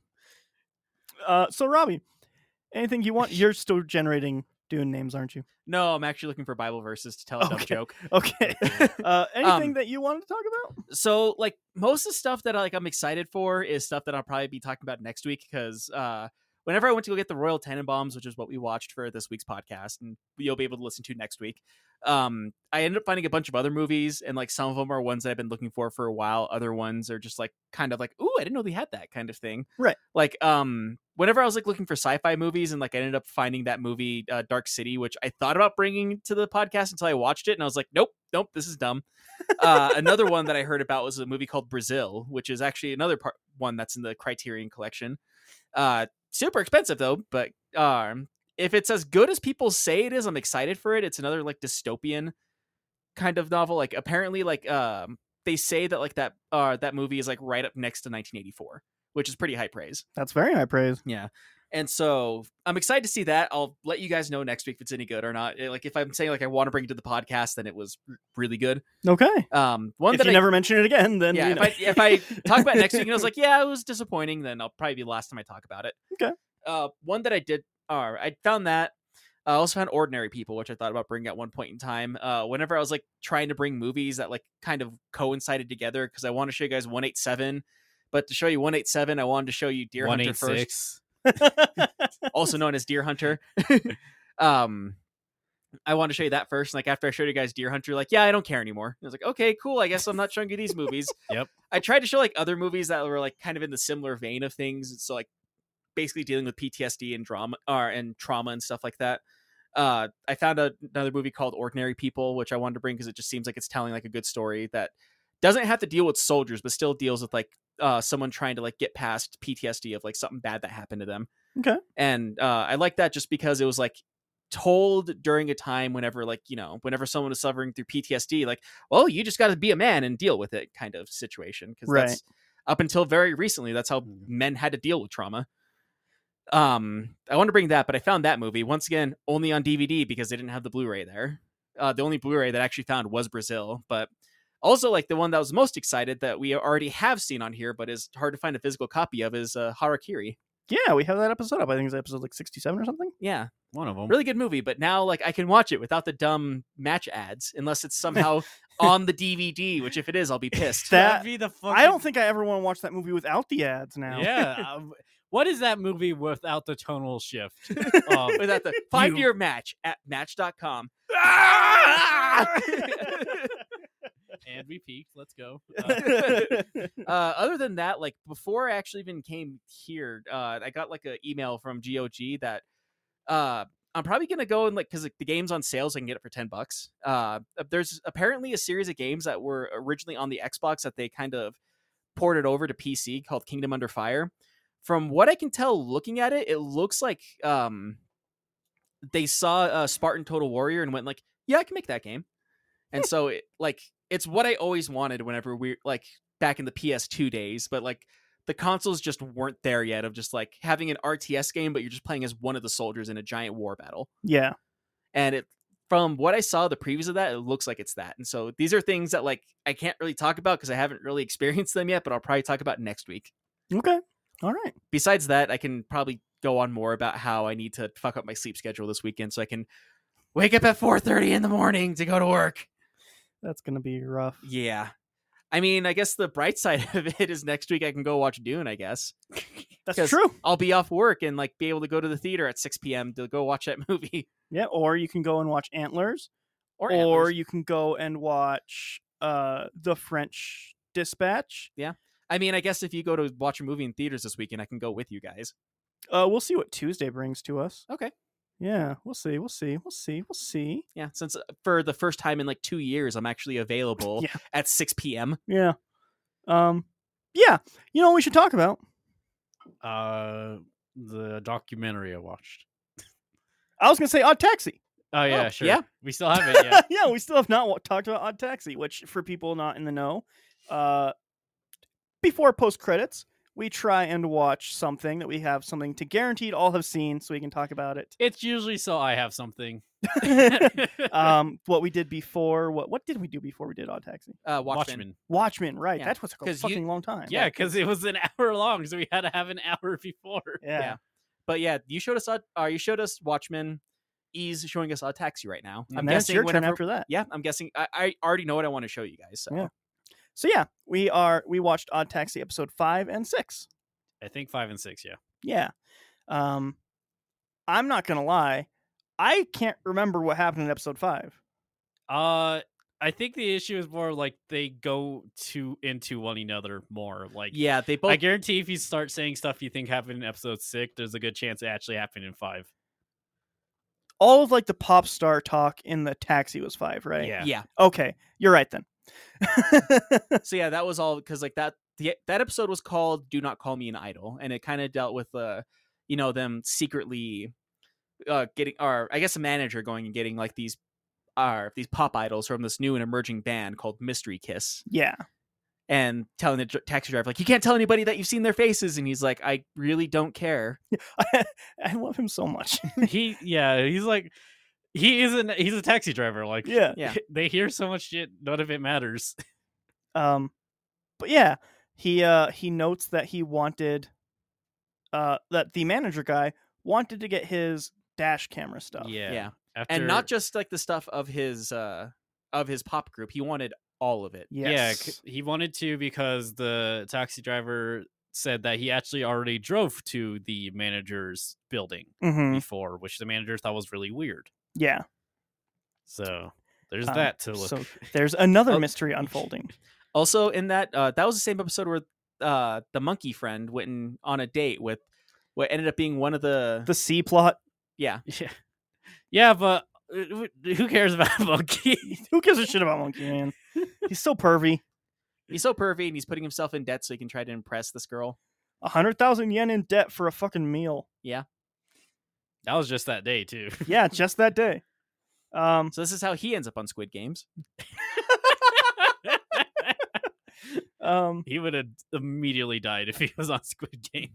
[SPEAKER 3] Uh, so Robbie, anything you want? You're still generating Dune names, aren't you? [laughs]
[SPEAKER 5] No, I'm actually looking for Bible verses to tell a dumb
[SPEAKER 3] Okay.
[SPEAKER 5] joke.
[SPEAKER 3] Okay.
[SPEAKER 5] [laughs]
[SPEAKER 3] Uh, anything
[SPEAKER 5] Um,
[SPEAKER 3] that you wanted to talk about?
[SPEAKER 5] So, like, most of the stuff that I, like I'm excited for is stuff that I'll probably be talking about next week because uh, whenever I went to go get the Royal Tenenbaums, which is what we watched for this week's podcast, and you'll be able to listen to next week, um, I ended up finding a bunch of other movies, and like some of them are ones that I've been looking for for a while. Other ones are just like kind of like, ooh, I didn't know they had that kind of thing.
[SPEAKER 3] Right.
[SPEAKER 5] Like, um, whenever I was like looking for sci-fi movies, and like I ended up finding that movie uh, Dark City, which I thought about bringing to the podcast until I watched it, and I was like, nope, nope, this is dumb. Uh, another one that I heard about was a movie called Brazil, which is actually another part one that's in the Criterion Collection. Uh, super expensive though, but um, if it's as good as people say it is, I'm excited for it. It's another like dystopian kind of novel. Like apparently, like um, they say that like that uh, that movie is like right up next to 1984, which is pretty high praise.
[SPEAKER 3] That's very high praise.
[SPEAKER 5] And so I'm excited to see that. I'll let you guys know next week if it's any good or not. Eh, Like if I'm saying like I want to bring it to the podcast, then it was r- really good.
[SPEAKER 3] Okay.
[SPEAKER 5] Um, one
[SPEAKER 3] if
[SPEAKER 5] that
[SPEAKER 3] you
[SPEAKER 5] I,
[SPEAKER 3] never mention it again, then
[SPEAKER 5] yeah,
[SPEAKER 3] you
[SPEAKER 5] if
[SPEAKER 3] know.
[SPEAKER 5] I, if I talk about it next week and I
[SPEAKER 3] [laughs]
[SPEAKER 5] was like, yeah, it was disappointing, then I'll probably be the last time I talk about it.
[SPEAKER 3] Okay.
[SPEAKER 5] Uh, one that I did, or I found that. uh, I also found Ordinary People, which I thought about bringing at one point in time. Uh, whenever I was like trying to bring movies that like kind of coincided together, because I want to show you guys 187, but to show you 187, I wanted to show you Deer Hunter first,
[SPEAKER 2] 186.
[SPEAKER 5] also known as Deer Hunter. um, I wanted to show you that first. and, Like after I showed you guys Deer Hunter, you're like yeah, I don't care anymore. I was like, okay, cool. I guess I'm not showing you these movies.
[SPEAKER 2] Yep.
[SPEAKER 5] I tried to show like other movies that were like kind of in the similar vein of things. So like basically dealing with PTSD and drama or and trauma and stuff like that. Uh, I found a, another movie called Ordinary People, which I wanted to bring because it just seems like it's telling like a good story that doesn't have to deal with soldiers, but still deals with like uh, someone trying to like get past PTSD of like something bad that happened to them.
[SPEAKER 3] Okay.
[SPEAKER 5] And uh, I like that just because it was like told during a time whenever like you know whenever someone is suffering through PTSD, like well you just got to be a man and deal with it kind of situation because
[SPEAKER 3] Right.
[SPEAKER 5] that's up until very recently that's how
[SPEAKER 2] Mm.
[SPEAKER 5] men had to deal with trauma. Um, I want to bring that, but I found that movie once again only on DVD because they didn't have the Blu-ray there. Uh, the only Blu-ray that I actually found was Brazil, but also like the one that was most excited that we already have seen on here, but is hard to find a physical copy of is uh, Harakiri.
[SPEAKER 3] [laughs] yeah, we have that episode up. I think it's episode like 67 or something.
[SPEAKER 5] Yeah,
[SPEAKER 2] One of them.
[SPEAKER 5] really good movie but now like i can watch it without the dumb match ads unless it's somehow on the dvd which if it is i'll be pissed
[SPEAKER 3] That-
[SPEAKER 2] be the
[SPEAKER 5] Oh,
[SPEAKER 2] fucking
[SPEAKER 3] I don't think I ever want to watch that movie without the ads now.
[SPEAKER 5] [laughs]
[SPEAKER 2] Yeah. um, what is that movie without the tonal shift?
[SPEAKER 3] [laughs]
[SPEAKER 2] Um,
[SPEAKER 5] without the five year match at match.com
[SPEAKER 2] and we peaked. Let's
[SPEAKER 3] [laughs]
[SPEAKER 2] go. Uh,
[SPEAKER 3] okay.
[SPEAKER 5] uh, other than that like before i actually even came here uh, i got like an email from gog that uh, i'm probably gonna go and like because the game's on sale so i can get it for 10 bucks uh, there's apparently a series of games that were originally on the xbox that they kind of ported over to pc called kingdom under fire from what i can tell looking at it it looks like um, they saw uh, spartan total warrior and went like yeah i can make that game and so it like it's what i always wanted whenever we like back in the ps2 days but like the consoles just weren't there yet of just like having an rts game but you're just playing as one of the soldiers in a giant war battle
[SPEAKER 3] [laughs] Yeah.
[SPEAKER 5] and it from what i saw the previews of that it looks like it's that and so these are things that like i can't really talk about because i haven't really experienced them yet but i'll probably talk about next week
[SPEAKER 3] Okay. All right.
[SPEAKER 5] besides that, I can probably go on more about how I need to fuck up my sleep schedule this weekend so I can wake up at 4:30 in the morning to go to work.
[SPEAKER 3] That's gonna be rough.
[SPEAKER 5] Yeah. I mean, I guess the bright [laughs] side of it is next week I can go watch Dune, I guess.
[SPEAKER 3] That's
[SPEAKER 5] 'Cause
[SPEAKER 3] true.
[SPEAKER 5] I'll be off work and like be able to go to the theater at 6 p.m. to go watch that [laughs] movie.
[SPEAKER 3] Yeah. Or you can go and watch Antlers,
[SPEAKER 5] or,
[SPEAKER 3] or
[SPEAKER 5] antlers.
[SPEAKER 3] you can go and watch uh the French Dispatch.
[SPEAKER 5] I mean, I guess if you go to watch a movie in theaters this weekend, I can go with you guys.
[SPEAKER 3] Uh, we'll see what Tuesday brings to us.
[SPEAKER 5] Okay.
[SPEAKER 3] Yeah, we'll see. We'll see. We'll see. We'll see.
[SPEAKER 5] Yeah, since uh, for the first time in like two years,
[SPEAKER 3] [laughs]
[SPEAKER 5] I'm actually available
[SPEAKER 3] Yeah.
[SPEAKER 5] at 6 p.m.
[SPEAKER 3] Yeah. Um. Yeah. You know what we should talk about?
[SPEAKER 2] Uh, the documentary I watched.
[SPEAKER 3] I was gonna say Odd Taxi. [laughs]
[SPEAKER 2] Oh yeah,
[SPEAKER 5] yeah.
[SPEAKER 2] sure. We still haven't [laughs] yet.
[SPEAKER 3] yeah, we still have not wa- talked about Odd Taxi, which for people not in the know, uh, before post credits, we try and watch something that we have something to guaranteed all have seen, so we can talk about it.
[SPEAKER 2] it's usually so I have [laughs] something. Uh,
[SPEAKER 3] um, what we did before, what what did we do before we did Odd Taxi?
[SPEAKER 5] Uh,
[SPEAKER 2] [laughs]
[SPEAKER 5] Watchmen.
[SPEAKER 2] Watchmen.
[SPEAKER 3] Watchmen, right?
[SPEAKER 5] Yeah,
[SPEAKER 3] That's what's a
[SPEAKER 5] 'cause you-
[SPEAKER 3] fucking long time.
[SPEAKER 2] Yeah, [laughs] because it was an hour long, so we had to have an [laughs] hour before.
[SPEAKER 3] yeah.
[SPEAKER 5] yeah. But yeah, you showed us. Odd- Uh, you showed us Watchmen. E's showing us a taxi right now.
[SPEAKER 3] Mm, And then it's your turn
[SPEAKER 5] whenever-
[SPEAKER 3] after that.
[SPEAKER 5] Yeah, I'm guessing. I, I already know what I want to show you guys. So.
[SPEAKER 3] Yeah. So yeah, we are we watched Odd Taxi episode five and six.
[SPEAKER 2] I think five and six. Yeah.
[SPEAKER 3] Yeah. Um I'm not gonna lie, I can't remember what happened in episode five.
[SPEAKER 2] Uh, I think the issue is more like they go to into one another more. Like,
[SPEAKER 5] Yeah, they both.
[SPEAKER 2] I guarantee if you start saying stuff you think happened in episode six, there's a good chance it actually happened in five.
[SPEAKER 3] All of like the pop star talk in the taxi was five, right?
[SPEAKER 2] Yeah.
[SPEAKER 5] yeah.
[SPEAKER 3] Okay, you're right then. [laughs]
[SPEAKER 5] So yeah, that was all because like that the, that episode was called "Do Not Call Me an Idol," and it kind of dealt with uh, you know, them secretly uh getting or I guess a manager going and getting like these are these pop idols from this new and emerging band called Mystery Kiss
[SPEAKER 3] yeah.
[SPEAKER 5] and telling the dr- taxi driver like you can't tell anybody that you've seen their faces and he's like I really don't care.
[SPEAKER 3] I love him so much. [laughs]
[SPEAKER 2] he, yeah, he's like, he isn't. He's a taxi driver. Like, [laughs]
[SPEAKER 3] yeah.
[SPEAKER 5] Yeah.
[SPEAKER 2] they hear so much shit, none of it matters. [laughs]
[SPEAKER 3] Um but yeah, he uh he notes that he wanted uh that the manager guy wanted to get his dash camera stuff.
[SPEAKER 5] Yeah.
[SPEAKER 2] After,
[SPEAKER 5] And not just like the stuff of his uh of his pop group. He wanted all of it.
[SPEAKER 2] Yeah,
[SPEAKER 3] Yes.
[SPEAKER 2] c- he wanted to because the taxi driver said that he actually already drove to the manager's building
[SPEAKER 3] Yeah. hmm
[SPEAKER 2] before, which the manager thought was really weird.
[SPEAKER 3] Yeah.
[SPEAKER 2] So there's
[SPEAKER 3] Um,
[SPEAKER 2] that to look.
[SPEAKER 3] So there's another
[SPEAKER 5] Oh.
[SPEAKER 3] mystery unfolding.
[SPEAKER 5] Also, in that uh, that was the same episode where uh, the monkey friend went in, on a date with what ended up being one of the,
[SPEAKER 3] The C plot. [laughs]
[SPEAKER 5] yeah.
[SPEAKER 2] [laughs] yeah, yeah, but uh, wh- who cares about [laughs] a monkey?
[SPEAKER 3] Who gives a shit about Monkey
[SPEAKER 2] [laughs]
[SPEAKER 3] Man? He's so pervy.
[SPEAKER 5] He's so pervy and he's putting himself in debt so he can try to impress this girl.
[SPEAKER 3] A hundred thousand yen in debt for a fucking meal.
[SPEAKER 2] that was just that day too. [laughs]
[SPEAKER 3] Yeah, just that day. Um,
[SPEAKER 5] So this is how he ends up on Squid Games.
[SPEAKER 3] um,
[SPEAKER 2] he would have immediately died if he was on Squid Game.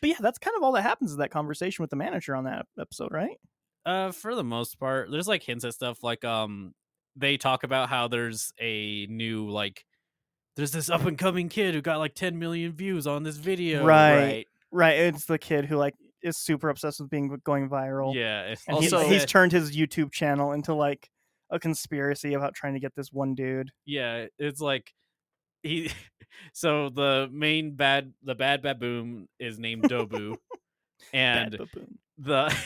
[SPEAKER 3] but yeah, that's kind of all that happens is that conversation with the manager on that episode, right?
[SPEAKER 2] Uh, for the most part, there's like hints at stuff like um, they talk about how there's a new like, there's this up and coming kid who got like 10 million views on this video.
[SPEAKER 3] Right. Right. It's the kid who like is super obsessed with being going viral.
[SPEAKER 2] Yeah. it's-
[SPEAKER 3] And he-
[SPEAKER 5] Also-
[SPEAKER 3] he's turned his YouTube channel into like a conspiracy about trying to get this one dude.
[SPEAKER 2] yeah, it's like he. [laughs] So the main bad, the bad baboon is named Dobu,
[SPEAKER 3] [laughs] Bad
[SPEAKER 2] and
[SPEAKER 3] baboon.
[SPEAKER 2] the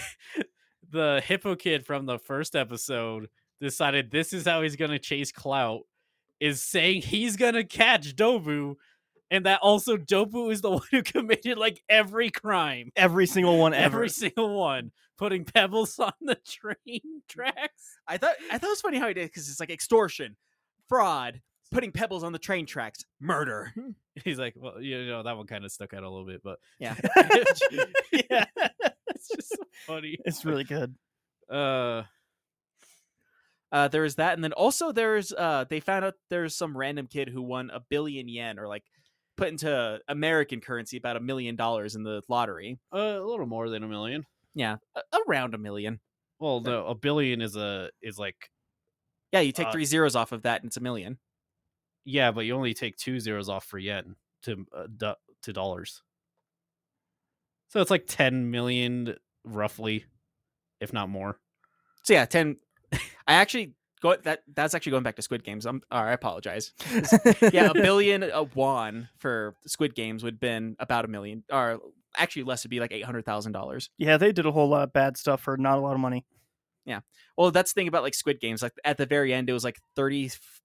[SPEAKER 2] [laughs] the hippo kid from the first episode decided this is how he's gonna chase clout is saying he's gonna catch dobu and that also dobu is the [laughs] one who committed like every crime
[SPEAKER 3] every single one ever.
[SPEAKER 2] every single one putting pebbles [laughs] on the train [laughs] tracks
[SPEAKER 5] I thought I thought it was funny how he did because it's like extortion, fraud, putting pebbles on the train tracks, murder.
[SPEAKER 2] he's like well you know that one kind of stuck out a little bit but
[SPEAKER 5] Yeah.
[SPEAKER 3] yeah,
[SPEAKER 2] it's just so funny
[SPEAKER 3] it's really good.
[SPEAKER 2] uh
[SPEAKER 5] Uh, there was that, and then also there's uh, they found out there's some random kid who won a billion yen or like put into American currency about a million dollars in the lottery.
[SPEAKER 2] a little more than a million
[SPEAKER 5] Yeah, a- around a million.
[SPEAKER 2] well no a billion is a is like
[SPEAKER 5] Yeah, you take
[SPEAKER 2] Uh,
[SPEAKER 5] three zeros off of that, and it's a million.
[SPEAKER 2] yeah but you only take two zeros off for yen to uh, do- to dollars so it's like 10 million roughly if not [laughs] more
[SPEAKER 5] So yeah, ten. [laughs] I actually go that. That's actually going back to Squid Games. I'm. Or I apologize.
[SPEAKER 3] [laughs]
[SPEAKER 5] Yeah, a billion a won for Squid Games would have been about a million, or actually less would be like eight hundred thousand dollars.
[SPEAKER 3] yeah, they did a whole lot of bad stuff for not a lot of money.
[SPEAKER 5] Well, that's the thing about like Squid Games. Like at the very end, it was like thirty. f-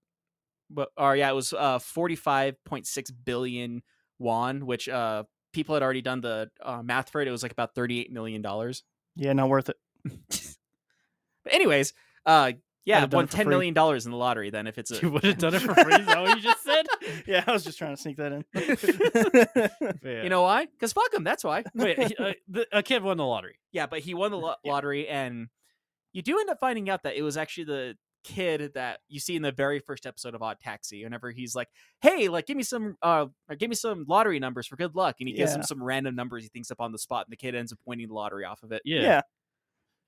[SPEAKER 5] But or yeah, it was uh forty five point six billion won, which uh people had already done the uh, math for it. It was like about thirty eight million dollars.
[SPEAKER 3] Yeah, not worth it.
[SPEAKER 2] [laughs]
[SPEAKER 5] But anyways, uh yeah,
[SPEAKER 3] have
[SPEAKER 5] it
[SPEAKER 3] done
[SPEAKER 5] won
[SPEAKER 3] it for
[SPEAKER 5] ten
[SPEAKER 3] free.
[SPEAKER 5] million dollars in the lottery. Then if it's a [laughs]
[SPEAKER 2] You would have done it for free. Is that what you just [laughs] said?
[SPEAKER 3] Yeah, I was just trying to sneak that in.
[SPEAKER 5] you know why? Because fuck him. That's why.
[SPEAKER 2] wait, he- uh, the, a kid won the lottery.
[SPEAKER 5] Yeah, but he won [laughs] the lo- lottery, and you do end up finding out that it was actually the kid that you see in the very first episode of Odd Taxi. Whenever he's like, "Hey, like, give me some, uh, or give me some lottery numbers for good luck," and he gives him
[SPEAKER 3] Yeah.
[SPEAKER 5] some random numbers he thinks up on the spot, and the kid ends up winning the lottery off of it.
[SPEAKER 2] [laughs] Yeah.
[SPEAKER 3] [laughs]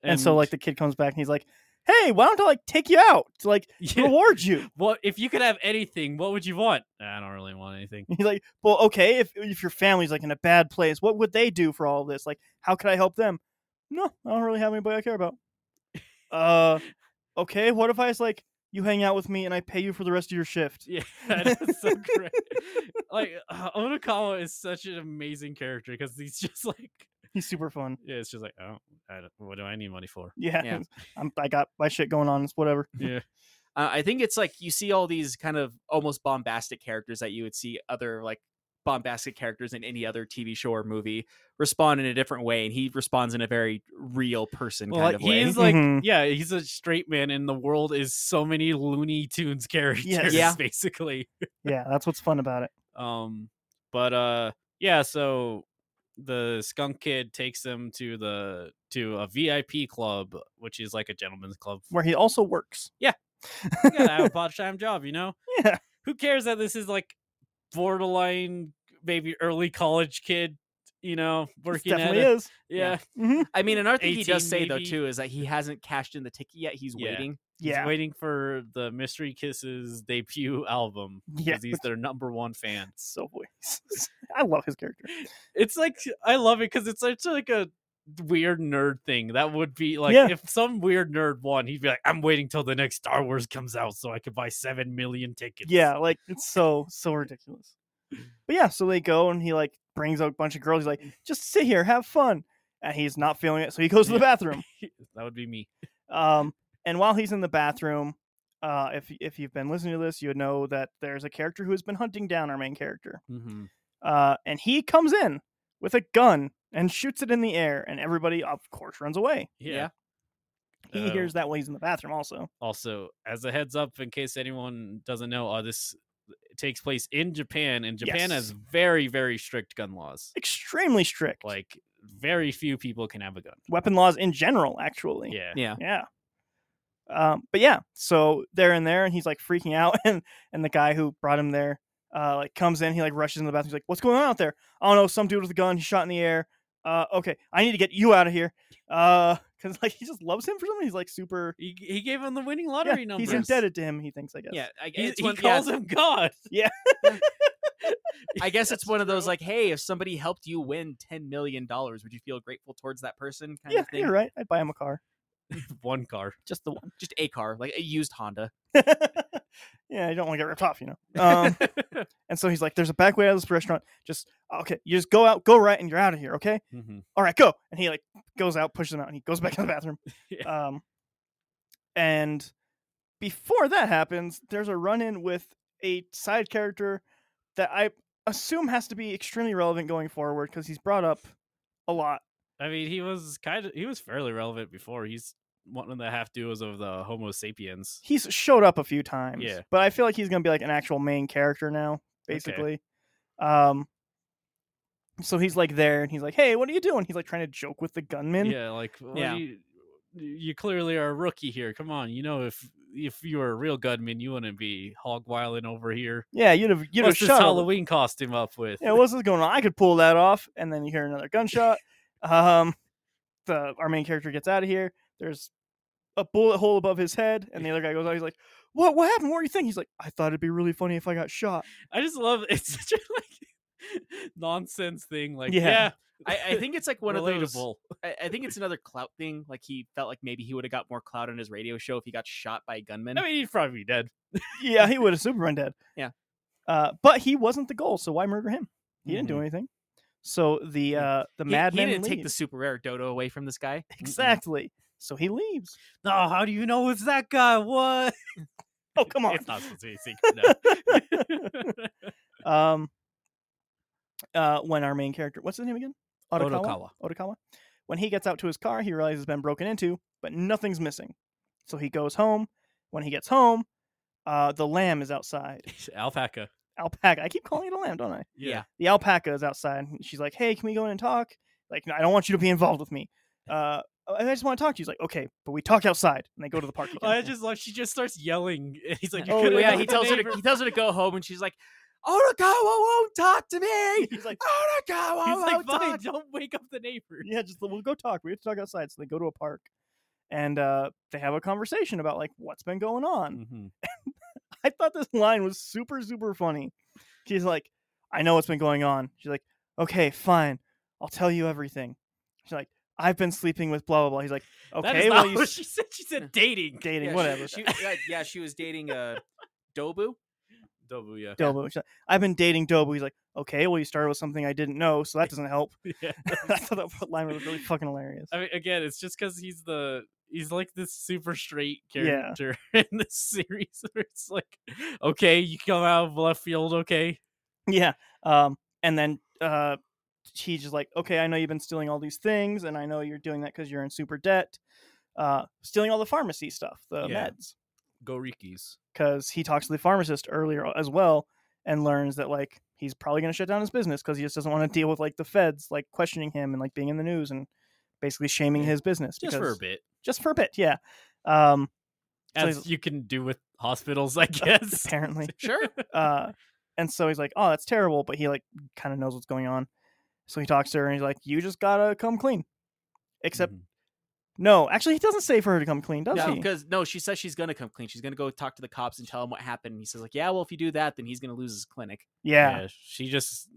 [SPEAKER 3] Yeah. and, so like the kid comes back and he's like, "Hey, why don't I like take you out to
[SPEAKER 2] [laughs]
[SPEAKER 3] like
[SPEAKER 2] [laughs] Yeah.
[SPEAKER 3] reward you?"
[SPEAKER 2] What if you could have anything? What would you want? "Nah, I don't really want [laughs] anything.
[SPEAKER 3] He's like, "Well, okay, if if your family's like in a bad place, what would they do for all this? Like, how could I help them?" No, I don't really have anybody I care about. Uh, okay, what if I was like, you hang out with me and I pay you for the rest of your shift? [laughs]
[SPEAKER 2] Yeah, that's so great. like [laughs] uh, Onakawa is such an amazing character because he's just like,
[SPEAKER 3] He's super fun.
[SPEAKER 2] yeah, it's just like, oh, I don't, what do I need money for?
[SPEAKER 3] Yeah,
[SPEAKER 5] Yeah.
[SPEAKER 3] [laughs] I'm, I got my shit going on. It's whatever.
[SPEAKER 2] Yeah,
[SPEAKER 5] Uh, I think it's like you see all these kind of almost bombastic characters that you would see other like bombastic characters in any other TV show or movie respond in a different way, and he responds in a very real person
[SPEAKER 2] well,
[SPEAKER 5] kind
[SPEAKER 2] like,
[SPEAKER 5] of
[SPEAKER 2] he
[SPEAKER 5] way.
[SPEAKER 2] is like,
[SPEAKER 3] Mhm.
[SPEAKER 2] yeah, he's a straight man, and the world is so many Looney Tunes [laughs] characters,
[SPEAKER 5] Yeah.
[SPEAKER 2] basically.
[SPEAKER 3] Yeah, that's what's fun about it.
[SPEAKER 2] Um, but uh, yeah. So the skunk kid takes them to the to a VIP club, which is like a gentleman's club.
[SPEAKER 3] Where he also works. [laughs]
[SPEAKER 2] You gotta have a part time job, you know.
[SPEAKER 3] Yeah.
[SPEAKER 2] Who cares that this is like borderline maybe early college kid, you know, working at
[SPEAKER 3] definitely
[SPEAKER 2] a, [laughs]
[SPEAKER 3] is.
[SPEAKER 2] yeah,
[SPEAKER 3] hmm
[SPEAKER 5] I mean, another thing he
[SPEAKER 2] 18
[SPEAKER 5] does say though
[SPEAKER 2] maybe.
[SPEAKER 5] too is that he hasn't cashed in the ticket yet. He's
[SPEAKER 2] Yeah.
[SPEAKER 5] waiting.
[SPEAKER 2] he's
[SPEAKER 3] Yeah,
[SPEAKER 2] waiting for the Mystery Kisses debut album because
[SPEAKER 3] Yeah.
[SPEAKER 2] he's their number one fan.
[SPEAKER 3] [laughs] so voice. [laughs] I love his character.
[SPEAKER 2] it's like I love it because it's such like a weird nerd thing. That would be like
[SPEAKER 3] Yeah.
[SPEAKER 2] if some weird nerd won, he'd be like, "I'm waiting till the next Star Wars comes out so I could buy seven million tickets."
[SPEAKER 3] Yeah, like it's so so ridiculous. But yeah, so they go and he like brings out a bunch of girls. He's like, just sit here, have fun. And he's not feeling it, so he goes to the
[SPEAKER 2] Yeah.
[SPEAKER 3] bathroom.
[SPEAKER 2] that would be me.
[SPEAKER 3] Um, and while he's in the bathroom, uh, if if you've been listening to this, you would know that there's a character who has been hunting down our main character.
[SPEAKER 2] Mm-hmm.
[SPEAKER 3] Uh, and he comes in with a gun and shoots it in the air, and everybody, of course, runs away.
[SPEAKER 2] Yeah.
[SPEAKER 3] He
[SPEAKER 2] Uh,
[SPEAKER 3] hears that while he's in the bathroom, also.
[SPEAKER 2] Also, as a heads up, in case anyone doesn't know, uh, this takes place in Japan, and Japan has
[SPEAKER 3] Yes.
[SPEAKER 2] very, very strict gun laws.
[SPEAKER 3] Extremely strict, like
[SPEAKER 2] Like, very few people can have a gun.
[SPEAKER 3] weapon laws in general, actually.
[SPEAKER 2] Yeah.
[SPEAKER 5] Yeah.
[SPEAKER 3] Yeah. Um, but yeah, so they're in there and he's like freaking out [laughs] and and the guy who brought him there uh like comes in, he like rushes in the bathroom, he's like, What's going on out there? Oh no, some dude with a gun, he shot in the air. Uh okay, I need to get you out of here. Uh [laughs] because like he just loves him for something. He's like super
[SPEAKER 2] He, he gave him the winning
[SPEAKER 3] yeah,
[SPEAKER 2] lottery number.
[SPEAKER 3] he's indebted to him, he thinks, I guess.
[SPEAKER 5] Yeah, I,
[SPEAKER 2] He,
[SPEAKER 5] it's
[SPEAKER 2] he
[SPEAKER 5] one, yeah,
[SPEAKER 2] calls him God. [laughs]
[SPEAKER 5] I guess
[SPEAKER 3] [laughs]
[SPEAKER 5] it's
[SPEAKER 3] That's
[SPEAKER 5] one of those
[SPEAKER 3] true.
[SPEAKER 5] like, hey, if somebody helped you win ten million dollars, would you feel grateful towards that person? Kind
[SPEAKER 3] Yeah,
[SPEAKER 5] of thing.
[SPEAKER 3] you're right. I'd buy him a car. [laughs]
[SPEAKER 2] One car.
[SPEAKER 3] Just the one.
[SPEAKER 5] Just a car, like a used Honda.
[SPEAKER 3] yeah, you don't want to get ripped off, you know. Um
[SPEAKER 2] [laughs]
[SPEAKER 5] [laughs]
[SPEAKER 3] and so he's like, There's a back way out of this restaurant. Just okay, you just go out, go right, and you're out of here, okay?
[SPEAKER 2] Mhm.
[SPEAKER 3] all right, go. And he like goes out, pushes him out, and he goes back in the bathroom.
[SPEAKER 2] [laughs] Yeah.
[SPEAKER 3] Um, and before that happens, there's a run in with a side character that I assume has to be extremely relevant going forward because he's brought up a lot.
[SPEAKER 2] I mean, he was kind of he was fairly relevant before. He's one of the half duos of the Homo sapiens.
[SPEAKER 3] He's showed up a few times,
[SPEAKER 2] Yeah.
[SPEAKER 3] but I feel like he's gonna be like an actual main character now,
[SPEAKER 2] Okay.
[SPEAKER 3] basically. Um, so he's like there, and he's like, "Hey, what are you doing?" He's like trying to joke with the gunman.
[SPEAKER 2] Yeah, like what do
[SPEAKER 5] Yeah.
[SPEAKER 2] You, you clearly are a rookie here. Come on, you know if if you were a real gunman, you wouldn't be hog wiling over here.
[SPEAKER 3] Yeah, you'd have you'd
[SPEAKER 2] What's
[SPEAKER 3] have
[SPEAKER 2] this
[SPEAKER 3] shot all the-
[SPEAKER 2] Halloween costume up with?
[SPEAKER 3] yeah, what's this going on? I could pull that off, and then you hear another gunshot. Um, the our main character gets out of here. There's a bullet hole above his head, and the other guy goes out. He's like, "What? What happened? What do you think?" He's like, "I thought it'd be really funny if I got shot."
[SPEAKER 2] I just love [laughs] it's such a like nonsense thing. Like yeah,
[SPEAKER 3] Yeah.
[SPEAKER 2] [laughs]
[SPEAKER 5] I, I think it's like one of those.
[SPEAKER 2] relatable.
[SPEAKER 5] I, I think it's another clout thing. Like he felt like maybe he would have got more clout on his radio show if he got shot by a
[SPEAKER 2] [laughs]
[SPEAKER 5] gunman.
[SPEAKER 2] I mean, he'd probably be dead.
[SPEAKER 3] yeah, he would have Superman dead.
[SPEAKER 5] Yeah.
[SPEAKER 3] uh, but he wasn't the goal, so why murder him? He didn't do
[SPEAKER 2] Mhm.
[SPEAKER 3] anything. So the uh, the
[SPEAKER 5] Mm-hmm. He- he,
[SPEAKER 3] madman
[SPEAKER 5] didn't take the
[SPEAKER 3] leaves.
[SPEAKER 5] super rare dodo away from this guy.
[SPEAKER 3] exactly. So he leaves.
[SPEAKER 2] No, how do you know it's that guy? What?
[SPEAKER 5] [laughs]
[SPEAKER 3] Oh, come on.
[SPEAKER 2] [laughs] It's not supposed to be a [laughs] secret.
[SPEAKER 3] [laughs]
[SPEAKER 2] No.
[SPEAKER 3] um, uh, when our main character, what's his name again?
[SPEAKER 2] Otokawa.
[SPEAKER 3] Otokawa. When he gets out to his car, he realizes it's been broken into, but nothing's missing. So he goes home. When he gets home, uh, the lamb is outside.
[SPEAKER 2] Alpaca.
[SPEAKER 3] Alpaca. I keep calling it a lamb, don't I?
[SPEAKER 5] Yeah.
[SPEAKER 3] The alpaca is outside. and She's like, "Hey, can we go in and talk?" Like, "No, I don't want you to be involved with
[SPEAKER 2] [laughs]
[SPEAKER 3] me. Uh, I I just want to talk to you." He's like, "Okay, but we talk outside." And they go to the
[SPEAKER 2] [laughs]
[SPEAKER 3] park.
[SPEAKER 2] I
[SPEAKER 3] again.
[SPEAKER 2] just love. She just starts yelling. [laughs] He's like, you
[SPEAKER 3] Oh,
[SPEAKER 2] could
[SPEAKER 5] Well,
[SPEAKER 2] have
[SPEAKER 5] yeah,
[SPEAKER 2] got
[SPEAKER 5] he
[SPEAKER 2] the
[SPEAKER 5] tells her to,
[SPEAKER 2] neighbor.
[SPEAKER 5] he tells her to go home, and she's like, "Otokawa won't talk to [laughs] me.
[SPEAKER 3] [laughs] He's like, [laughs]
[SPEAKER 5] Otokawa
[SPEAKER 2] He's like,
[SPEAKER 5] won't
[SPEAKER 2] fine, [laughs]
[SPEAKER 5] talk."
[SPEAKER 2] don't wake up the neighbor.
[SPEAKER 3] yeah, just we'll go talk. We have to talk outside. So they go to a park and uh, they have a conversation about like what's been going on. I thought this line was super, super funny. She's like, I know what's been going on. She's like, okay, fine. I'll tell you everything. She's like, I've been sleeping with blah, blah, blah. He's like,
[SPEAKER 2] That is
[SPEAKER 3] okay,
[SPEAKER 2] not
[SPEAKER 3] well, you
[SPEAKER 2] what
[SPEAKER 3] s-
[SPEAKER 2] she said. She said dating.
[SPEAKER 3] [laughs] dating,
[SPEAKER 5] Yeah, she-
[SPEAKER 3] whatever.
[SPEAKER 5] She, yeah, yeah, she was dating [laughs] uh, Dobu.
[SPEAKER 2] Double, yeah.
[SPEAKER 3] Dobu. She's like, I've been dating Dobu. He's like, okay, well, you started with something I didn't know, so
[SPEAKER 2] [laughs]
[SPEAKER 3] that doesn't help.
[SPEAKER 2] [laughs]
[SPEAKER 3] [laughs]
[SPEAKER 2] yeah.
[SPEAKER 3] I thought that line was really fucking hilarious.
[SPEAKER 2] I mean, again, it's just because he's the he's like this super straight
[SPEAKER 3] Yeah.
[SPEAKER 2] character [laughs] in this series. Where it's like, okay, you come out of left field, okay.
[SPEAKER 3] [laughs] Yeah. Um, and then uh, he's just like, okay, I know you've been stealing all these things, and I know you're doing that because you're in super debt, uh, stealing all the pharmacy stuff, the
[SPEAKER 2] Yeah.
[SPEAKER 3] meds,
[SPEAKER 2] Go Rikis.
[SPEAKER 3] because he talks to the pharmacist earlier as well and learns that like he's probably going to shut down his business because he just doesn't want to deal with like the feds like questioning him and like being in the news and basically shaming his business
[SPEAKER 2] Just for
[SPEAKER 3] because-
[SPEAKER 2] a bit,
[SPEAKER 3] just for a bit yeah um so
[SPEAKER 2] as
[SPEAKER 3] he's-
[SPEAKER 2] you can do with hospitals, I guess. [laughs]
[SPEAKER 3] apparently
[SPEAKER 5] Sure.
[SPEAKER 3] uh, and so he's like, "Oh, that's terrible," but he like kind of knows what's going on. So he talks to her and he's like, "You just gotta come clean." Except
[SPEAKER 2] Mhm.
[SPEAKER 3] no, actually, he doesn't say for her to come clean, does
[SPEAKER 5] No,
[SPEAKER 3] he?
[SPEAKER 5] because no, she says she's gonna come clean. She's gonna go talk to the cops and tell him what happened. And he says like, "Yeah, well, if you do that, then he's gonna lose his clinic."
[SPEAKER 3] Yeah,
[SPEAKER 2] she just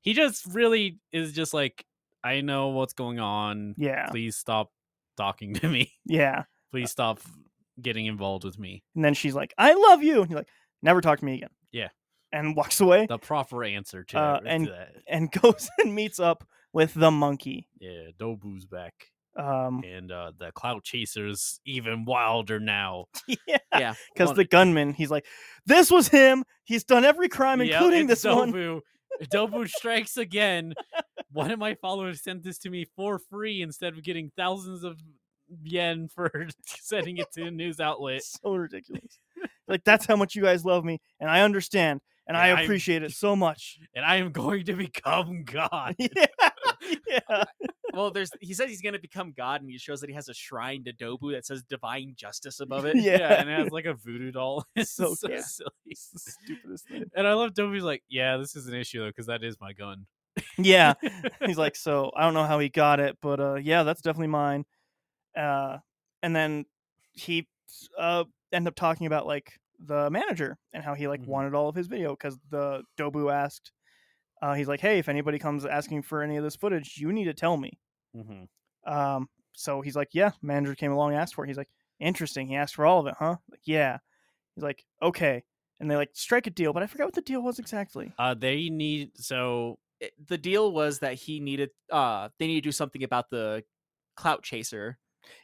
[SPEAKER 2] he just really is just like, I know what's going on.
[SPEAKER 3] yeah,
[SPEAKER 2] Please stop talking to me. [laughs]
[SPEAKER 3] yeah.
[SPEAKER 2] Please
[SPEAKER 3] Uh,
[SPEAKER 2] stop getting involved with
[SPEAKER 3] [laughs]
[SPEAKER 2] me.
[SPEAKER 3] And then she's like, "I love you," and he's like, "Never talk to me again."
[SPEAKER 2] Yeah.
[SPEAKER 3] and walks away
[SPEAKER 2] The proper answer to,
[SPEAKER 3] Uh,
[SPEAKER 2] that-
[SPEAKER 3] and-
[SPEAKER 2] to that.
[SPEAKER 3] and [laughs] goes and meets up with the monkey.
[SPEAKER 2] Yeah, Dobu's back.
[SPEAKER 3] Um,
[SPEAKER 2] and uh the cloud chaser's even wilder now
[SPEAKER 3] [laughs] yeah,
[SPEAKER 5] Yeah,
[SPEAKER 3] because
[SPEAKER 5] one-
[SPEAKER 3] the gunman, he's like, "This was him. He's done every crime,
[SPEAKER 2] Yep,
[SPEAKER 3] including
[SPEAKER 2] it's
[SPEAKER 3] this one."
[SPEAKER 2] dobu dobu strikes again one of my followers sent this to me for free instead of getting thousands of yen for [laughs] sending it to a news outlet
[SPEAKER 3] [laughs] so ridiculous. like that's how much you guys love me, and I understand, and
[SPEAKER 2] Yeah,
[SPEAKER 3] I
[SPEAKER 2] I'm-
[SPEAKER 3] appreciate it so much. [laughs]
[SPEAKER 2] and i am going to become god
[SPEAKER 3] yeah, [laughs] yeah,
[SPEAKER 5] well, there's he says he's gonna become God, and he shows that he has a shrine to Dobu that says divine justice above it.
[SPEAKER 3] yeah.
[SPEAKER 2] and it has like a voodoo doll [laughs] it's
[SPEAKER 3] So
[SPEAKER 2] so,
[SPEAKER 3] good.
[SPEAKER 2] silly
[SPEAKER 3] Stupidest thing.
[SPEAKER 2] and i love dobu's like yeah this is an issue though because that is my gun [laughs]
[SPEAKER 3] Yeah, he's like, so I don't know how he got it, but uh, yeah, that's definitely mine. Uh, and then he uh end up talking about like the manager and how he like
[SPEAKER 2] Mhm.
[SPEAKER 3] wanted all of his video because the Dobu asked. Uh, he's like, hey, if anybody comes asking for any of this footage, you need to tell me.
[SPEAKER 2] mm-hmm.
[SPEAKER 3] Um, so he's like, yeah, manager came along and asked for it. He's like, interesting. He asked for all of it, huh? Like, yeah. He's like, okay. And they like strike a deal, but I forgot what the deal was exactly.
[SPEAKER 2] uh they need so
[SPEAKER 5] It- the deal was that he needed uh they need to do something about the clout chaser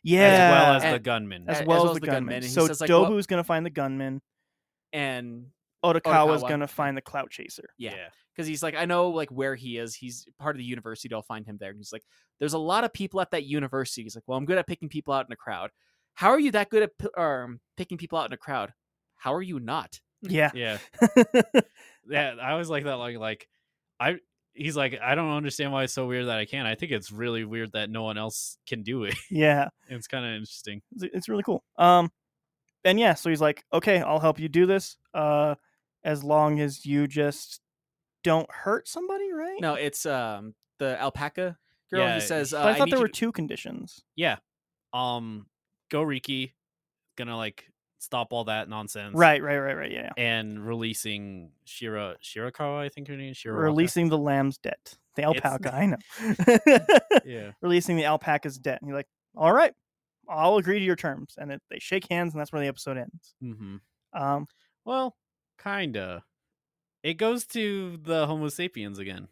[SPEAKER 3] Yeah.
[SPEAKER 2] as well as the
[SPEAKER 5] And-
[SPEAKER 2] gunman
[SPEAKER 3] as
[SPEAKER 5] a-
[SPEAKER 3] well as, the gunman.
[SPEAKER 5] and he
[SPEAKER 3] So
[SPEAKER 5] says, like, well-
[SPEAKER 3] Dobu's gonna find the gunman.
[SPEAKER 5] and
[SPEAKER 3] Otakawa's
[SPEAKER 5] Otakawa.
[SPEAKER 3] gonna find the clout [laughs] chaser.
[SPEAKER 5] yeah because he's like i know like where he is he's part of the university i'll find him there and he's like there's a lot of people at that university he's like well i'm good at picking people out in a crowd how are you that good at p- or, um, picking people out in a crowd how are you not
[SPEAKER 3] Yeah.
[SPEAKER 2] yeah yeah i always like that like like i he's like i don't understand why it's so weird that i can i think it's really weird that no one else can do it
[SPEAKER 3] [laughs]
[SPEAKER 2] [laughs]
[SPEAKER 3] yeah.
[SPEAKER 2] it's kind of interesting
[SPEAKER 3] It's, it's really cool. Um and yeah, so he's like, Okay, I'll help you do this. Uh as long as you just don't hurt somebody, right? [laughs]
[SPEAKER 5] no it's um the alpaca girl
[SPEAKER 2] Yeah,
[SPEAKER 5] he says uh,
[SPEAKER 3] But I thought
[SPEAKER 5] need
[SPEAKER 3] there
[SPEAKER 5] you
[SPEAKER 3] were
[SPEAKER 5] to-"
[SPEAKER 3] two conditions.
[SPEAKER 2] yeah um go riki gonna like stop all that nonsense
[SPEAKER 3] Right, right, right, right. Yeah, yeah.
[SPEAKER 2] and releasing shira shirakawa i think her name is shira
[SPEAKER 3] releasing the lamb's debt. The
[SPEAKER 2] It's-
[SPEAKER 3] alpaca, I [laughs] know.
[SPEAKER 2] yeah
[SPEAKER 3] releasing the alpaca's debt. And you're like, all right, I'll agree to your terms. And it, they shake hands, and that's where the episode ends.
[SPEAKER 2] mm-hmm.
[SPEAKER 3] Um,
[SPEAKER 2] well kinda it goes to the homo sapiens again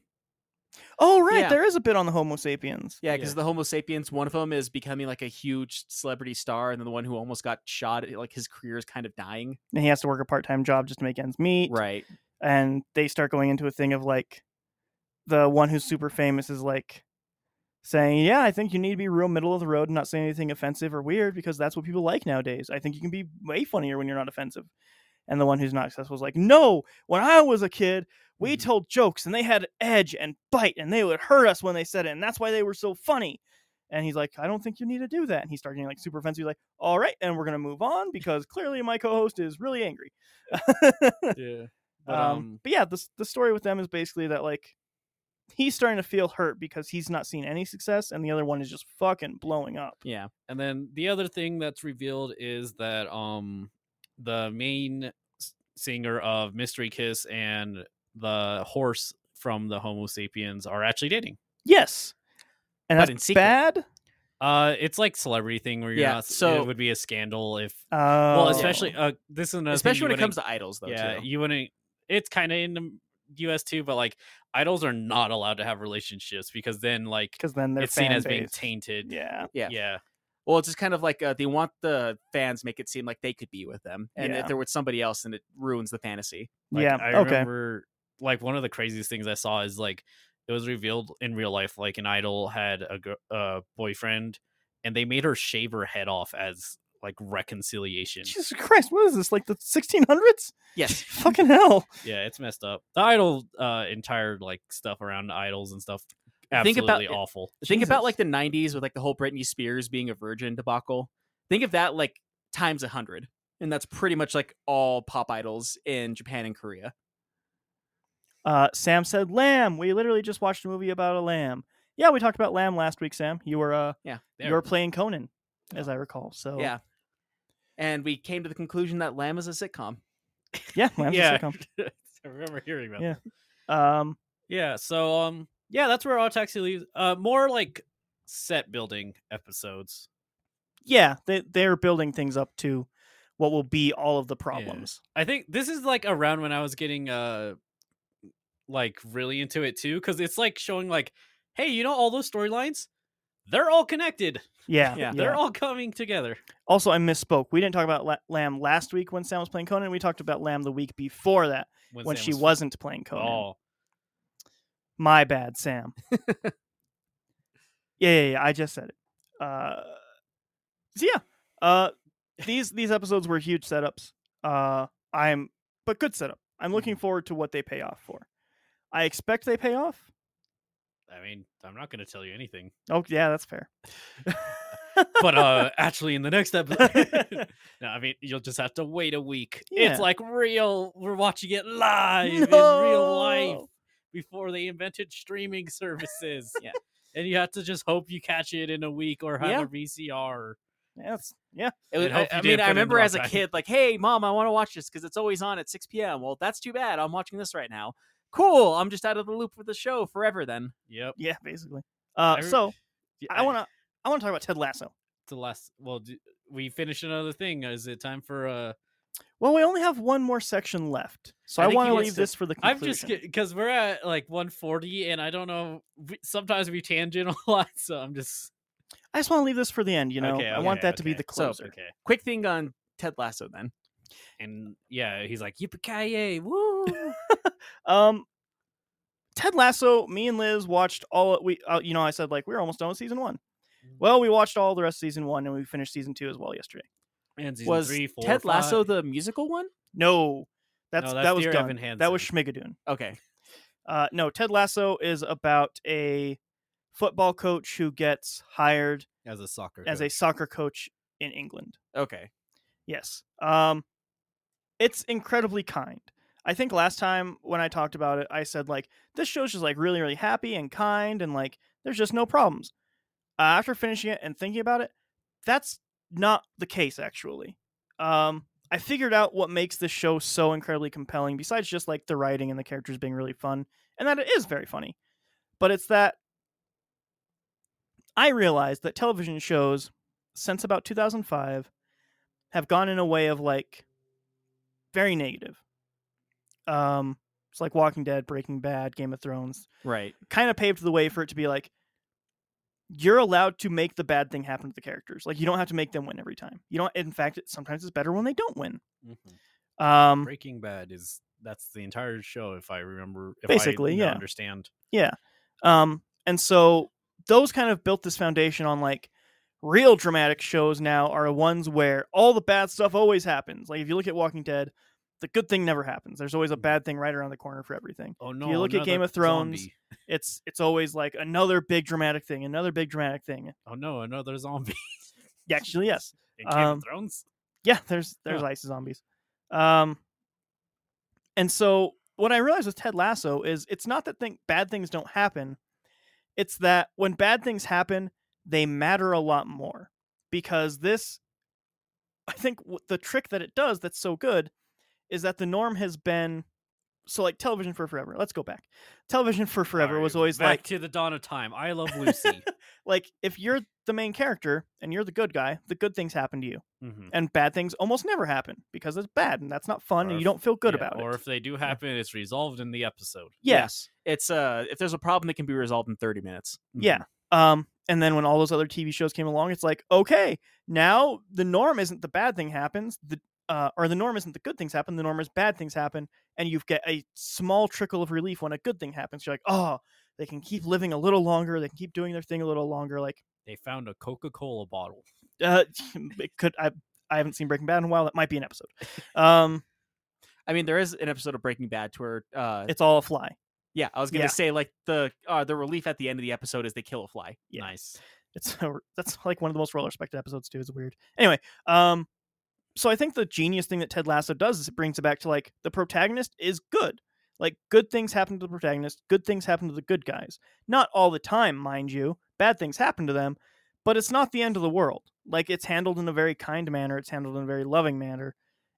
[SPEAKER 3] Oh right,
[SPEAKER 5] Yeah.
[SPEAKER 3] there is a bit on the Homo sapiens.
[SPEAKER 5] Yeah, because the Homo sapiens, one of them is becoming like a huge celebrity star, and then the one who almost got shot, like his career is kind of dying.
[SPEAKER 3] And he has to work a part time job just to make ends meet.
[SPEAKER 5] Right.
[SPEAKER 3] And they start going into a thing of like the one who's super famous is like saying, Yeah, I think you need to be real middle of the road and not say anything offensive or weird because that's what people like nowadays. I think you can be way funnier when you're not offensive. And the one who's not successful is like, No, when I was a kid, we told jokes and they had edge and bite and they would hurt us when they said it, and that's why they were so funny. And he's like, I don't think you need to do that. And he starts getting like super offensive. He's like, All right, and we're gonna move on because clearly my co-host is really angry.
[SPEAKER 5] Yeah.
[SPEAKER 3] um, but yeah, the s- the story with them is basically that like he's starting to feel hurt because he's not seen any success, and the other one is just fucking blowing up.
[SPEAKER 5] yeah.
[SPEAKER 2] And then the other thing that's revealed is that um the main s- singer of Mystery Kiss and the horse from the Homo sapiens are actually dating.
[SPEAKER 3] Yes, and
[SPEAKER 5] But
[SPEAKER 3] that's
[SPEAKER 5] in secret.
[SPEAKER 3] bad.
[SPEAKER 2] Uh it's like celebrity thing where you're
[SPEAKER 5] Yeah,
[SPEAKER 2] not so
[SPEAKER 5] so-
[SPEAKER 2] it would be a scandal if
[SPEAKER 3] Oh,
[SPEAKER 2] well especially uh this is another
[SPEAKER 5] Especially when it comes to idols, though.
[SPEAKER 2] yeah,
[SPEAKER 5] too.
[SPEAKER 2] you wouldn't it's kind of in the US too but like idols are not allowed to have relationships because then like
[SPEAKER 3] because then they're
[SPEAKER 2] it's seen as being
[SPEAKER 3] fan-based.
[SPEAKER 2] tainted.
[SPEAKER 3] Yeah,
[SPEAKER 5] Yeah.
[SPEAKER 2] Yeah.
[SPEAKER 5] Well, it's just kind of like uh, they want the fans make it seem like they could be with them, and
[SPEAKER 3] Yeah.
[SPEAKER 5] if they're with somebody else, then it ruins the fantasy.
[SPEAKER 2] Like,
[SPEAKER 3] yeah.
[SPEAKER 2] I
[SPEAKER 3] okay.
[SPEAKER 2] remember like one of the craziest things I saw is like it was revealed in real life like an idol had a gir- uh, boyfriend and they made her shave her head off as like reconciliation.
[SPEAKER 3] Jesus Christ, what is this? Like the
[SPEAKER 2] [laughs]
[SPEAKER 3] 1600s?
[SPEAKER 5] Yes.
[SPEAKER 3] Fucking hell!
[SPEAKER 2] Yeah, it's messed up. The idol uh entire like stuff around idols and stuff
[SPEAKER 5] Think about-
[SPEAKER 2] absolutely awful.
[SPEAKER 5] Think
[SPEAKER 3] Jesus.
[SPEAKER 2] [laughs]
[SPEAKER 5] about like the '90s with like the whole Britney Spears being a virgin debacle. Think of that like times a hundred, and that's pretty much like all pop idols in Japan and Korea.
[SPEAKER 3] Uh, Sam said lamb. We literally just watched a movie about a lamb. Yeah, we talked about lamb last week, Sam. You were uh,
[SPEAKER 2] There. Oh.
[SPEAKER 3] you were playing Conan, as I recall. So
[SPEAKER 5] Yeah. And we came to the conclusion that Lamb is a sitcom.
[SPEAKER 3] yeah, lamb's a
[SPEAKER 2] Yeah.
[SPEAKER 3] sitcom.
[SPEAKER 2] I remember hearing about
[SPEAKER 3] Yeah.
[SPEAKER 2] that.
[SPEAKER 3] Um,
[SPEAKER 2] Yeah, so um yeah, that's where Autotaxi leaves. Uh more like set building episodes.
[SPEAKER 3] yeah, they they're building things up to what will be all of the problems.
[SPEAKER 2] I think this is like around when I was getting uh like really into it too cuz it's like showing like hey, you know all those storylines? They're all connected.
[SPEAKER 3] Yeah,
[SPEAKER 5] Yeah.
[SPEAKER 2] [laughs] They're all coming together.
[SPEAKER 3] also, I misspoke. We didn't talk about La- Lamb last week when Sam was playing Conan. We talked about Lamb the week before that when
[SPEAKER 2] Sam
[SPEAKER 3] she
[SPEAKER 2] was-
[SPEAKER 3] was not playing Conan.
[SPEAKER 2] Oh,
[SPEAKER 3] My bad, Sam.
[SPEAKER 2] [laughs]
[SPEAKER 3] yeah, yeah, yeah. I just said it. Uh, so yeah, uh, these these episodes were huge setups. Uh, I'm but good setup. I'm
[SPEAKER 2] Mm-hmm.
[SPEAKER 3] looking forward to what they pay off for. I expect they pay off.
[SPEAKER 2] I mean, I'm not going to tell you anything.
[SPEAKER 3] Oh yeah, that's fair.
[SPEAKER 2] But uh actually in the
[SPEAKER 3] [laughs]
[SPEAKER 2] next episode. [laughs] no, I mean, you'll just have to wait a week.
[SPEAKER 3] Yeah.
[SPEAKER 2] It's like real. We're watching it live in real life.
[SPEAKER 3] No!
[SPEAKER 2] before they invented streaming services.
[SPEAKER 5] Yeah.
[SPEAKER 2] And you have to just hope you catch it in a week or have
[SPEAKER 5] Yeah.
[SPEAKER 2] a VCR.
[SPEAKER 3] Yes. Yeah.
[SPEAKER 5] It
[SPEAKER 2] I'd
[SPEAKER 5] was- oh, I,
[SPEAKER 2] hope you
[SPEAKER 5] I
[SPEAKER 2] didn't
[SPEAKER 5] mean,
[SPEAKER 2] put
[SPEAKER 5] I
[SPEAKER 2] in the
[SPEAKER 5] remember
[SPEAKER 2] wrong
[SPEAKER 5] as a
[SPEAKER 2] time.
[SPEAKER 5] kid, like, hey, mom, I want to watch this because it's always on at 6 p.m. Well, that's too bad. I'm watching this right now. Cool. I'm just out of the loop for the show forever then.
[SPEAKER 2] Yep. eh,
[SPEAKER 3] Yeah, basically. Uh,
[SPEAKER 2] I re-
[SPEAKER 3] so
[SPEAKER 2] Yeah,
[SPEAKER 3] I want to I want to talk about Ted Lasso.
[SPEAKER 2] to last. Well, do, we finish another thing. Is it time for Uh,
[SPEAKER 3] [laughs] Well, we only have one more section left, so
[SPEAKER 5] I
[SPEAKER 3] I,
[SPEAKER 5] think
[SPEAKER 3] want
[SPEAKER 5] he
[SPEAKER 3] to
[SPEAKER 5] wants
[SPEAKER 3] leave
[SPEAKER 5] to-
[SPEAKER 3] this for the
[SPEAKER 2] I'm
[SPEAKER 3] conclusion.
[SPEAKER 2] just because we're at like 140, and I don't know. we- Sometimes we tangent [laughs] a lot, so I'm just
[SPEAKER 3] I just want to leave this for the end. You know,
[SPEAKER 2] Okay,
[SPEAKER 3] I want
[SPEAKER 2] okay,
[SPEAKER 3] that to be
[SPEAKER 2] okay.
[SPEAKER 3] the
[SPEAKER 5] So-
[SPEAKER 3] closer.
[SPEAKER 2] okay.
[SPEAKER 5] Quick thing on Ted Lasso then.
[SPEAKER 2] And yeah, he's like yippee woo.
[SPEAKER 3] Um, Ted Lasso. Me and Liz watched all we. Uh, you know, I said like we were almost done with season one. Well, we watched all the rest of season one, and we finished season two as well yesterday.
[SPEAKER 2] And season
[SPEAKER 5] Was
[SPEAKER 2] three, four,
[SPEAKER 5] Ted Lasso
[SPEAKER 2] five.
[SPEAKER 5] the musical one?
[SPEAKER 3] No, that's,
[SPEAKER 2] No, that's
[SPEAKER 3] that was
[SPEAKER 2] Dear
[SPEAKER 3] done.
[SPEAKER 2] Evan
[SPEAKER 3] That was
[SPEAKER 2] Hansen.
[SPEAKER 3] Schmigadoon.
[SPEAKER 5] Okay.
[SPEAKER 3] Uh, no, Ted Lasso is about a football coach who gets hired
[SPEAKER 2] as a soccer
[SPEAKER 3] as a
[SPEAKER 2] coach.
[SPEAKER 3] soccer coach in England.
[SPEAKER 5] Okay.
[SPEAKER 3] Yes. Um it's incredibly kind. I think last time when I talked about it, I said like this show's just like really really happy and kind and like there's just no problems. Uh, after finishing it and thinking about it, that's not the case actually. Um I figured out what makes this show so incredibly compelling besides just like the writing and the characters being really fun and that it is very funny. But it's that I realized that television shows since about 2005 have gone in a way of like very negative. Um, It's like Walking Dead, Breaking Bad, Game of Thrones.
[SPEAKER 5] Right.
[SPEAKER 3] Kind of paved the way for it to be like you're allowed to make the bad thing happen to the characters. Like you don't have to make them win every time. You don't. In fact, it, sometimes it's better when they don't win.
[SPEAKER 2] Mm-hmm.
[SPEAKER 3] Um,
[SPEAKER 2] Breaking Bad is that's the entire show, if I remember. If
[SPEAKER 3] Basically,
[SPEAKER 2] I now
[SPEAKER 3] yeah.
[SPEAKER 2] understand.
[SPEAKER 3] Um, and so those kind of built this foundation on like real dramatic shows now are ones where all the bad stuff always happens. Like if you look at Walking Dead, the good thing never happens. There's always a bad thing right around the corner for everything.
[SPEAKER 2] Oh no!
[SPEAKER 3] you look at
[SPEAKER 2] another
[SPEAKER 3] Game of Thrones-
[SPEAKER 2] zombie.
[SPEAKER 3] It's it's always like another big dramatic thing, another big dramatic thing.
[SPEAKER 2] Oh no!
[SPEAKER 3] [laughs]
[SPEAKER 2] Another zombie. [laughs]
[SPEAKER 3] Actually, yes.
[SPEAKER 2] In Game
[SPEAKER 3] Um,
[SPEAKER 2] of Thrones.
[SPEAKER 3] Yeah, there's there's
[SPEAKER 2] Huh.
[SPEAKER 3] ice zombies. Um and so what I realized with Ted Lasso is it's not that thing bad things don't happen. It's that when bad things happen, they matter a lot more because this I think w- the trick that it does that's so good is that the norm has been so like television for forever. Let's go back. Television for forever
[SPEAKER 2] Sorry,
[SPEAKER 3] was always
[SPEAKER 2] back
[SPEAKER 3] like
[SPEAKER 2] to the dawn of time. I love
[SPEAKER 3] [laughs]
[SPEAKER 2] Lucy.
[SPEAKER 3] like if you're the main character and you're the good guy, the good things happen to you
[SPEAKER 2] Mhm.
[SPEAKER 3] and bad things almost never happen because it's bad and that's not fun
[SPEAKER 2] Or
[SPEAKER 3] and
[SPEAKER 2] if-
[SPEAKER 3] you don't feel good
[SPEAKER 2] Yeah,
[SPEAKER 3] about
[SPEAKER 2] or
[SPEAKER 3] it.
[SPEAKER 2] if they do happen, it's resolved in the episode.
[SPEAKER 3] yeah,
[SPEAKER 5] It's uh, if there's a problem that can be resolved in 30 minutes.
[SPEAKER 3] yeah.
[SPEAKER 2] mm-hmm.
[SPEAKER 3] Um, and then when all those other TV shows came along, it's like, okay, now the norm isn't the bad thing happens, the uh, or the norm isn't the good things happen. The norm is bad things happen, and you get a small trickle of relief when a good thing happens. You're like, oh, they can keep living a little longer. They can keep doing their thing a little longer. Like,
[SPEAKER 2] They found a Coca Cola bottle.
[SPEAKER 3] uh, [laughs] it could. I I haven't seen Breaking Bad in a while. That might be an episode. Um,
[SPEAKER 5] I mean, there is an episode of Breaking Bad where uh,
[SPEAKER 3] it's all a fly.
[SPEAKER 5] yeah, I was gonna
[SPEAKER 3] yeah.
[SPEAKER 5] say like the uh, the relief at the end of the episode is they kill a fly.
[SPEAKER 3] Yeah.
[SPEAKER 2] Nice.
[SPEAKER 3] it's [laughs] a, that's like one of the most well respected episodes too. It's weird. Anyway, um, so I think the genius thing that Ted Lasso does is it brings it back to like the protagonist is good. Like good things happen to the protagonist, good things happen to the good guys. Not all the time, mind you. Bad things happen to them, but it's not the end of the world. Like it's handled in a very kind manner. It's handled in a very loving manner.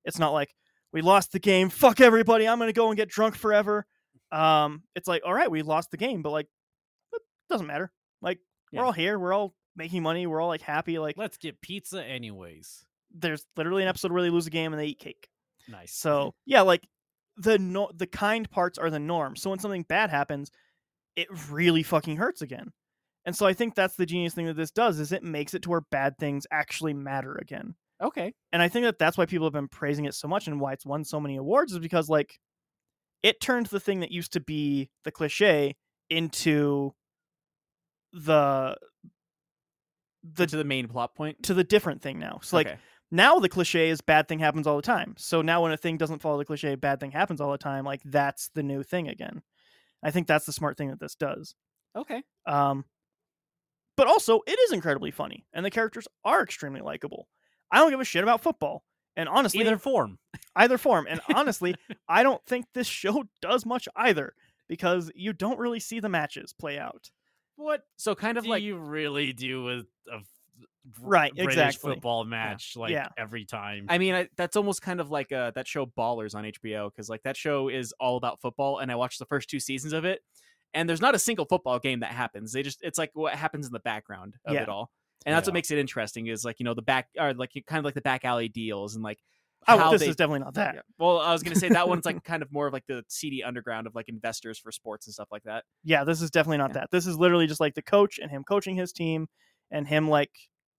[SPEAKER 3] It's not like we lost the game. Fuck everybody. I'm gonna go and get drunk forever. Um, it's like all right, we lost the game, but like it doesn't matter. Like
[SPEAKER 5] Yeah.
[SPEAKER 3] we're all here. We're all making money. We're all like happy. Like
[SPEAKER 2] Let's get pizza, anyways.
[SPEAKER 3] there's literally an episode where they lose a game and they eat cake.
[SPEAKER 2] Nice.
[SPEAKER 3] So yeah, like the no- the kind parts are the norm. So when something bad happens, it really fucking hurts again. And so I think that's the genius thing that this does is it makes it to where bad things actually matter again.
[SPEAKER 5] Okay.
[SPEAKER 3] And I think that that's why people have been praising it so much and why it's won so many awards is because like it turned the thing that used to be the cliche into the the
[SPEAKER 5] to the main plot point.
[SPEAKER 3] to the different thing now. So like
[SPEAKER 5] Okay.
[SPEAKER 3] now the cliche is bad thing happens all the time. So now when a thing doesn't follow the cliche, bad thing happens all the time. Like that's the new thing again. I think that's the smart thing that this does.
[SPEAKER 5] okay.
[SPEAKER 3] Um, but also it is incredibly funny, and the characters are extremely likable. I don't give a shit about football, and honestly,
[SPEAKER 2] either form.
[SPEAKER 3] [laughs] either form.
[SPEAKER 5] [laughs]
[SPEAKER 3] And honestly, I don't think this show [laughs] does much either because you don't really see the matches play out.
[SPEAKER 5] What? So kind of
[SPEAKER 2] do
[SPEAKER 5] like
[SPEAKER 2] you really do with a f- Br-
[SPEAKER 3] Right,
[SPEAKER 2] British
[SPEAKER 3] exactly.
[SPEAKER 2] football match like
[SPEAKER 3] yeah.
[SPEAKER 2] every time.
[SPEAKER 5] I mean, I, that's almost kind of like uh, that show Ballers on HBO because like that show is all about football, and I watched the first two seasons of it, and there's not a single football game that happens. They just it's like what happens in the background of
[SPEAKER 3] Yeah.
[SPEAKER 5] it all, and that's what
[SPEAKER 2] Yeah.
[SPEAKER 5] makes it interesting is like you know the back or like kind of like the back alley deals and like
[SPEAKER 3] Oh,
[SPEAKER 5] how
[SPEAKER 3] this
[SPEAKER 5] they-
[SPEAKER 3] is definitely not that.
[SPEAKER 5] Yeah. Well, I was gonna say that
[SPEAKER 3] [laughs]
[SPEAKER 5] one's like kind of more of like the seedy underground of like investors for sports and stuff like that.
[SPEAKER 3] yeah, this is definitely not
[SPEAKER 5] Yeah.
[SPEAKER 3] that. This is literally just like the coach and him coaching his team and him like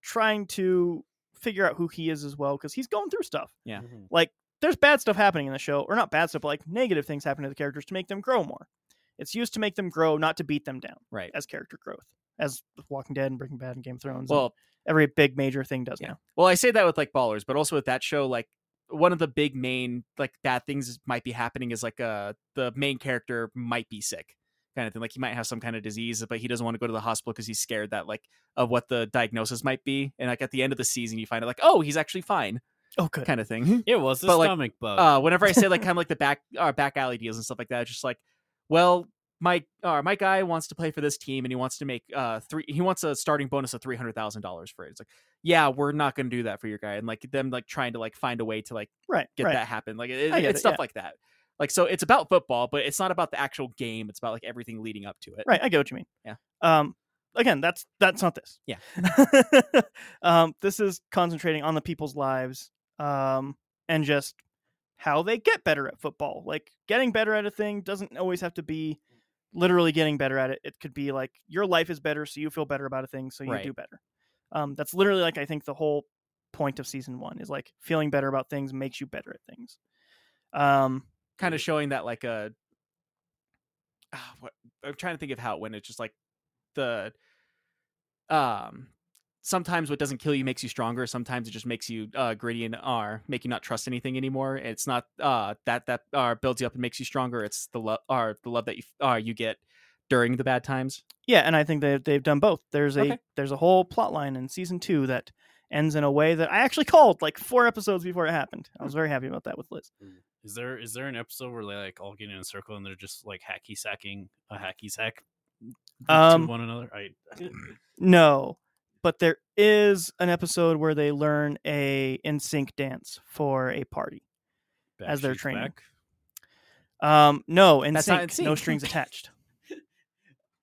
[SPEAKER 3] trying to figure out who he is as well because he's going through stuff.
[SPEAKER 5] yeah.
[SPEAKER 2] Mhm.
[SPEAKER 3] Like there's bad stuff happening in the show, or not bad stuff, but like negative things happen to the characters to make them grow more. It's used to make them grow, not to beat them down
[SPEAKER 5] Right.
[SPEAKER 3] as character growth, as with Walking Dead and Breaking Bad and Game of Thrones. and
[SPEAKER 5] Well,
[SPEAKER 3] every big major thing does
[SPEAKER 5] yeah.
[SPEAKER 3] now.
[SPEAKER 5] Well, I say that with like ballers, but also with that show, like one of the big main like bad things is- might be happening is like uh the main character might be sick kind of thing. Like he might have some kind of disease, but he doesn't want to go to the hospital because he's scared that like of what the diagnosis might be. And like at the end of the season, you find out like oh he's actually fine
[SPEAKER 3] Oh, good.
[SPEAKER 5] kind of thing.
[SPEAKER 2] it was a
[SPEAKER 5] but, like,
[SPEAKER 2] stomach bug.
[SPEAKER 5] Uh, whenever I say like kind
[SPEAKER 3] [laughs]
[SPEAKER 5] of like the back uh, back alley deals and stuff like that, it's just like well. My uh, my guy wants to play for this team, and he wants to make uh three. He wants a starting bonus of three hundred thousand dollars for it. It's like, yeah, we're not going to do that for your guy, and like them like trying to like find a way to like
[SPEAKER 3] Right.
[SPEAKER 5] get
[SPEAKER 3] right.
[SPEAKER 5] that happen. Like it,
[SPEAKER 3] I get
[SPEAKER 5] it's
[SPEAKER 3] it,
[SPEAKER 5] stuff
[SPEAKER 3] yeah.
[SPEAKER 5] like that. Like so, it's about football, but it's not about the actual game. It's about like everything leading up to it.
[SPEAKER 3] Right, I get what you mean.
[SPEAKER 5] Yeah.
[SPEAKER 3] Um again, that's that's not this. [laughs]
[SPEAKER 5] Yeah.
[SPEAKER 3] um this is concentrating on the people's lives um and just how they get better at football. Like getting better at a thing doesn't always have to be literally getting better at it. It could be like your life is better, so you feel better about a thing, so you
[SPEAKER 5] Right.
[SPEAKER 3] do better. Um, that's literally like I think the whole point of season one is like feeling better about things makes you better at things. Um,
[SPEAKER 5] kind of showing that like a Ah, what I'm trying to think of how it went. It's just like the um sometimes what doesn't kill you makes you stronger. Sometimes it just makes you uh gritty and are make you not trust anything anymore. It's not uh that that uh builds you up and makes you stronger. It's the love uh the love that you f- uh you get during the bad times.
[SPEAKER 3] Yeah, and I think they they've done both. There's a
[SPEAKER 5] Okay.
[SPEAKER 3] there's a whole plot line in season two that ends in a way that I actually [laughs] called like four episodes before it happened.
[SPEAKER 5] Hmm.
[SPEAKER 3] I was very happy about that with Liz.
[SPEAKER 2] Is there is there an episode where they like all get in a circle and they're just like hacky sacking a hacky sack
[SPEAKER 3] Um,
[SPEAKER 2] to one another? I
[SPEAKER 3] No, but there is an episode where they learn a in sync dance for a party. as they're
[SPEAKER 2] Backstreet's
[SPEAKER 3] training.
[SPEAKER 2] Back.
[SPEAKER 3] Um, no, in
[SPEAKER 5] That's not
[SPEAKER 3] sync, no
[SPEAKER 5] NSYNC.
[SPEAKER 3] strings attached.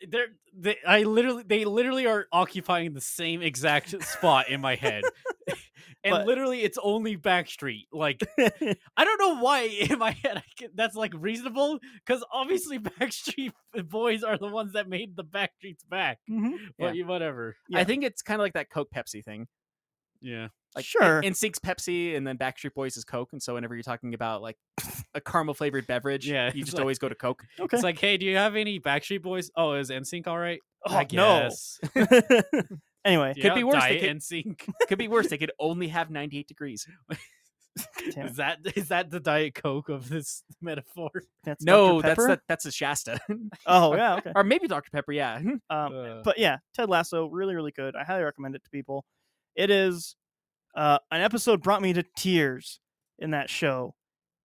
[SPEAKER 2] They're they I literally they literally are occupying the same exact spot in
[SPEAKER 3] [laughs]
[SPEAKER 2] my head. And
[SPEAKER 3] But-
[SPEAKER 2] literally, it's only Backstreet.
[SPEAKER 3] [laughs]
[SPEAKER 2] Like, I don't know why in my head I can, that's like reasonable, because obviously [laughs] Backstreet Boys are the ones that made the Backstreets back.
[SPEAKER 5] Yeah.
[SPEAKER 2] But you whatever.
[SPEAKER 3] Yeah.
[SPEAKER 5] I think it's kind of like that Coke Pepsi thing.
[SPEAKER 2] Yeah.
[SPEAKER 5] Like
[SPEAKER 3] Sure.
[SPEAKER 5] and Sync's Pepsi and then Backstreet Boys is Coke. And so whenever you're talking about like a caramel flavored beverage,
[SPEAKER 2] Yeah,
[SPEAKER 5] you
[SPEAKER 2] it's
[SPEAKER 5] just
[SPEAKER 2] like-
[SPEAKER 5] always go to Coke.
[SPEAKER 3] Okay.
[SPEAKER 2] It's like, hey, do you have any Backstreet Boys? Oh, is NSYNC all right?
[SPEAKER 3] Oh,
[SPEAKER 2] I [laughs] guess. No.
[SPEAKER 3] anyway,
[SPEAKER 5] Could be worse, they
[SPEAKER 3] [laughs]
[SPEAKER 5] could-
[SPEAKER 2] NSYNC.
[SPEAKER 5] Could be worse. They could only have 98 degrees.
[SPEAKER 3] damn it.
[SPEAKER 2] Is that is that the Diet Coke of this [laughs] metaphor?
[SPEAKER 3] that's
[SPEAKER 5] No,
[SPEAKER 3] Dr.
[SPEAKER 5] that's
[SPEAKER 3] Pepper?
[SPEAKER 5] the, that's a Shasta,
[SPEAKER 3] Oh yeah, okay.
[SPEAKER 5] or maybe Dr Pepper. Yeah,
[SPEAKER 3] Um,
[SPEAKER 5] [laughs]
[SPEAKER 2] Uh,
[SPEAKER 3] but yeah, Ted Lasso, really, really good. I highly recommend it to people. It is uh, an episode brought me to tears in that show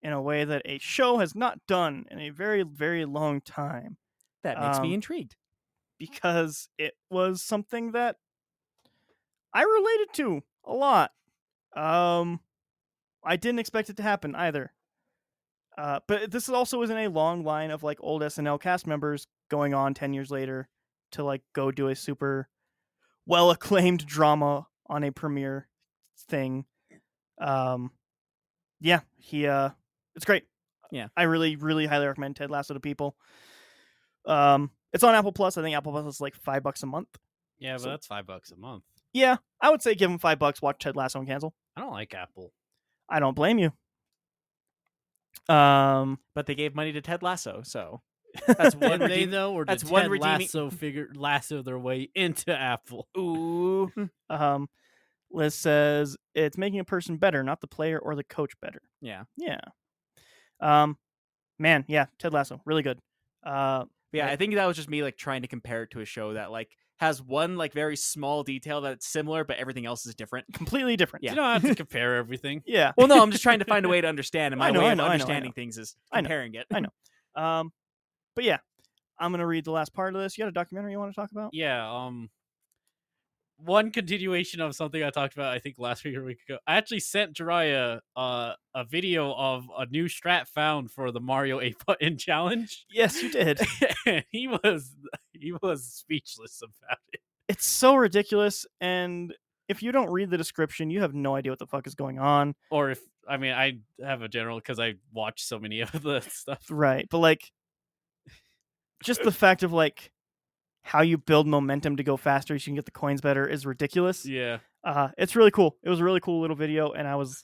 [SPEAKER 3] in a way that a show has not done in a very, very long time
[SPEAKER 5] that makes
[SPEAKER 3] Um,
[SPEAKER 5] me intrigued.
[SPEAKER 3] because it was something that I related to a lot. Um, I didn't expect it to happen either. Uh, but this is also is in a long line of like old SNL cast members going on ten years later to like go do a super well acclaimed drama on a premiere thing. Um, yeah, he uh, it's great.
[SPEAKER 5] Yeah.
[SPEAKER 3] I really, really highly recommend Ted Lasso to people. Um, it's on Apple Plus. I think Apple Plus is like five bucks a month.
[SPEAKER 2] yeah, but
[SPEAKER 3] so-
[SPEAKER 2] that's five bucks a month.
[SPEAKER 3] Yeah, I would say give them five bucks. Watch Ted Lasso and cancel.
[SPEAKER 2] I don't like Apple.
[SPEAKER 3] I don't blame you. Um,
[SPEAKER 5] But they gave money to Ted Lasso,
[SPEAKER 3] [laughs]
[SPEAKER 5] so
[SPEAKER 2] That's
[SPEAKER 5] that's
[SPEAKER 2] one
[SPEAKER 5] one
[SPEAKER 2] they
[SPEAKER 5] redeem-
[SPEAKER 2] though, or
[SPEAKER 5] that's
[SPEAKER 2] did
[SPEAKER 5] one
[SPEAKER 2] Ted
[SPEAKER 5] redeeming-
[SPEAKER 2] Lasso figure lasso their way into Apple?
[SPEAKER 5] [laughs] Ooh,
[SPEAKER 3] um, Liz says it's making a person better, not the player or the coach better.
[SPEAKER 5] yeah,
[SPEAKER 3] Yeah. Um, man, yeah, Ted Lasso, really good. Uh,
[SPEAKER 5] yeah.
[SPEAKER 3] Right.
[SPEAKER 5] I think that was just me like trying to compare it to a show that like has one like very small detail that's similar, but everything else is different.
[SPEAKER 3] completely different.
[SPEAKER 5] Yeah.
[SPEAKER 2] You don't have to compare everything.
[SPEAKER 3] Yeah.
[SPEAKER 5] Well, no, I'm just trying to find
[SPEAKER 3] [laughs]
[SPEAKER 5] a way to understand, and
[SPEAKER 3] I
[SPEAKER 5] my
[SPEAKER 3] know,
[SPEAKER 5] way
[SPEAKER 3] I
[SPEAKER 5] of
[SPEAKER 3] know, I know, I
[SPEAKER 5] understanding
[SPEAKER 3] know.
[SPEAKER 5] things is
[SPEAKER 3] I know,
[SPEAKER 5] comparing it.
[SPEAKER 3] I know. Um, but yeah, I'm gonna read the last part of this. You got a documentary you want to talk about?
[SPEAKER 2] Yeah. Um. One continuation of something I talked about, I think last week or week ago. I actually sent Jiraiya uh, a video of a new strat found for the Mario eight button challenge. [laughs]
[SPEAKER 3] Yes, you did.
[SPEAKER 2] and he was he was speechless about it.
[SPEAKER 3] it's so ridiculous and if you don't read the description you have no idea what the fuck is going on
[SPEAKER 2] Or if I mean, I have a general because I watch so many of the stuff.
[SPEAKER 3] right but like just [laughs] the fact of like how you build momentum to go faster so you can get the coins better is ridiculous
[SPEAKER 2] Yeah.
[SPEAKER 3] uh it's really cool it was a really cool little video and i was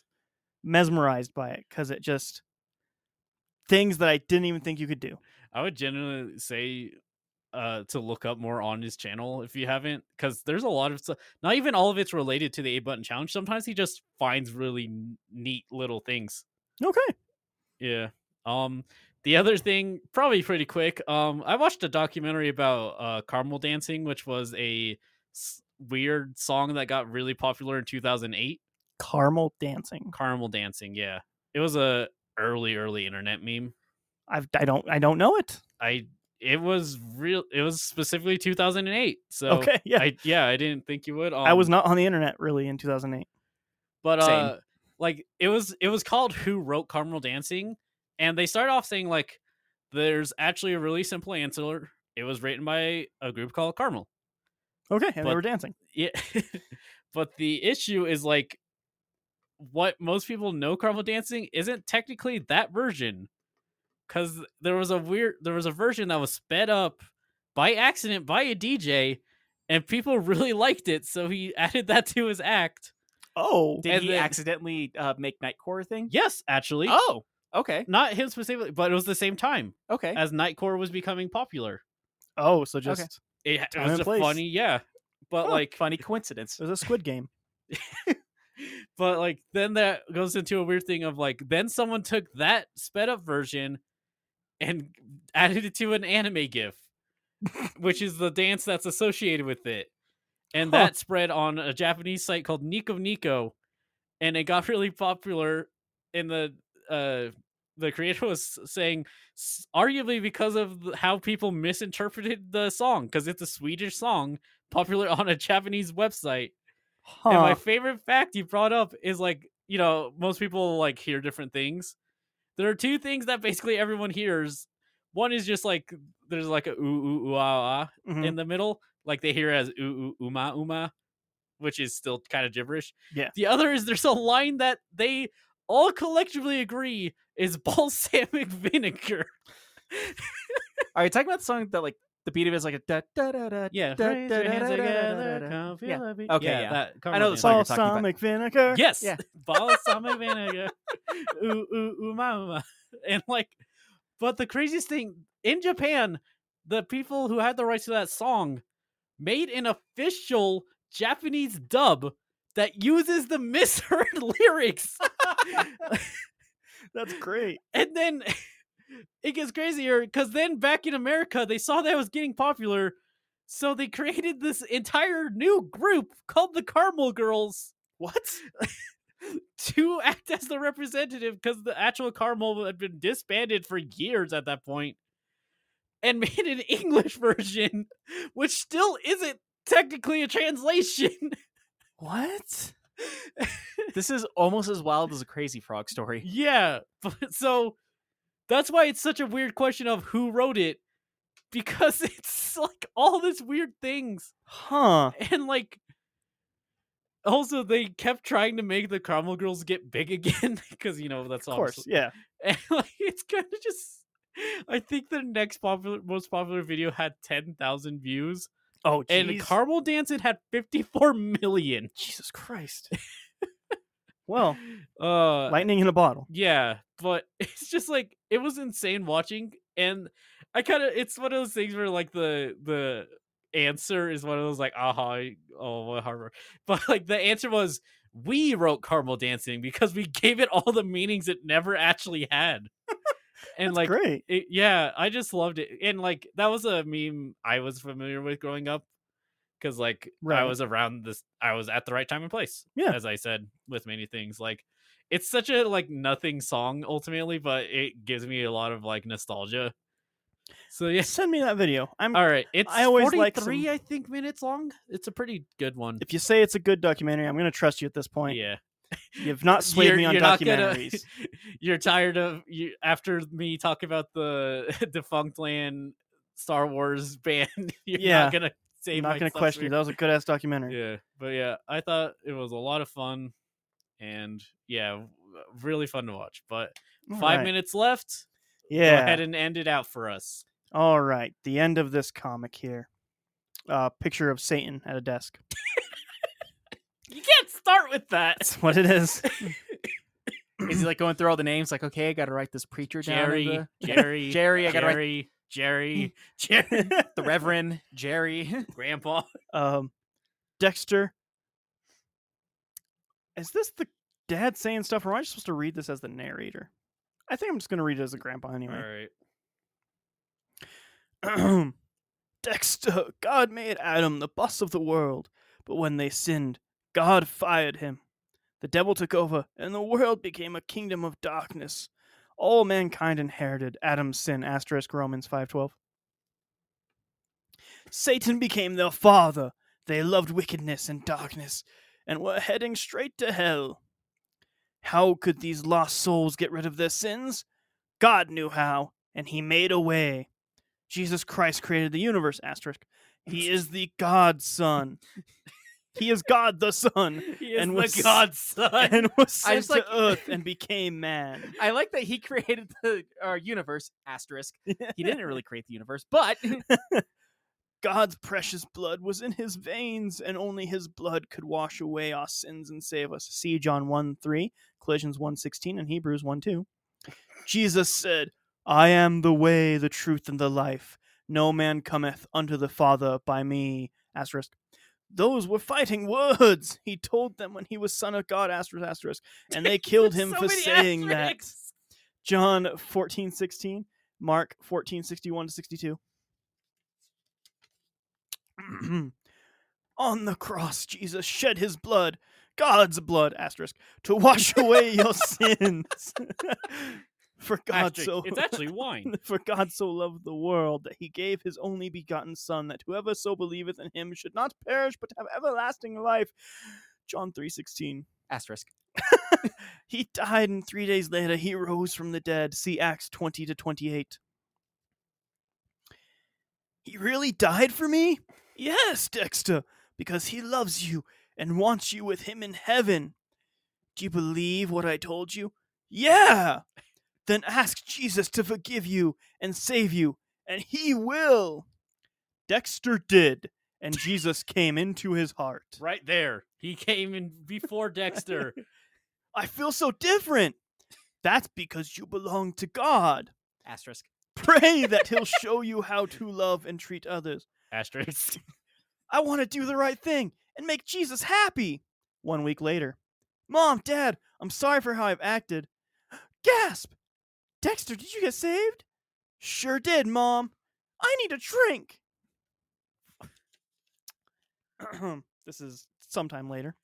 [SPEAKER 3] mesmerized by it because it just things that i didn't even think you could do
[SPEAKER 2] I would genuinely say uh to look up more on his channel if you haven't because there's a lot of stuff not even all of it's related to the a button challenge sometimes he just finds really n- neat little things
[SPEAKER 3] okay
[SPEAKER 2] yeah um the other thing probably pretty quick um i watched a documentary about uh carmel dancing which was a s- weird song that got really popular in 2008
[SPEAKER 3] caramel dancing
[SPEAKER 2] carmel dancing yeah it was a early early internet meme
[SPEAKER 3] I've, i don't i don't know it
[SPEAKER 2] i it was real it was specifically 2008 so
[SPEAKER 3] okay yeah Oh, I,
[SPEAKER 2] I yeah, I didn't think you would. Um,
[SPEAKER 3] was not on the internet really in 2008
[SPEAKER 2] but
[SPEAKER 5] Same.
[SPEAKER 2] uh, like it was it was called Who Wrote Carmel Dancing, and they start off saying like there's actually a really simple answer. It was written by a group called Carmel.
[SPEAKER 3] okay and they
[SPEAKER 2] But- [laughs]
[SPEAKER 3] were dancing
[SPEAKER 2] Yeah, but the issue is like what most people know carnival dancing isn't technically that version because there was a weird there was a version that was sped up by accident by a dj and people [laughs] really liked it so he [laughs] added that to his act
[SPEAKER 3] Oh,
[SPEAKER 5] Did
[SPEAKER 2] And
[SPEAKER 5] he
[SPEAKER 2] then-
[SPEAKER 5] accidentally uh, make Nightcore a thing?
[SPEAKER 2] yes actually
[SPEAKER 5] Oh, okay,
[SPEAKER 2] not him specifically but it was the same time
[SPEAKER 5] okay.
[SPEAKER 2] as nightcore was becoming popular
[SPEAKER 3] oh, so just
[SPEAKER 2] it, it
[SPEAKER 3] Time
[SPEAKER 2] was
[SPEAKER 3] and
[SPEAKER 2] a
[SPEAKER 3] place.
[SPEAKER 2] funny yeah but
[SPEAKER 5] Huh,
[SPEAKER 2] like
[SPEAKER 5] funny coincidence.
[SPEAKER 3] it was a Squid Game.
[SPEAKER 2] but like then that goes into a weird thing of like then someone took that sped up version and added it to an anime gif which is the dance that's associated with it and
[SPEAKER 3] Huh.
[SPEAKER 2] that spread on a japanese site called nico nico and it got [laughs] really popular in the uh the creator was saying s- arguably because of th- how people misinterpreted the song because it's a swedish song popular [laughs] on a japanese website
[SPEAKER 3] Huh.
[SPEAKER 2] and my favorite fact you brought up is like, you know, most people like hear different things. There are two things that basically everyone hears. One is just like there's like a ooh ooh ooh ah ah
[SPEAKER 5] Mm-hmm.
[SPEAKER 3] Mhm.
[SPEAKER 2] in the middle, like they hear as ooh ooh uma uma, which is still kind of gibberish.
[SPEAKER 3] Yeah.
[SPEAKER 2] The other is there's a line that they all collectively agree is [laughs] balsamic
[SPEAKER 5] [laughs]
[SPEAKER 2] vinegar.
[SPEAKER 5] Are you talking about the song that like the beat of it is like a da da da da?
[SPEAKER 2] Yeah.
[SPEAKER 5] da,
[SPEAKER 2] raise your
[SPEAKER 5] da,
[SPEAKER 2] hands
[SPEAKER 5] da, da, da,
[SPEAKER 2] together,
[SPEAKER 5] da, da.
[SPEAKER 2] come feel
[SPEAKER 5] Yeah.
[SPEAKER 2] the beat.
[SPEAKER 5] Okay,
[SPEAKER 2] Yeah,
[SPEAKER 5] yeah.
[SPEAKER 2] that
[SPEAKER 5] I know the
[SPEAKER 2] Cumberland
[SPEAKER 5] song
[SPEAKER 2] dance.
[SPEAKER 5] you're talking about.
[SPEAKER 3] Balsamic vinegar.
[SPEAKER 2] Yes. [laughs]
[SPEAKER 5] Yeah.
[SPEAKER 2] Balsamic vinegar. ooh, ooh, ooh, mama. [laughs] And like, but the craziest thing in Japan, the people who had the rights to that song made an official Japanese dub that uses the [laughs] misheard lyrics.
[SPEAKER 3] [laughs] That's great.
[SPEAKER 2] and then [laughs] it gets crazier because then back in America, they saw that it was getting popular. So they created this entire new group called the Carmel Girls
[SPEAKER 3] What?
[SPEAKER 2] [laughs] to act as the representative because the actual Carmel had been disbanded for years at that point and [laughs] made an English version, which still isn't technically a translation.
[SPEAKER 3] What?
[SPEAKER 5] This is almost as wild as a Crazy Frog story.
[SPEAKER 2] yeah. [laughs] But, so that's why it's such a weird question of who wrote it because [laughs] it's like all this weird things.
[SPEAKER 3] Huh.
[SPEAKER 2] And like, also, they kept trying to make the Carmel Girls get big [laughs] again because, you know, that's
[SPEAKER 3] Of
[SPEAKER 2] all.
[SPEAKER 3] course. Yeah.
[SPEAKER 2] and [laughs] like it's kind of just i think the next popular most popular video had 10,000 views
[SPEAKER 3] Oh,
[SPEAKER 2] and Carmel Dancing had 54 million
[SPEAKER 3] Jesus Christ. [laughs] well,
[SPEAKER 2] uh
[SPEAKER 3] lightning in a bottle.
[SPEAKER 2] yeah but [laughs] it's just like it was insane watching and i kind of it's one of those things where like the the answer is one of those like aha oh what harbor [laughs] but like the answer was we wrote Carmel Dancing because we gave it all the meanings it never actually had and
[SPEAKER 3] That's
[SPEAKER 2] like
[SPEAKER 3] great.
[SPEAKER 2] it, yeah, I just loved it, and like that was a meme I was familiar with growing up, because like
[SPEAKER 3] Right.
[SPEAKER 2] I was around this, I was at the right time and place.
[SPEAKER 3] Yeah.
[SPEAKER 2] as I said with many things, like it's such a like nothing song ultimately, but it gives me a lot of like nostalgia. So yeah,
[SPEAKER 3] Send me that video. I'm.
[SPEAKER 2] all right, it's
[SPEAKER 3] always
[SPEAKER 2] forty
[SPEAKER 3] like
[SPEAKER 2] three,
[SPEAKER 3] some-
[SPEAKER 2] I think, minutes long. It's a pretty good one.
[SPEAKER 3] If you say it's a good documentary, I'm going to trust you at this point.
[SPEAKER 2] Yeah,
[SPEAKER 3] You've
[SPEAKER 2] [laughs]
[SPEAKER 3] not swayed me on
[SPEAKER 2] not
[SPEAKER 3] documentaries.
[SPEAKER 2] Gonna, [laughs] you're tired of you after me talking about the [laughs] defunct land Star Wars [laughs] band. You're
[SPEAKER 3] Yeah.
[SPEAKER 2] not gonna say
[SPEAKER 3] I'm not going to question you. That was a good ass documentary.
[SPEAKER 2] Yeah, but yeah, I thought it was a lot of fun, and yeah, w- really fun to watch. But
[SPEAKER 3] All
[SPEAKER 2] five
[SPEAKER 3] right.
[SPEAKER 2] minutes left. Go
[SPEAKER 3] Yeah.
[SPEAKER 2] ahead and end it out for us.
[SPEAKER 3] All right. The end of this comic here. Uh, picture of Satan at a desk.
[SPEAKER 2] You can't start with that.
[SPEAKER 3] That's what it is.
[SPEAKER 5] Is he like going through all the names? Like, okay, I got to write this preacher down. in
[SPEAKER 3] [laughs]
[SPEAKER 2] Jerry,
[SPEAKER 5] [laughs] the-
[SPEAKER 2] Jerry,
[SPEAKER 5] Jerry, I got to write
[SPEAKER 2] Jerry, Jerry, Jerry,
[SPEAKER 5] the Reverend Jerry. [laughs]
[SPEAKER 2] Grandpa.
[SPEAKER 3] Um, Dexter. Is this the dad saying stuff, or am I just supposed to read this as the narrator? I think I'm just going to read it as a grandpa
[SPEAKER 2] [laughs] All
[SPEAKER 3] anyway.
[SPEAKER 2] right.
[SPEAKER 3] [clears throat] Dexter, God made Adam the boss of the world, but when they sinned, God fired him. The devil took over, and the world became a kingdom of darkness. All mankind inherited Adam's sin. Asterisk Romans five twelve. Satan became their father. They loved wickedness and darkness, and were heading straight to hell. How could these lost souls get rid of their sins? God knew how, and He made a way. Jesus Christ created the universe. Asterisk. He is the God Son. He is God the Son,
[SPEAKER 2] He is
[SPEAKER 3] And
[SPEAKER 2] and
[SPEAKER 3] was- [laughs]
[SPEAKER 2] the godson.
[SPEAKER 5] [laughs]
[SPEAKER 3] and was sent
[SPEAKER 5] just like-
[SPEAKER 3] to Earth and became man.
[SPEAKER 5] [laughs] I like that he created the our universe asterisk. [laughs] He didn't really create the universe, but [laughs]
[SPEAKER 3] God's precious blood was in his veins, and only his blood could wash away our sins and save us. See John 1 3, Colossians 1 16, and Hebrews 1 2. Jesus said, I am the way, the truth, and the life. No man cometh unto the Father by me. Asterisk. Those were fighting words. He told them when he was son of God, asterisk, asterisk. And
[SPEAKER 5] [laughs]
[SPEAKER 3] they killed him
[SPEAKER 5] So
[SPEAKER 3] for
[SPEAKER 5] many
[SPEAKER 3] saying that.
[SPEAKER 5] asterisks.
[SPEAKER 3] John fourteen sixteen, Mark fourteen sixty one to 62. [clears throat] On the cross, Jesus shed his blood, God's blood, asterisk, to wash away your sins. [laughs] For God
[SPEAKER 2] Asterisk.
[SPEAKER 3] so [laughs]
[SPEAKER 2] It's actually wine.
[SPEAKER 3] for God so loved the world that he gave his only begotten Son, that whoever so believeth in him should not perish but have everlasting life. John three sixteen.
[SPEAKER 5] asterisk.
[SPEAKER 3] He died, and three days later he rose from the dead. See Acts 20 to 28. He really died for me? Yes, Dexter, because he loves you and wants you with him in heaven. Do you believe what I told you? Yeah! Then ask Jesus to forgive you and save you, and he will! Dexter did, and Jesus came into his heart.
[SPEAKER 2] Right there. He came in before [laughs] Dexter.
[SPEAKER 3] I feel so different. That's because you belong to God.
[SPEAKER 5] Asterisk.
[SPEAKER 3] Pray that He'll show you how to love and treat others.
[SPEAKER 2] Asterisk.
[SPEAKER 3] I want to do the right thing and make Jesus happy. One week later, Mom, Dad, I'm sorry for how I've acted. Gasp! Dexter, did you get saved? Sure did, Mom. I need a drink. [clears throat] this is sometime later.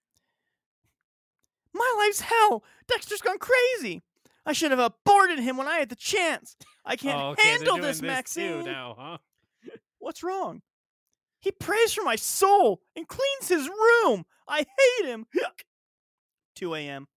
[SPEAKER 3] My life's hell. Dexter's gone crazy. I should have aborted him when I had the chance. I can't
[SPEAKER 2] Oh, okay, they're
[SPEAKER 3] handle
[SPEAKER 2] doing
[SPEAKER 3] this,
[SPEAKER 2] too
[SPEAKER 3] Maxine.
[SPEAKER 2] now, huh?
[SPEAKER 3] What's wrong? He prays for my soul and cleans his room. I hate him. 2 a.m.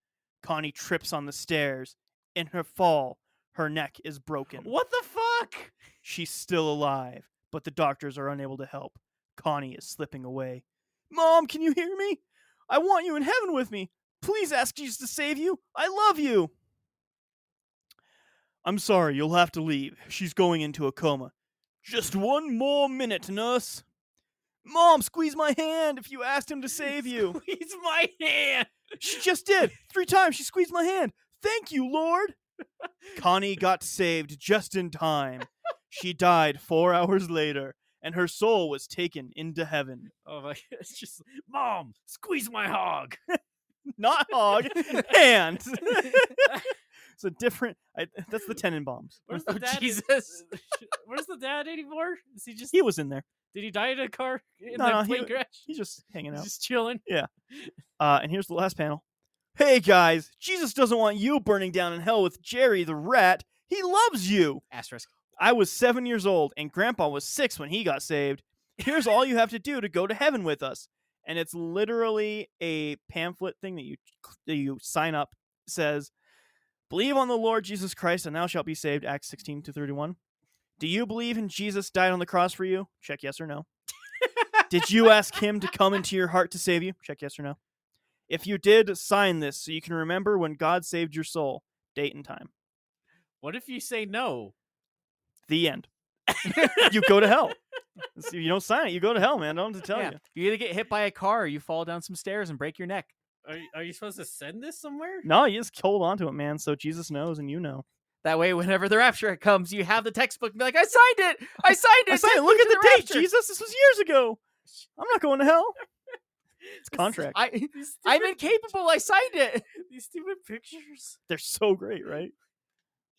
[SPEAKER 3] Connie trips on the stairs. In her fall, her neck is broken.
[SPEAKER 2] What the fuck? [laughs]
[SPEAKER 3] She's still alive, but the doctors are unable to help. Connie is slipping away. Mom, can you hear me? I want you in heaven with me. Please ask Jesus to save you. I love you. I'm sorry, you'll have to leave. She's going into a coma. Just one more minute, nurse. Mom, squeeze my hand if you asked him to save you.
[SPEAKER 2] He's my hand.
[SPEAKER 3] She just did. Three times she squeezed my hand. Thank you,
[SPEAKER 2] [laughs]
[SPEAKER 3] Lord. Connie got saved just in time. She died four hours later, and her soul was taken into heaven.
[SPEAKER 2] Oh my [laughs] it's just Mom, squeeze my hog.
[SPEAKER 3] Not
[SPEAKER 2] [laughs]
[SPEAKER 3] hog, hand. [laughs] it's a different. I, that's the Tenenbaums.
[SPEAKER 2] [laughs] Where's the
[SPEAKER 5] Oh,
[SPEAKER 2] dad?
[SPEAKER 5] Jesus.
[SPEAKER 2] Where's the dad anymore? Is he just
[SPEAKER 3] He was in there.
[SPEAKER 2] did he die in a car in
[SPEAKER 3] No,
[SPEAKER 2] the
[SPEAKER 3] no, he
[SPEAKER 2] plane
[SPEAKER 3] w-
[SPEAKER 2] crash?
[SPEAKER 3] He's just hanging
[SPEAKER 2] He's
[SPEAKER 3] out.
[SPEAKER 2] Just chilling.
[SPEAKER 3] Uh, and here's the last panel. Hey guys, Jesus doesn't want you burning down in hell with Jerry the rat. He loves you.
[SPEAKER 5] Asterisk.
[SPEAKER 3] I was seven years old, and Grandpa was six when he got saved. Here's all you have to do to go to heaven with us, and it's literally a pamphlet thing that you that you sign up It says, "Believe on the Lord Jesus Christ, and thou shalt be saved." Acts sixteen to thirty one. Do you believe in Jesus died on the cross for you? Check yes or no. did you ask Him to come into your heart to save you? Check yes or no. If you did, sign this so you can remember when God saved your soul. Date and time.
[SPEAKER 2] What if you say no?
[SPEAKER 3] The end. you go to hell. It's- You don't sign it. You go to hell, man. I don't have to tell
[SPEAKER 5] Yeah.
[SPEAKER 3] you.
[SPEAKER 5] You either get hit by a car or you fall down some stairs and break your neck.
[SPEAKER 2] Are, you- are you supposed to send this somewhere?
[SPEAKER 3] No, you just hold on to it, man. So Jesus knows and you know.
[SPEAKER 5] That way, whenever the rapture comes, you have the textbook and be like, I signed it! I signed
[SPEAKER 3] [laughs]
[SPEAKER 5] it!
[SPEAKER 3] I signed it.
[SPEAKER 5] Take [laughs]
[SPEAKER 3] Look
[SPEAKER 5] me
[SPEAKER 3] at
[SPEAKER 5] to
[SPEAKER 3] the date,
[SPEAKER 5] rapture!"
[SPEAKER 3] Jesus. This was years ago. I'm not going to hell. It's contract. [laughs]
[SPEAKER 5] I,
[SPEAKER 2] These
[SPEAKER 5] I'm
[SPEAKER 2] stupid-
[SPEAKER 5] incapable. I signed it.
[SPEAKER 2] [laughs] These stupid pictures.
[SPEAKER 3] They're so great, right?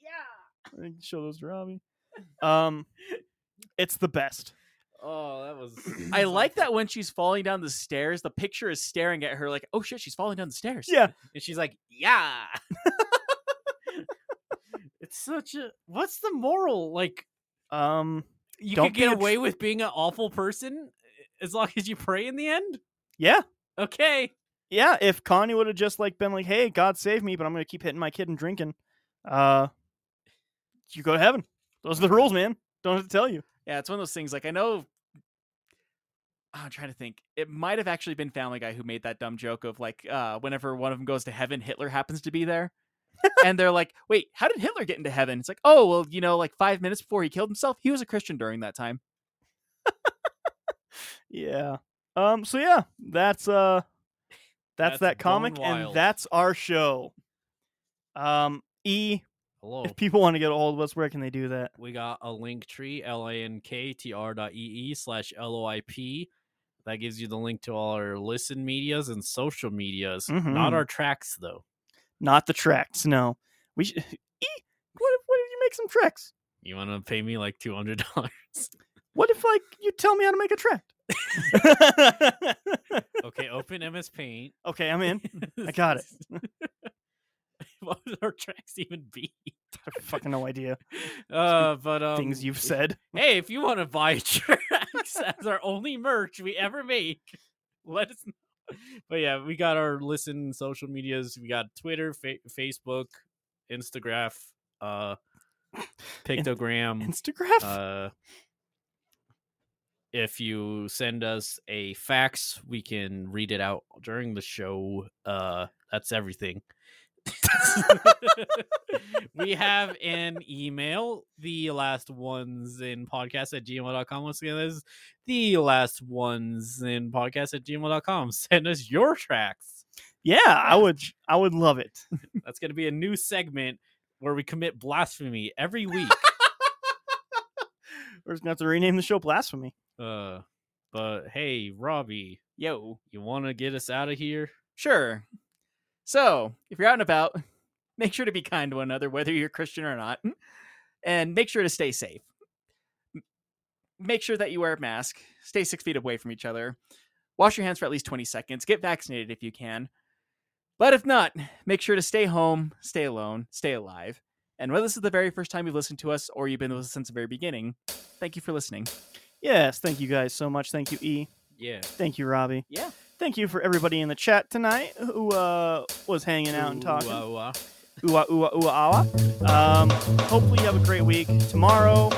[SPEAKER 3] Yeah. I can show those to Robbie. Um, it's the best.
[SPEAKER 2] Oh, that was.
[SPEAKER 5] I like that when she's falling down the stairs, the picture is staring at her like, oh shit, she's falling down the stairs.
[SPEAKER 3] Yeah.
[SPEAKER 2] And she's like, yeah. it's such a. What's the moral? Like,
[SPEAKER 3] Um,
[SPEAKER 2] you
[SPEAKER 3] Don't
[SPEAKER 2] can get
[SPEAKER 3] be a tr-
[SPEAKER 2] away with being an awful person eh, as long as you pray in the end?
[SPEAKER 3] yeah,
[SPEAKER 2] Okay.
[SPEAKER 3] yeah. If Connie would have just like been like, "Hey, God save me," but I'm gonna keep hitting my kid and drinking, uh, you go to heaven. Those are the rules, man. Don't have to tell you.
[SPEAKER 5] Yeah, it's one of those things like I know Ah, I'm trying to think. It might have actually been Family Guy who made that dumb joke of like, uh, whenever one of them goes to heaven, Hitler happens to be there. and they're like, wait, how did Hitler get into heaven? It's like, oh, well, you know, like five minutes before he killed himself, he was a Christian during that time.
[SPEAKER 3] Yeah. Um. So yeah, that's uh, that's,
[SPEAKER 2] That's
[SPEAKER 3] that comic,
[SPEAKER 2] Bone
[SPEAKER 3] and
[SPEAKER 2] Wild.
[SPEAKER 3] that's our show. Um. E.
[SPEAKER 2] Hello.
[SPEAKER 3] If people want to get a hold of us, where can they do that?
[SPEAKER 2] We got a link tree, L A N K T R dot E E slash L O I P. That gives you the link to all our listen medias and social medias.
[SPEAKER 3] Mhm.
[SPEAKER 2] Not our tracks though.
[SPEAKER 3] Not the tracks. No. We should. [laughs] E. What if What if you make some tracks?
[SPEAKER 2] You wanna pay me like two hundred dollars?
[SPEAKER 3] What if like you tell me how to make a
[SPEAKER 2] [laughs]
[SPEAKER 3] track?
[SPEAKER 2] okay, open MS Paint.
[SPEAKER 3] [laughs] okay, I'm
[SPEAKER 2] [laughs]
[SPEAKER 3] in. I got it.
[SPEAKER 2] what would our tracks even be?
[SPEAKER 3] I have fucking no idea
[SPEAKER 2] Uh but um
[SPEAKER 3] things you've said. [laughs]
[SPEAKER 2] Hey, if you want to buy [laughs] tracks as our only merch we ever make, let us know. But yeah, we got our listen social medias. We got Twitter, fa- Facebook, Instagram, uh, Pictogram.
[SPEAKER 3] Instagraph.
[SPEAKER 2] um, Uh, if you send us a fax, we can read it out during the show. Uh, that's everything. [laughs] we have an email, the last ones in podcast at gmail.com. Once again, that is the last ones in podcast at gmail.com. [laughs] Send us your tracks.
[SPEAKER 3] yeah, I would. I would love it.
[SPEAKER 2] That's going to be a new segment where we commit blasphemy every week.
[SPEAKER 3] We're just gonna have to rename the show "Blasphemy."
[SPEAKER 2] uh, but hey, Robbie,
[SPEAKER 5] Yo.
[SPEAKER 2] you want to get us out of here?
[SPEAKER 5] Sure. So, if you're out and about, [laughs] make sure to be kind to one another, whether you're Christian or not, and make sure to stay safe. M- Make sure that you wear a mask, stay six feet away from each other, wash your hands for at least 20 seconds, get vaccinated if you can. But if not, make sure to stay home, stay alone, stay alive. And whether this is the very first time you've listened to us or you've been with us since the very beginning, thank you for listening.
[SPEAKER 3] Yes, thank you guys so much. Thank you, E.
[SPEAKER 2] Yeah.
[SPEAKER 3] Thank you, Robbie.
[SPEAKER 5] Yeah.
[SPEAKER 3] Thank you for everybody in the chat tonight who uh, was hanging out and talking.
[SPEAKER 2] Ooh, ah, ah.
[SPEAKER 3] Ooh, ah, ooh, ah, ooh, ah, ah. Um, hopefully you have a great week tomorrow.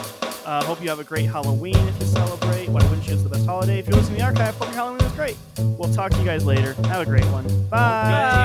[SPEAKER 3] Uh, hope you have a great Halloween if you celebrate. Why wouldn't you? It's the best holiday. If you listen to the archive, hope your Halloween was great. We'll talk to you guys later. Have a great one. Bye.
[SPEAKER 2] ah.